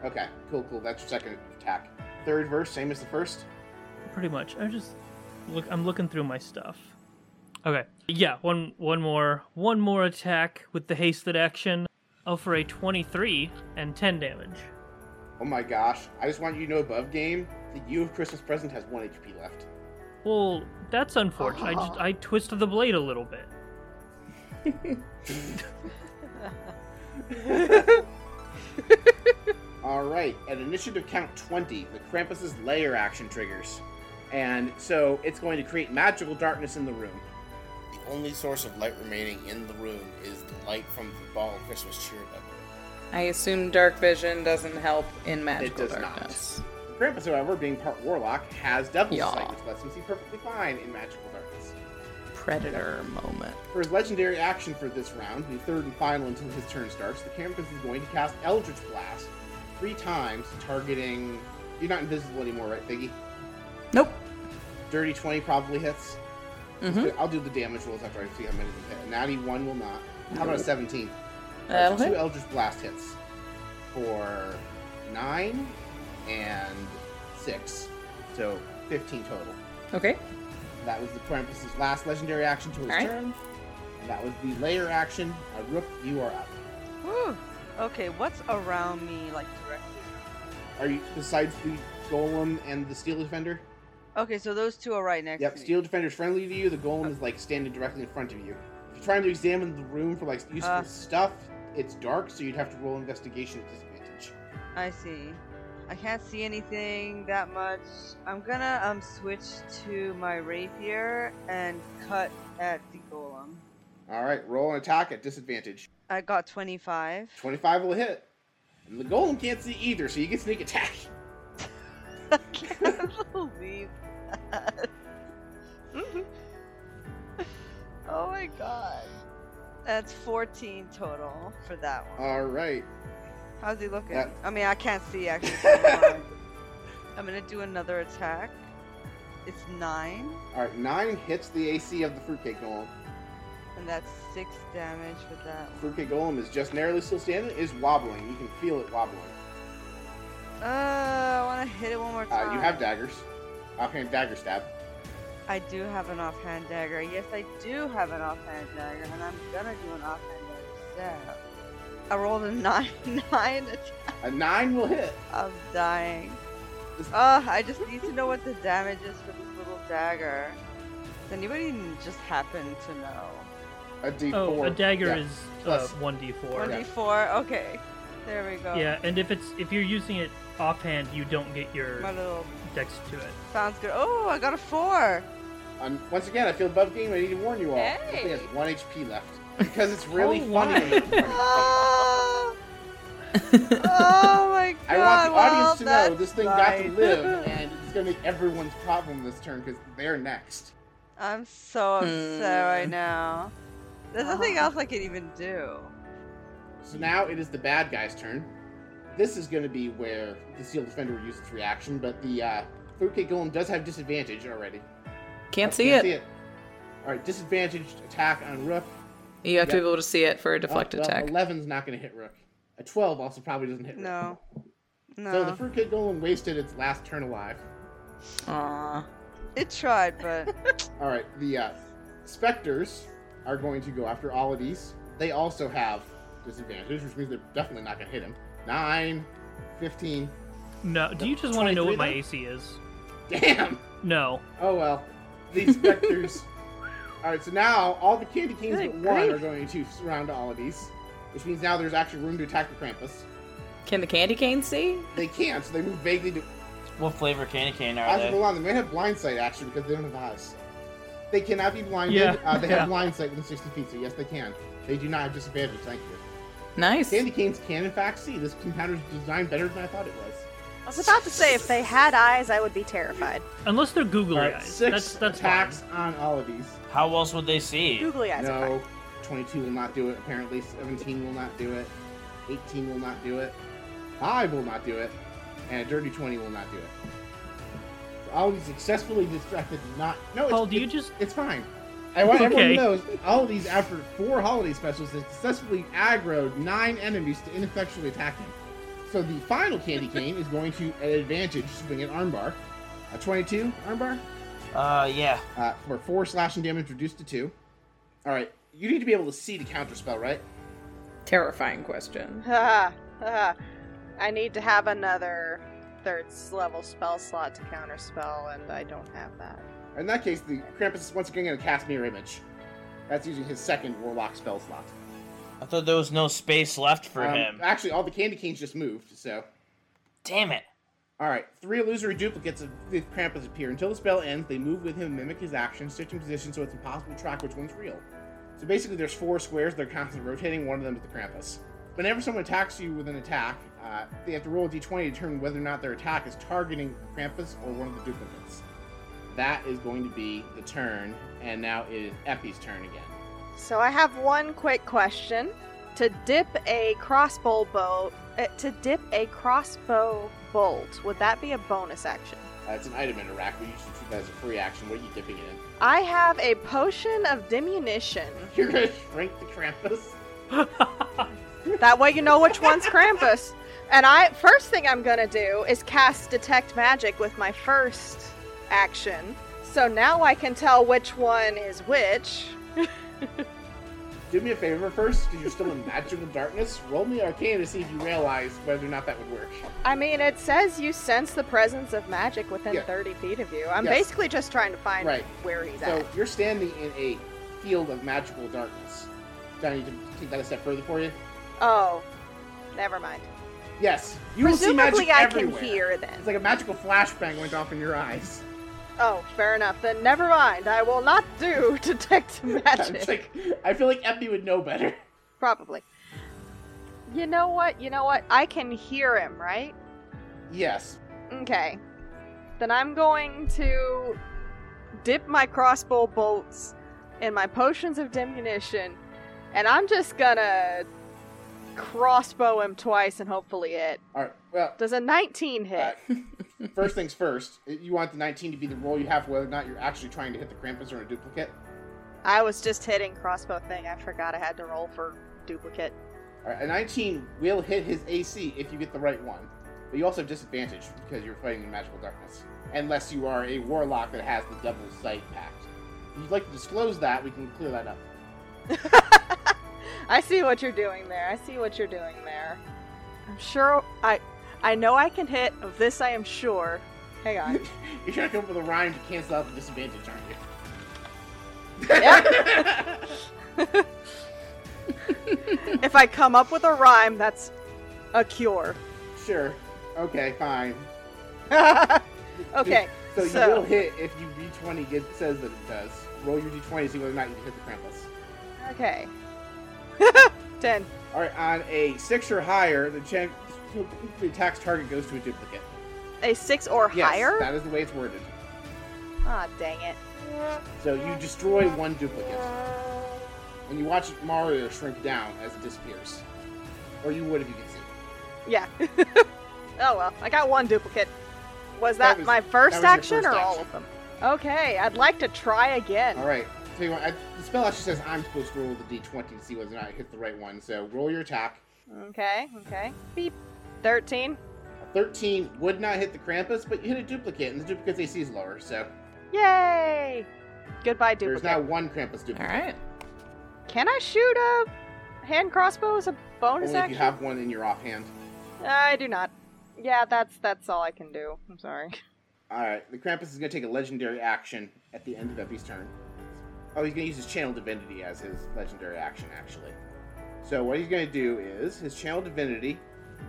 A: Okay, cool, cool. That's your second attack. Third verse, same as the first.
F: pretty much. I just look. I'm looking through my stuff. Okay. Yeah, one one more one more attack with the hasted action. Oh, for a twenty-three and ten damage.
A: Oh my gosh! I just want you to know, above game, the you of Christmas present has one HP left.
F: Well, that's unfortunate. I just I twisted the blade a little bit.
A: All right, at initiative count 20, the Krampus's layer action triggers. And so it's going to create magical darkness in the room. The only source of light remaining in the room is the light from the ball of Christmas cheer up.
G: I assume dark vision doesn't help in magical
A: does not.
G: darkness.
A: Krampus, however, being part warlock, has devil's
G: Yeah.
A: sight, which lets him see perfectly fine in magical darkness.
G: predator moment.
A: For his legendary action for this round, the third and final until his turn starts, the Kamikaze is going to cast Eldritch Blast three times, targeting. You're not invisible anymore, right, Biggie?
G: Nope.
A: Dirty 20 probably hits.
G: Mm-hmm.
A: I'll do the damage rolls after I see how many hit. A Natty 1 will not. How about a 17?
G: That'll
A: two
G: hit.
A: Eldritch Blast hits for 9 and 6. So 15 total.
G: Okay.
A: That was the Krampus' last legendary action to his
G: Alright.
A: turn. And that was the layer action. Uh, Rook, you are up.
D: Whew. Okay, what's around me, like directly?
A: Are you besides the golem and the steel defender?
D: Okay, so those two are right next
A: Yep,
D: to me.
A: steel defender's friendly to you. The golem is like standing directly in front of you. If you're trying to examine the room for like useful
D: Uh.
A: stuff, it's dark, so you'd have to roll investigation at disadvantage.
D: I see. I can't see anything that much. I'm gonna um switch to my rapier and cut at the golem.
A: All right, roll an attack at disadvantage.
D: I got 25.
A: Twenty-five will hit, and the golem can't see either, so you get sneak attack.
D: I can't believe that. oh my god. That's 14 total for that one.
A: All right,
D: How's he looking?
A: Uh, That-
D: I mean, I can't see actually. so never mind. I'm gonna do another attack. It's nine,
A: all right, nine hits the AC of the fruitcake golem.
D: and that's six damage with that.
A: Fruitcake golem is just narrowly still standing. Is wobbling. You can feel it wobbling.
D: Uh, I want to hit it one more
A: Uh,
F: Ah.
D: time.
A: you have daggers. Offhand dagger stab.
D: I do have an offhand dagger. Yes, I do have an offhand dagger, and I'm gonna do an offhand dagger stab. I rolled a nine, nine.
A: A nine will hit.
D: I'm dying. Ugh, I just need to know what the damage is for this little dagger. Does anybody just happen to know?
A: A D4.
F: Oh, a dagger
A: Yeah.
F: is uh,
A: Plus-
F: 1d4.
D: 1d4. Okay, there we go.
F: Yeah, and if it's if you're using it offhand, you don't get your
D: My little
F: dex to it.
D: sounds good. Oh, I got a four.
A: Um, once again, I feel above game. I need to warn you all. It
E: Hey.
A: only has one HP left because it's really
F: Oh,
A: funny. when
F: why?
A: it's in front of you.
D: Ah! oh my god!
A: I want the
D: well,
A: audience to know this
D: that's
A: thing got to
D: nice.
A: live, and it's gonna make everyone's problem this turn because they're next.
D: I'm so upset
G: Hmm.
D: right now. There's nothing
A: Uh-huh.
D: else I can even do.
A: So
F: Hmm.
A: now it is the bad guy's turn. This is gonna be where the steel defender will use its reaction, but the uh, fruitcake golem does have disadvantage already.
G: Can't see
A: Oh, Can't
G: it.
A: All right, disadvantaged attack on Rook.
G: You have to
A: Yeah.
G: be able to see it for a deflect
A: oh, well,
G: attack.
A: 11's not gonna hit Rook. A 12 also probably doesn't hit Rook.
D: No, no.
A: So the fruitcake golem wasted its last turn alive. uh,
G: Aw.
D: It tried, but
A: All right, the uh, specters are going to go after all of these. They also have disadvantage, which means they're definitely not going to hit him. 9, 15.
F: No, do you just want to know
A: 23
F: what my
A: then?
F: AC is?
A: Damn!
F: No.
A: Oh well. These specters. all right, so now all the candy canes
D: Good
A: but one
D: grief.
A: are going to surround all of these, which means now there's actually room to attack the Krampus.
G: Can the candy cane see?
A: They can't, so they move vaguely to.
C: What flavor candy cane are
A: As
C: they?
A: on, they may have blindsight actually because they don't have eyes. They cannot be blinded.
F: Yeah,
A: Uh, they have
F: yeah.
A: blindsight within 60 feet, so yes, they can. They do not have disadvantage. Thank you.
G: Nice.
A: Candy canes can, in fact, see. This compounder is designed better than I thought it was.
H: I was about to say if they had eyes, I would be terrified.
F: Unless they're googly
A: All right,
F: eyes.
A: six
F: that's that's
A: attacks
F: fine.
A: on all of these.
C: How else would they see?
H: Googly eyes. are
A: no,
H: fine.
A: 22 will not do it, apparently. 17 will not do it. 18 will not do it. 5 will not do it. And a dirty 20 will not do it. So all of these successfully distracted did not. No, it's,
F: Paul, do you
A: it's-
F: just
A: it's fine. I want
F: Okay.
A: everyone to know all of these, after four holiday specials, they successfully aggroed nine enemies to ineffectually attack him. So the final candy cane is going to, at advantage, swing an armbar. A 22 armbar
C: Uh, yeah.
A: uh, for four slashing damage reduced to two. All right, you need to be able to see the counter spell, right?
G: Terrifying question.
H: Ah, ah. I need to have another third level spell slot to counter spell, and I don't have that.
A: In that case, the Krampus is once again going to cast Mirror Image. That's using his second Warlock spell slot.
C: I thought there was no space left for
A: Um,
C: him.
A: Actually, all the candy canes just moved, so.
C: Damn it.
A: All right, three illusory duplicates of the Krampus appear. Until the spell ends, they move with him and mimic his actions, switching positions so it's impossible to track which one's real. So basically, there's four squares. They're constantly rotating. One of them is the Krampus. Whenever someone attacks you with an attack, uh, they have to roll a d20 to determine whether or not their attack is targeting Krampus or one of the duplicates. that is going to be the turn, and now it is Eppy's turn again.
H: So I have one quick question. To dip a crossbow bolt, uh, to dip a crossbow bolt, would that be a bonus action?
A: Uh, it's an item in a rack, but you should treat that as a free action. What are you dipping it in?
H: I have a potion of diminution.
A: You're gonna shrink the Krampus.
H: That way you know which one's Krampus. And I first thing I'm gonna do is cast detect magic with my first action. So now I can tell which one is which.
A: Do me a favor first, because you're still in magical darkness. Roll me Arcana to see if you realize whether or not that would work.
H: I mean, it says you sense the presence of magic within
A: Yeah.
H: 30 feet of you. I'm
A: Yes.
H: basically just trying to find
A: Right.
H: where he's
A: So
H: at.
A: you're standing in a field of magical darkness. Do I need to take that a step further for you?
H: Oh, never mind.
A: Yes. You will see magic
H: Presumably, I
A: everywhere.
H: can hear then.
A: It's like a magical flashbang went off in your eyes.
H: Oh, fair enough. Then never mind. I will not do detect magic.
A: It's like I feel like Eppy would know better.
H: Probably. You know what? You know what? I can hear him, right?
A: Yes.
H: Okay. Then I'm going to dip my crossbow bolts in my potions of diminution, and I'm just gonna crossbow him twice and hopefully hit.
A: All right. Well,
H: Does a 19 hit?
A: uh, first things first. You want the 19 to be the roll you have, whether or not you're actually trying to hit the Krampus or a duplicate.
H: I was just hitting crossbow thing. I forgot I had to roll for duplicate.
A: All right, a 19 will hit his AC if you get the right one, but you also have disadvantage because you're fighting in magical darkness, unless you are a warlock that has the double sight pact. If you'd like to disclose that, we can clear that up.
H: I see what you're doing there. I see what you're doing there. I'm sure I I know I can hit of this I am sure. Hang on.
A: You're trying to come up with a rhyme to cancel out the disadvantage, aren't you?
H: if I come up with a rhyme, that's a cure.
A: Sure. Okay, fine.
H: okay.
A: So, you
H: So-
A: will hit if you d20 get, says that it does. Roll your d20 to see whether or not you can hit the Krampus.
H: Okay. 10.
A: All right, on a six or higher, the, chan- the attack's target goes to a duplicate.
H: A 6 or
A: Yes,
H: higher?
A: that is the way it's worded.
H: Ah, dang it.
A: So you destroy one duplicate. And you watch Mario shrink down as it disappears. Or you would if you could see.
H: Yeah. oh well, I got one duplicate. Was that,
A: That was-
H: my first
A: that was your
H: action
A: first
H: or all
A: action.
H: of them? Okay, I'd like to try again.
A: Alright, so you what, I, the spell actually says I'm supposed to roll the d20 to see whether or not I hit the right one. So roll your attack.
H: Okay, okay. Beep. 13.
A: A 13 would not hit the Krampus, but you hit a duplicate, and the duplicate's AC is lower. So
H: Yay! Goodbye, duplicate.
A: there's now one Krampus duplicate.
B: All right.
H: Can I shoot a hand crossbow as a
A: Only
H: bonus
A: if
H: action?
A: you have one in your offhand.
H: I do not. Yeah, that's that's all I can do. I'm sorry.
A: Alright, the Krampus is going to take a legendary action at the end of Epi's turn. Oh, he's going to use his Channel Divinity as his legendary action, actually. So, what he's going to do is his Channel Divinity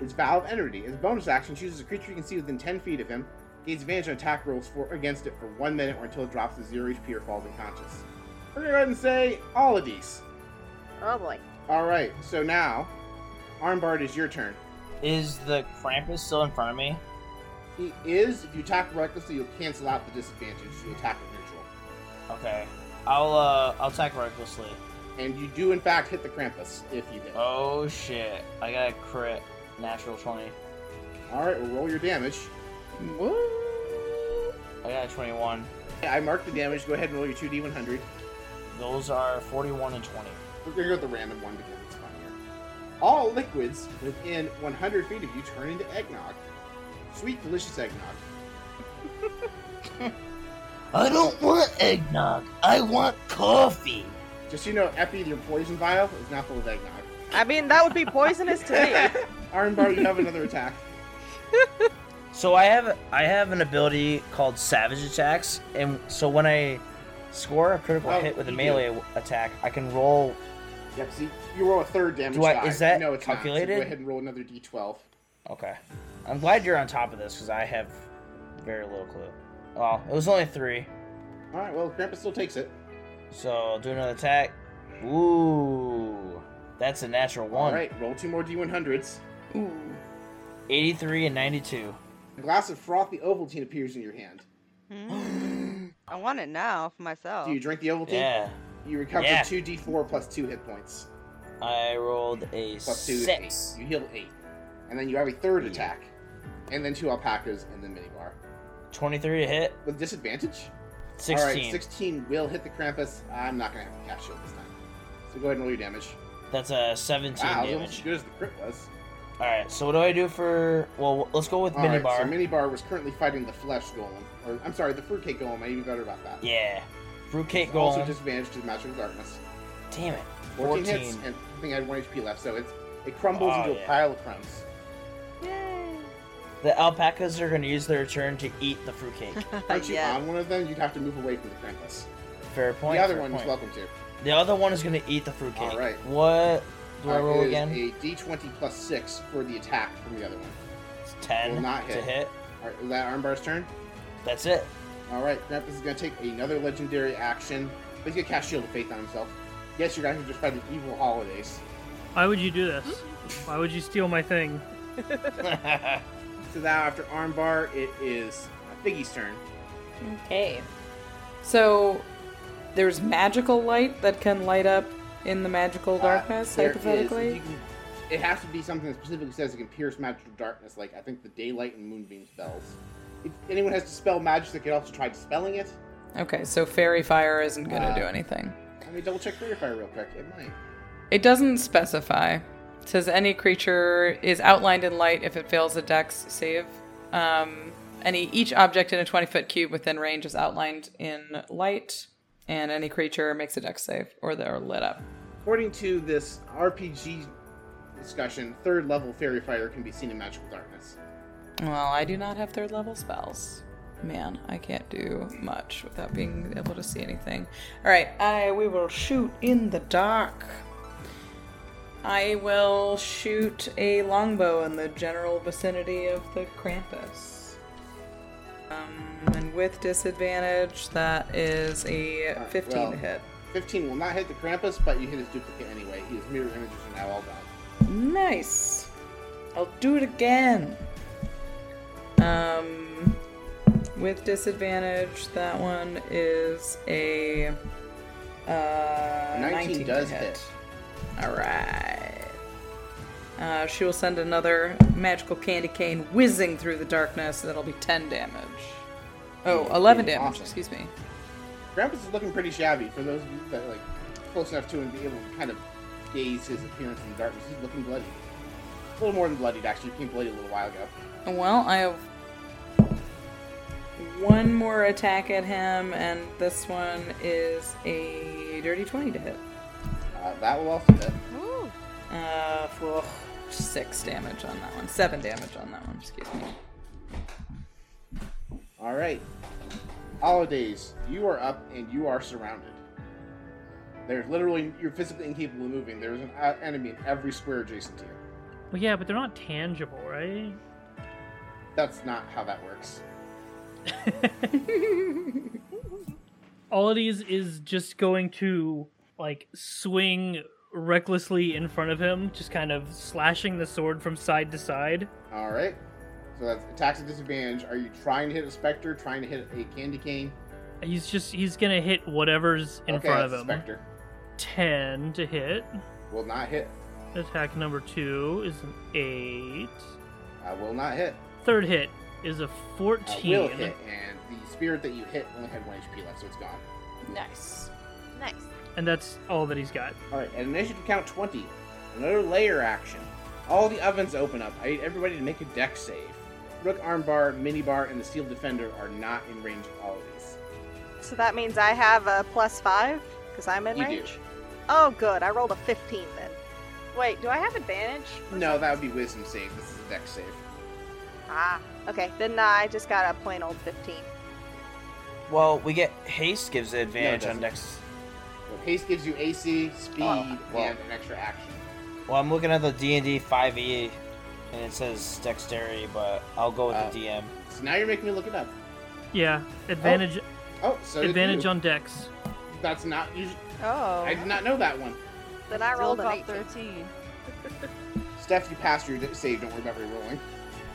A: is Vow of Energy. As a bonus action, chooses a creature you can see within 10 feet of him, gains advantage on attack rolls for, against it for one minute or until it drops to zero HP or falls unconscious. We're going to go ahead and say all of these.
H: Oh boy.
A: Alright, so now, Armbard is your turn.
C: Is the Krampus still in front of me?
A: He is, if you attack recklessly, you'll cancel out the disadvantage. You attack at neutral.
C: Okay. I'll uh I'll attack recklessly.
A: And you do, in fact, hit the Krampus if you hit.
C: Oh shit. I got a crit. Natural twenty.
A: All right, well, roll your damage.
C: I got a twenty one.
A: I marked the damage. Go ahead and roll your 2d100.
C: Those are forty one and twenty.
A: We're going to go with the random one because it's fun here. All liquids within 100 feet of you turn into eggnog. Sweet, delicious eggnog.
J: I don't want eggnog. I want coffee.
A: Just so you know, Epi, your poison vial is not full of eggnog.
H: I mean, that would be poisonous to me.
A: Armbar, you have another attack.
C: So I have I have an ability called Savage Attacks, and so when I score a critical
A: Oh,
C: hit with a
A: you
C: melee attack, I can roll.
A: Yep, see, you roll a third damage.
C: Do I-
A: die.
C: is that
A: no, it's not, so
C: calculated?
A: go ahead and roll another d12.
C: Okay, I'm glad you're on top of this because I have very little clue. Well, it was only three,
A: All right, well, Krampus still takes it.
C: so I'll do another attack. Ooh, that's a natural
A: All
C: one.
A: right, roll two more d100s.
G: Ooh.
C: 83 and 92.
A: A glass of frothy Ovaltine appears in your hand.
D: I want it now for myself.
A: Do you drink the Ovaltine?
C: Uh, Yeah.
A: You recover
C: Yeah.
A: two D4 plus two hit points.
C: I rolled a
A: Plus two is
C: six.
A: eight. You heal eight, and then you have a third
C: Yeah.
A: attack, and then two alpacas, and then minibar
C: 23 to hit.
A: with disadvantage.
C: 16.
A: All right, 16 will hit the Krampus. I'm not gonna have to cast shield this time. So go ahead and roll your damage.
C: That's a 17
A: wow, that was
C: damage.
A: as good as the crit was.
C: All right, so what do I do for? Well, let's go with
A: All right,
C: minibar.
A: so Minibar was currently fighting the flesh golem, or I'm sorry, the fruitcake golem. I even better about that.
C: yeah, fruitcake golem.
A: Also disadvantage to the Master of Darkness.
C: Damn it.
A: 14,
C: 14,
A: hits, and I think I had one HP left, so it's it crumbles
C: Oh,
A: into a
C: yeah.
A: pile of crumbs.
C: The alpacas are going to use their turn to eat the fruitcake.
A: Aren't you
D: yeah.
A: on one of them? You'd have to move away from the Krampus.
C: Fair point.
A: the other
C: fair
A: one is
C: point.
A: welcome to.
C: The other one is going to eat the fruitcake.
A: All right.
C: What do I
A: Uh,
C: roll
A: it is
C: again?
A: A D20 plus six for the attack from the other one.
C: It's 10
A: Will not
C: to
A: hit.
C: hit.
A: All right, is that Armbar's turn?
C: That's it.
A: All right, Krampus is going to take another legendary action. He's going to cast Shield of Faith on himself. Yes, you guys are just fighting evil holidays.
F: Why would you do this? Why would you steal my thing?
A: So now, after Armbar, it is uh, Figgy's turn.
G: Okay. So there's magical light that can light up in the magical darkness,
A: Uh, There is-
G: hypothetically.
A: you can- it has to be something that specifically says it can pierce magical darkness, like I think the daylight and moonbeam spells. If anyone has to spell magic, they could also try dispelling it.
G: Okay, so fairy fire isn't going to
A: Uh,
G: do anything.
A: Let me double check Fairy Fire real quick. It might.
G: It doesn't specify. It says any creature is outlined in light if it fails a dex save. Um, any each object in a 20 foot cube within range is outlined in light, and any creature makes a dex save or they are lit up.
A: According to this RPG discussion, third level Fairy Fire can be seen in magical darkness.
G: Well, I do not have third level spells. Man, I can't do much without being able to see anything. All right, I we will shoot in the dark. I will shoot a longbow in the general vicinity of the Krampus. Um, and with disadvantage, that is a
A: All right,
G: 15
A: well,
G: to hit.
A: 15 will not hit the Krampus, but you hit his duplicate anyway. His mirror images are now all gone.
G: Nice. I'll do it again. Um, with disadvantage, that one is a uh, 19,
A: 19
G: to
A: does
G: hit.
A: hit.
G: All right. Uh, she will send another magical candy cane whizzing through the darkness. That'll be 10 damage. Oh,
A: Yeah,
G: 11
A: pretty
G: damage,
A: awesome.
G: excuse me.
A: Krampus is looking pretty shabby for those of you that are like close enough to him to be able to kind of gaze his appearance in the darkness. He's looking bloody. A little more than bloodied, actually. He became bloody a little while ago.
G: Well, I have one more attack at him, and this one is a dirty 20 to hit.
A: Uh, that will also hit.
G: Uh, for six damage on that one. Seven damage on that one, excuse me.
A: All right. Holidays, you are up and you are surrounded. There's literally, you're physically incapable of moving. There's an uh, enemy in every square adjacent to you.
F: Well, yeah, but they're not tangible, right?
A: That's not how that works.
F: All it is is just going to like swing recklessly in front of him, just kind of slashing the sword from side to side.
A: All right. So that's attacks at disadvantage. Are you trying to hit a specter? Trying to hit a candy cane?
F: He's just he's gonna hit whatever's in
A: okay,
F: front
A: that's
F: of
A: a
F: him.
A: specter.
F: Ten to hit.
A: Will not hit.
F: Attack number two is an eight.
A: I will not hit.
F: Third hit is a
A: I
F: 14.
A: will hit. And the spirit that you hit only had one HP left, so it's gone.
G: Nice.
H: Nice.
F: And that's all that he's got.
A: All right. At initiative count 20, another layer action. All the ovens open up. I need everybody to make a deck save. Rook Armbar, Minibar, and the Steel Defender are not in range of all of these.
H: So that means I have a plus five because I'm in
A: You do.
H: range. Oh, good. I rolled a 15 then. Wait, do I have advantage?
A: No, that would be Wisdom save. This is a deck save.
H: Ah, okay. Then uh, I just got a plain old 15.
C: Well, we get haste gives advantage
A: No, it
C: on dex.
A: So haste gives you AC, speed,
C: Oh, well.
A: and an extra action.
C: Well, I'm looking at the D and D 5e, and it says dexterity, but I'll go with
A: Oh.
C: the DM.
A: So now you're making me look it up.
F: Yeah, advantage
A: Oh, so did
F: advantage
A: you.
F: on dex.
A: That's not. You should,
D: Oh.
A: I did not know that one.
H: Then I
D: Still
H: rolled an
D: got
H: 18.
D: 13.
A: Steph, you passed your save. Don't worry about re-rolling.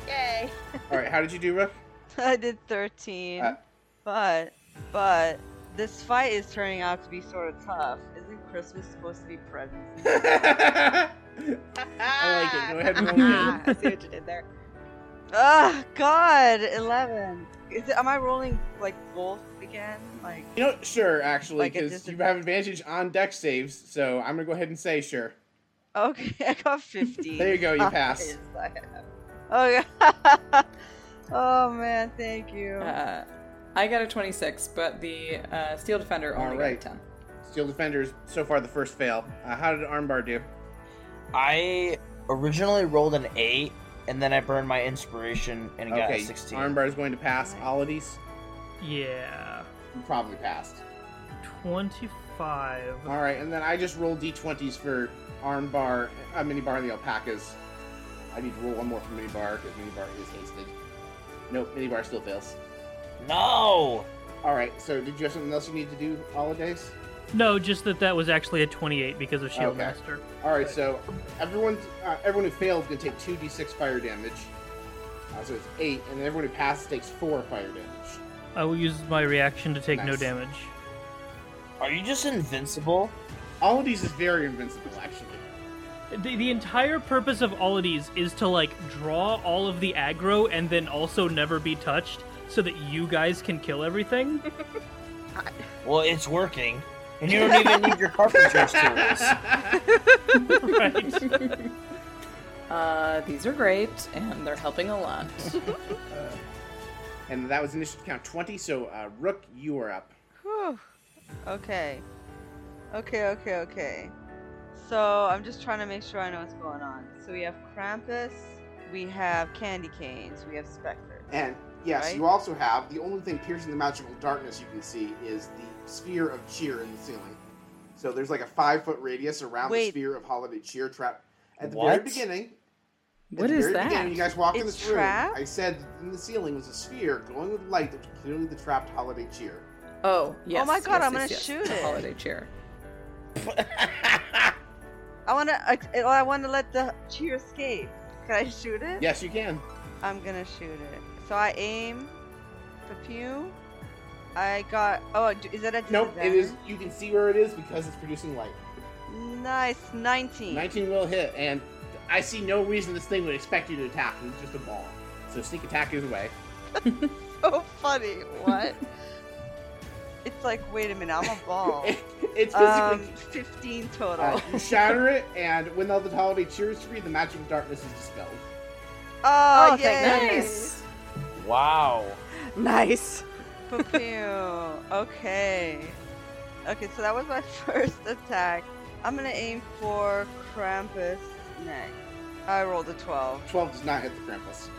H: Yay.
A: All right, how did you do, Rook?
D: I did 13.
A: Uh,
D: but But this fight is turning out to be sort of tough. Isn't Christmas supposed to be presents?
A: I like it. Go ahead and roll again.
H: Ah. I see what you did there.
D: Ugh, God, eleven. Is it? Am I rolling like both again? Like
A: You know, sure, actually,
D: Like a
A: because you
D: disadvantage.
A: have advantage on deck saves, so I'm gonna go ahead and say sure.
D: okay, I got fifteen.
A: There Oh, you go, you pass.
D: Oh yeah. oh man, thank you.
G: Uh, I got a 26, but the uh, Steel Defender only
A: Alright.
G: got a 10.
A: Steel Defender is so far the first fail. Uh, how did Armbar do?
C: I originally rolled an eight, and then I burned my inspiration and got
A: okay,
C: a sixteen.
A: Armbar is going to pass. Oladies,
F: Yeah.
A: you probably passed.
F: 25.
A: All right, and then I just roll d20s for Armbar, uh, Minibar, and the Alpacas. I need to roll one more for Minibar because Minibar is hasted. Nope, Minibar still fails.
C: No.
A: All right, so did you have something else you need to do, Holidays?
F: No, just that that was actually a 28 because of Shield
A: Okay.
F: Master.
A: All right, so everyone, uh, everyone who failed can take two d6 fire damage. Uh, so it's eight, and then everyone who passes takes four fire damage.
F: I will use my reaction to take no
A: Nice.
F: damage.
C: Are you just invincible?
A: All of these is very invincible, actually.
F: The, the entire purpose of all of these is to, like, draw all of the aggro and then also never be touched so that you guys can kill everything.
C: Well, it's working, and you don't even need your carpenter's tools.
F: right?
G: Uh, these are great, and they're helping a lot.
A: And that was initiative count 20, so uh, Rook, you are up.
D: Whew. Okay. Okay, okay, okay. So I'm just trying to make sure I know what's going on. So we have Krampus, we have Candy Canes, we have Spectre.
A: And yes,
D: Right?
A: you also have the only thing piercing the magical darkness you can see is the sphere of cheer in the ceiling. So there's like a five foot radius around the
D: Wait.
A: sphere of holiday cheer trap. At the very
C: What?
A: beginning, at
G: What
A: the
G: is
A: very
G: that?
A: Beginning, you guys walked in
D: It's
A: this room.
D: trapped?
A: I said that in the ceiling was a sphere glowing with light that was clearly the trapped holiday cheer.
G: Oh, yes.
D: my God,
G: yes, yes,
D: I'm gonna
G: yes.
D: shoot
G: The
D: it.
G: holiday cheer.
D: I want to. I, I want to let the cheer escape. Can I shoot it?
A: Yes, you can.
D: I'm gonna shoot it. So I aim. Pew. I got. Oh, d- is that a
A: Nope, it is.
D: disadvantage?
A: You can see where it is because it's producing light.
D: Nice, 19.
A: 19 will hit, and I see no reason this thing would expect you to attack. It's just a ball. So sneak attack is away.
D: So funny. What? it's like, wait a minute, I'm a ball.
A: it's physically
D: um, 15 total.
A: Uh, you shatter it, and when all the holiday cheers free, the magic of darkness is dispelled.
D: oh,
H: oh, thank
D: yay.
G: Nice.
C: Wow.
H: Nice.
D: Pew. okay. Okay, so that was my first attack. I'm gonna aim for Krampus next. I rolled a 12.
A: 12 does not hit the Krampus.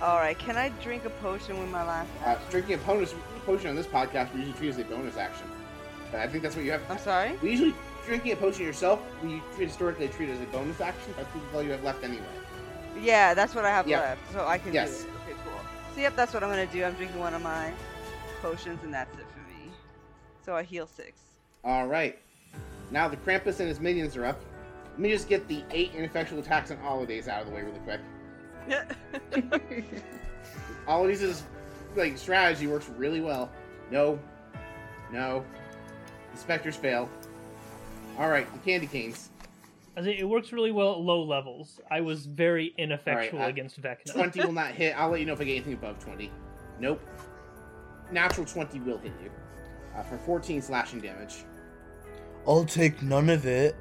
D: Alright, can I drink a potion with my last
A: Uh,
D: action?
A: drinking a bonus potion on this podcast, we usually treat as a bonus action. But I think that's what you have.
D: I'm sorry?
A: We usually drinking a potion yourself. We historically treat it as a bonus action. That's all you have left anyway.
D: Yeah, that's what I have
A: Yeah.
D: left, so I can
A: Yes.
D: do it. Okay, cool. So, yep, that's what I'm gonna do. I'm drinking one of my potions, and that's it for me. So I heal six.
A: All right. Now the Krampus and his minions are up. Let me just get the eight ineffectual attacks on holidays out of the way really quick. Oladies' like strategy works really well. No, no, the specters fail. All right, the candy canes.
F: I think it works really well at low levels. I was very ineffectual
A: Alright, I-
F: against Vecna.
A: Twenty will not hit. I'll let you know if I get anything above twenty. Nope. Natural twenty will hit you uh, for fourteen slashing damage.
L: I'll take none of it.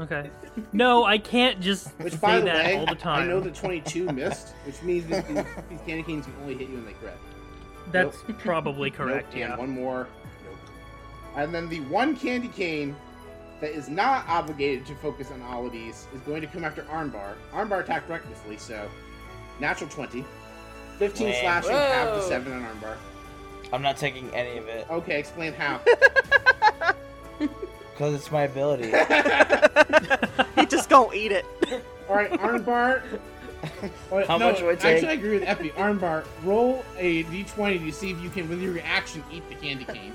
F: Okay. No, I can't just
A: Which,
F: say
A: by the
F: that
A: way,
F: all the time.
A: I know the twenty-two missed, which means that these, these candy canes can only hit you when they crit.
F: That's probably
A: Nope,
F: correct.
A: and
F: yeah.
A: one more. Nope. And then the one candy cane that is not obligated to focus on Oladies is going to come after Armbar. Armbar attacked recklessly, so natural 20. 15
C: Wait.
A: slashing, half to
G: Whoa.
A: 7 on Armbar.
C: I'm not taking any of it
A: Okay, explain how.
C: because it's my ability.
H: You just don't eat it.
A: Alright, Armbar. Wait,
C: How
A: no,
C: much would it
A: Actually,
C: take?
A: I agree with Epi. Armbar, roll a d20 to see if you can, with your reaction, eat the candy cane.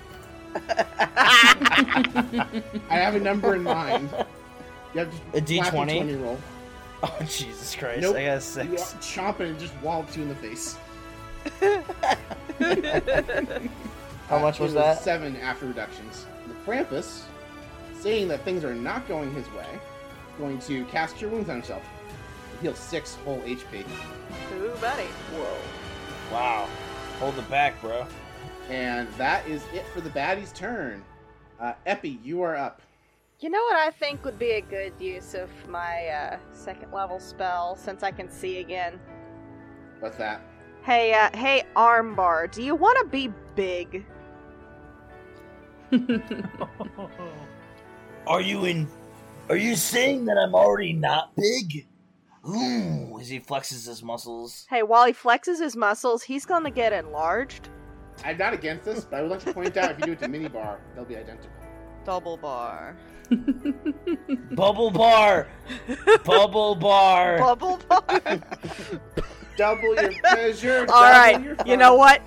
A: I have a number in mind. You have to
C: A
A: slap
C: D20?
A: 20 roll.
C: Oh Jesus Christ!
A: Nope.
C: I got a
A: You
C: six.
A: chomp it and just wallops you in the face.
C: How
A: Uh,
C: much
A: it
C: was that?
A: Seven after reductions. The Krampus, seeing that things are not going his way, is going to cast Cure Wounds on himself. Heal six whole HP,
H: Ooh, buddy.
C: Wow. Hold it back, bro.
A: and that is it for the baddie's turn. Uh, Epi, you are up.
H: You know what I think would be a good use of my uh, second level spell since I can see again?
A: What's that?
H: Hey, uh, hey, Armbar, do you want to be big?
J: Are you in? Are you saying that I'm already not big?
C: Ooh, as he flexes his muscles.
H: Hey, while he flexes his muscles, he's gonna get enlarged.
A: I'm not against this, but I would like to point out if you do it to minibar, they'll be identical.
D: Double bar.
C: Bubble bar! Bubble bar!
D: Bubble bar.
A: Double your pleasure. double
H: All right,
A: your
H: you
A: fun.
H: know what?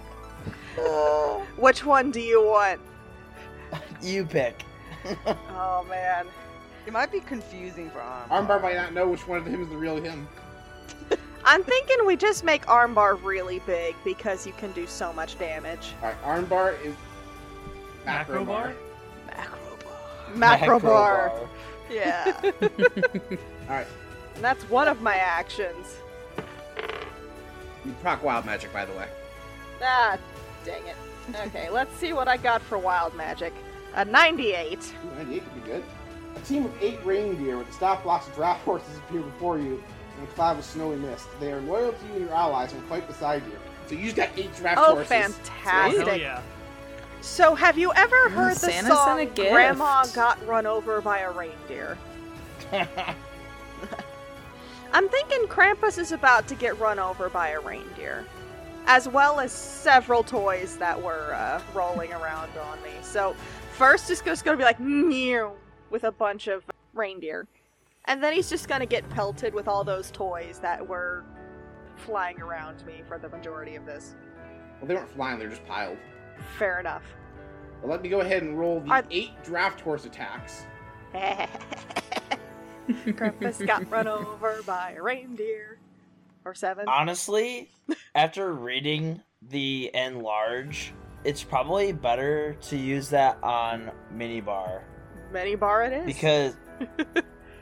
H: Which one do you want?
C: Uh, You pick.
H: Oh man,
D: it might be confusing for Arm.
A: Armbar might not know which one of him is the real him.
H: I'm thinking we just make Armbar really big because you can do so much damage.
A: All right, Armbar is
F: Macro bar?
H: Macro
C: Macro
H: bar. Yeah,
A: All right,
H: and that's one of my actions.
A: you proc wild magic, by the way.
H: Ah, dang it. Okay, let's see what I got for wild magic. A 98.
A: Ooh, 98 could be good. A team of eight reindeer with stop blocks of draft horses appear before you in a cloud of snowy mist. They are loyal to you and your allies and will fight beside you. So you just got eight draft
H: Oh,
A: horses.
H: fantastic.
F: Hell yeah.
H: So, have you ever heard the
G: Santa sent
H: song
G: a gift.
H: "Grandma Got Run Over by a Reindeer"? I'm thinking Krampus is about to get run over by a reindeer, as well as several toys that were uh, rolling around on me. So, first it's just going to be like meow with a bunch of reindeer, and then he's just going to get pelted with all those toys that were flying around me for the majority of this.
A: Well, they weren't flying, they're just piled.
H: Fair enough.
A: Well, let me go ahead and roll the
H: Are-
A: eight draft horse attacks.
H: Krampus got run over by a reindeer. Or seven.
C: Honestly, after reading the enlarge, it's probably better to use that on minibar.
H: Many bar it is.
C: because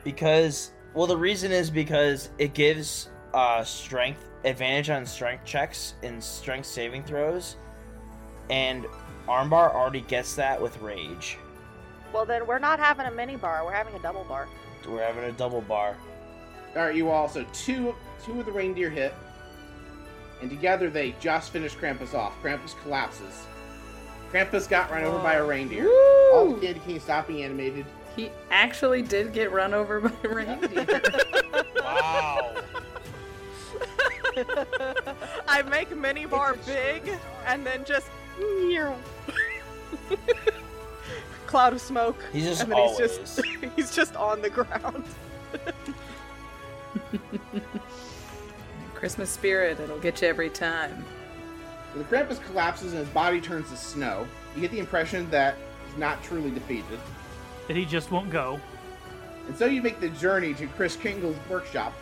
C: because well the reason is because it gives uh strength advantage on strength checks and strength saving throws and armbar already gets that with rage
H: well, then we're not having a mini bar. We're having a double bar.
C: we're having a double bar
A: All right, you all. So two, two of the reindeer hit, and together they just finish Krampus off. Krampus collapses. Krampus got run over by a reindeer. All the candy canes stop being animated.
G: He actually did get run over by a reindeer.
C: wow
H: I make mini bar big, and then just cloud of smoke.
C: he's just
H: And then he's
C: always
H: just- He's just on the ground.
G: Christmas spirit, it'll get you every time.
A: So the Krampus collapses and his body turns to snow. You get the impression that he's not truly defeated.
F: That he just won't go.
A: And so you make the journey to Chris Kringle's workshop,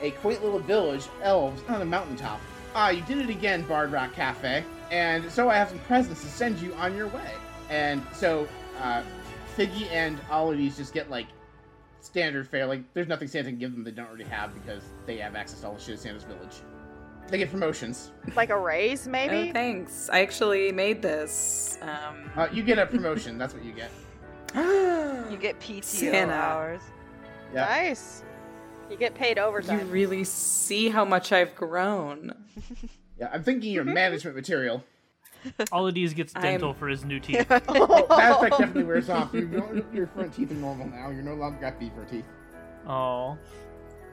A: a quaint little village, elves on a mountaintop. Ah, you did it again, Bard Rock Cafe. And so I have some presents to send you on your way. And so uh, Figgy and Olivies just get like standard fare. Like there's nothing Santa can give them they don't already have because they have access to all the shit at Santa's village. They get promotions.
H: Like a raise, maybe?
G: Oh, thanks. I actually made this. Um,
A: Uh, you get a promotion. that's what you get.
D: You get PTO
G: Santa.
D: hours.
A: Yeah.
H: Nice. You get paid
G: you
H: overtime.
G: really see how much I've grown.
A: Yeah, I'm thinking your management material.
F: All of these gets
G: I'm-
F: dental for his new teeth.
A: Oh, that effect definitely wears off. You don't, your front teeth are normal now. You're no longer got beaver teeth.
F: Oh.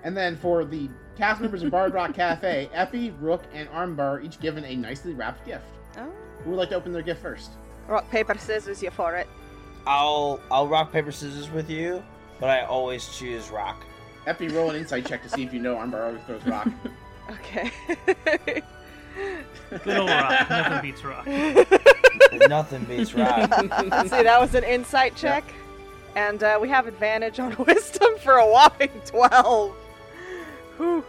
A: And then for the cast members of Bard Rock Cafe, Effie, Rook, and Armbar are each given a nicely wrapped gift.
D: Oh.
A: Who would like to open their gift first?
H: Rock, paper, scissors, you for it.
C: i'll i'll rock paper scissors with you but i always choose rock
A: Effie, roll an insight check to see if you know Armbar always throws rock.
H: Okay.
F: Good old rock. Nothing beats rock.
C: nothing beats rock
H: Let's see, that was an insight check. And uh, we have advantage on wisdom for a whopping 12. Whew.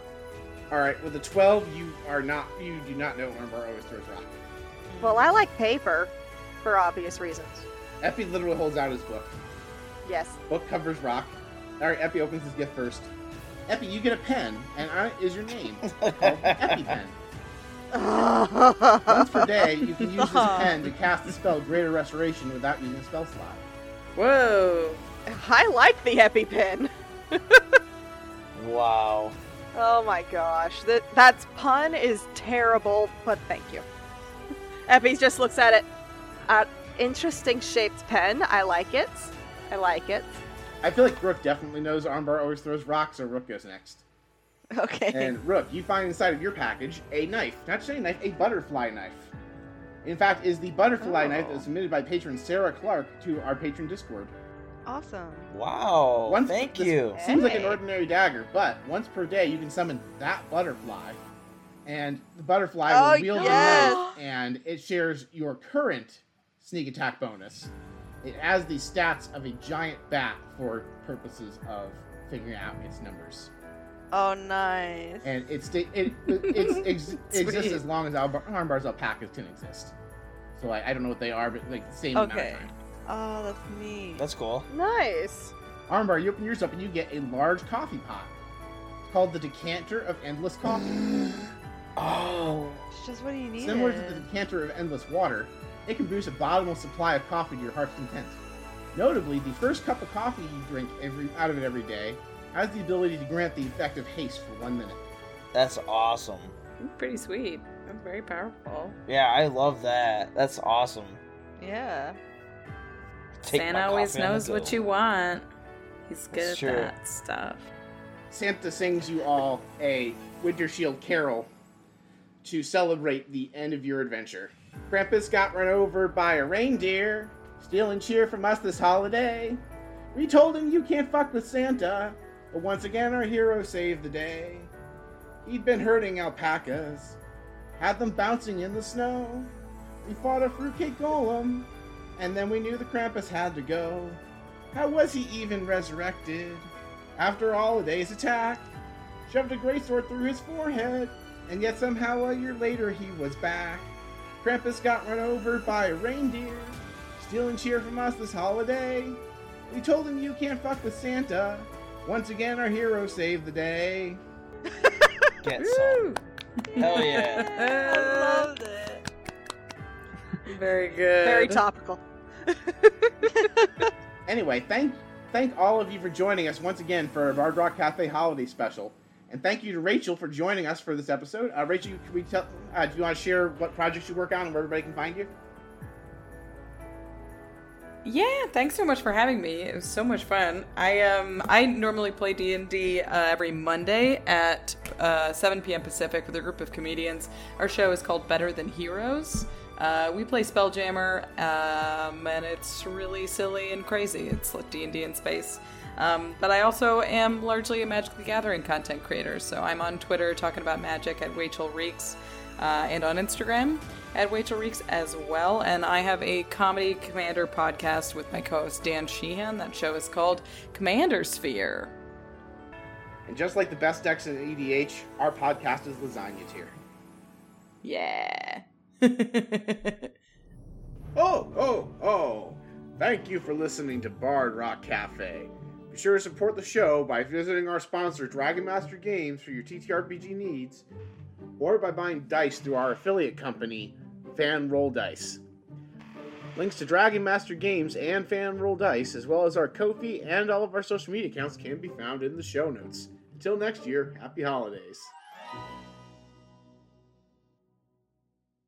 A: All right, with a twelve, you are not you do not know Armbar always throws rock.
H: Well, I like paper. for obvious reasons.
A: Epi literally holds out his book.
H: Yes.
A: Book covers rock. All right, Epi opens his gift first. Epi, you get a pen, and I is your name. It's called Epi Pen. Once per day, you can use this pen to cast the spell Greater Restoration without using a spell slot.
H: Whoa. I like the EpiPen.
C: Wow.
H: oh my gosh. That that's pun is terrible, but thank you. Epi just looks at it. Uh, interesting shaped pen. I like it. I like it.
A: I feel like Rook definitely knows Armbar always throws rocks, so Rook goes next.
D: Okay.
A: And Rook, you find inside of your package a knife. Not just any knife, a butterfly knife. In fact, is the butterfly
D: Oh.
A: knife that was submitted by patron Sarah Clark to our patron Discord.
D: Awesome.
C: Wow.
A: Once-
C: Thank
A: this
C: you.
A: Seems like an
H: Hey.
A: ordinary dagger, but once per day you can summon that butterfly, and the butterfly
D: Oh,
A: will wield
D: yes.
A: the knife, and it shares your current sneak attack bonus. It has the stats of a giant bat for purposes of figuring out its numbers,
D: Oh, nice.
A: and it sta- it it's, ex-
D: Sweet.
A: exists as long as Albar- Armbar's alpacas can exist. So I, I don't know what they are, but like the same amount
D: Okay.
A: of time.
D: Oh, that's neat.
C: That's cool.
H: Nice.
A: Armbar, you open yours up and you get a large coffee pot. It's called the Decanter of Endless Coffee.
C: Oh.
D: It's just what you needed.
A: Similar to the Decanter of Endless Water, it can produce a bottomless supply of coffee to your heart's content. Notably, the first cup of coffee you drink every out of it every day has the ability to grant the effect of haste for one minute.
C: That's awesome.
G: Pretty sweet. That's very powerful.
C: Yeah, I love that. That's awesome.
D: yeah.
C: Take my
G: Santa always
C: coffee on the
G: knows what
C: go.
G: you want. He's good
C: That's
G: at
C: true.
G: that stuff.
A: Santa sings you all a Winter Shield carol to celebrate the end of your adventure. Krampus got run over by a reindeer, stealing cheer from us this holiday. We told him you can't fuck with Santa, but once again our hero saved the day. He'd been herding alpacas, had them bouncing in the snow. We fought a fruitcake golem, and then we knew the Krampus had to go. How was he even resurrected? After all a day's attack, shoved a great sword through his forehead, and yet somehow a year later he was back. Krampus got run over by a reindeer, stealing cheer from us this holiday. We told him you can't fuck with Santa. Once again, our hero saved the day.
C: Get some. Hell yeah.
D: I loved it.
G: Very good.
H: Very topical.
A: Anyway, thank thank all of you for joining us once again for our Bard Rock Cafe Holiday Special, and thank you to Rachel for joining us for this episode. Uh, Rachel, can we tell? Uh, do you want to share what projects you work on and where everybody can find you?
G: Yeah, thanks so much for having me. It was so much fun. I um I normally play D and D uh, every Monday at uh, 7 p.m. Pacific with a group of comedians. Our show is called Better Than Heroes. Uh, we play Spelljammer, um, and it's really silly and crazy. It's like D and D in space. Um, but I also am largely a Magic the Gathering content creator, so I'm on Twitter talking about magic at Rachel Reeks uh, and on Instagram at Rachel Reeks as well. And I have a Comedy Commander podcast with my co host Dan Sheehan. That show is called Commander Sphere.
A: And just like the best decks in EDH, our podcast is lasagna tier.
G: Yeah.
A: Oh, oh, oh! Thank you for listening to Bard Rock Cafe. Be sure to support the show by visiting our sponsor, Dragon Master Games, for your TTRPG needs, or by buying dice through our affiliate company, Fan Roll Dice. Links to Dragon Master Games and Fan Roll Dice, as well as our Ko-fi and all of our social media accounts, can be found in the show notes. Until next year, happy holidays.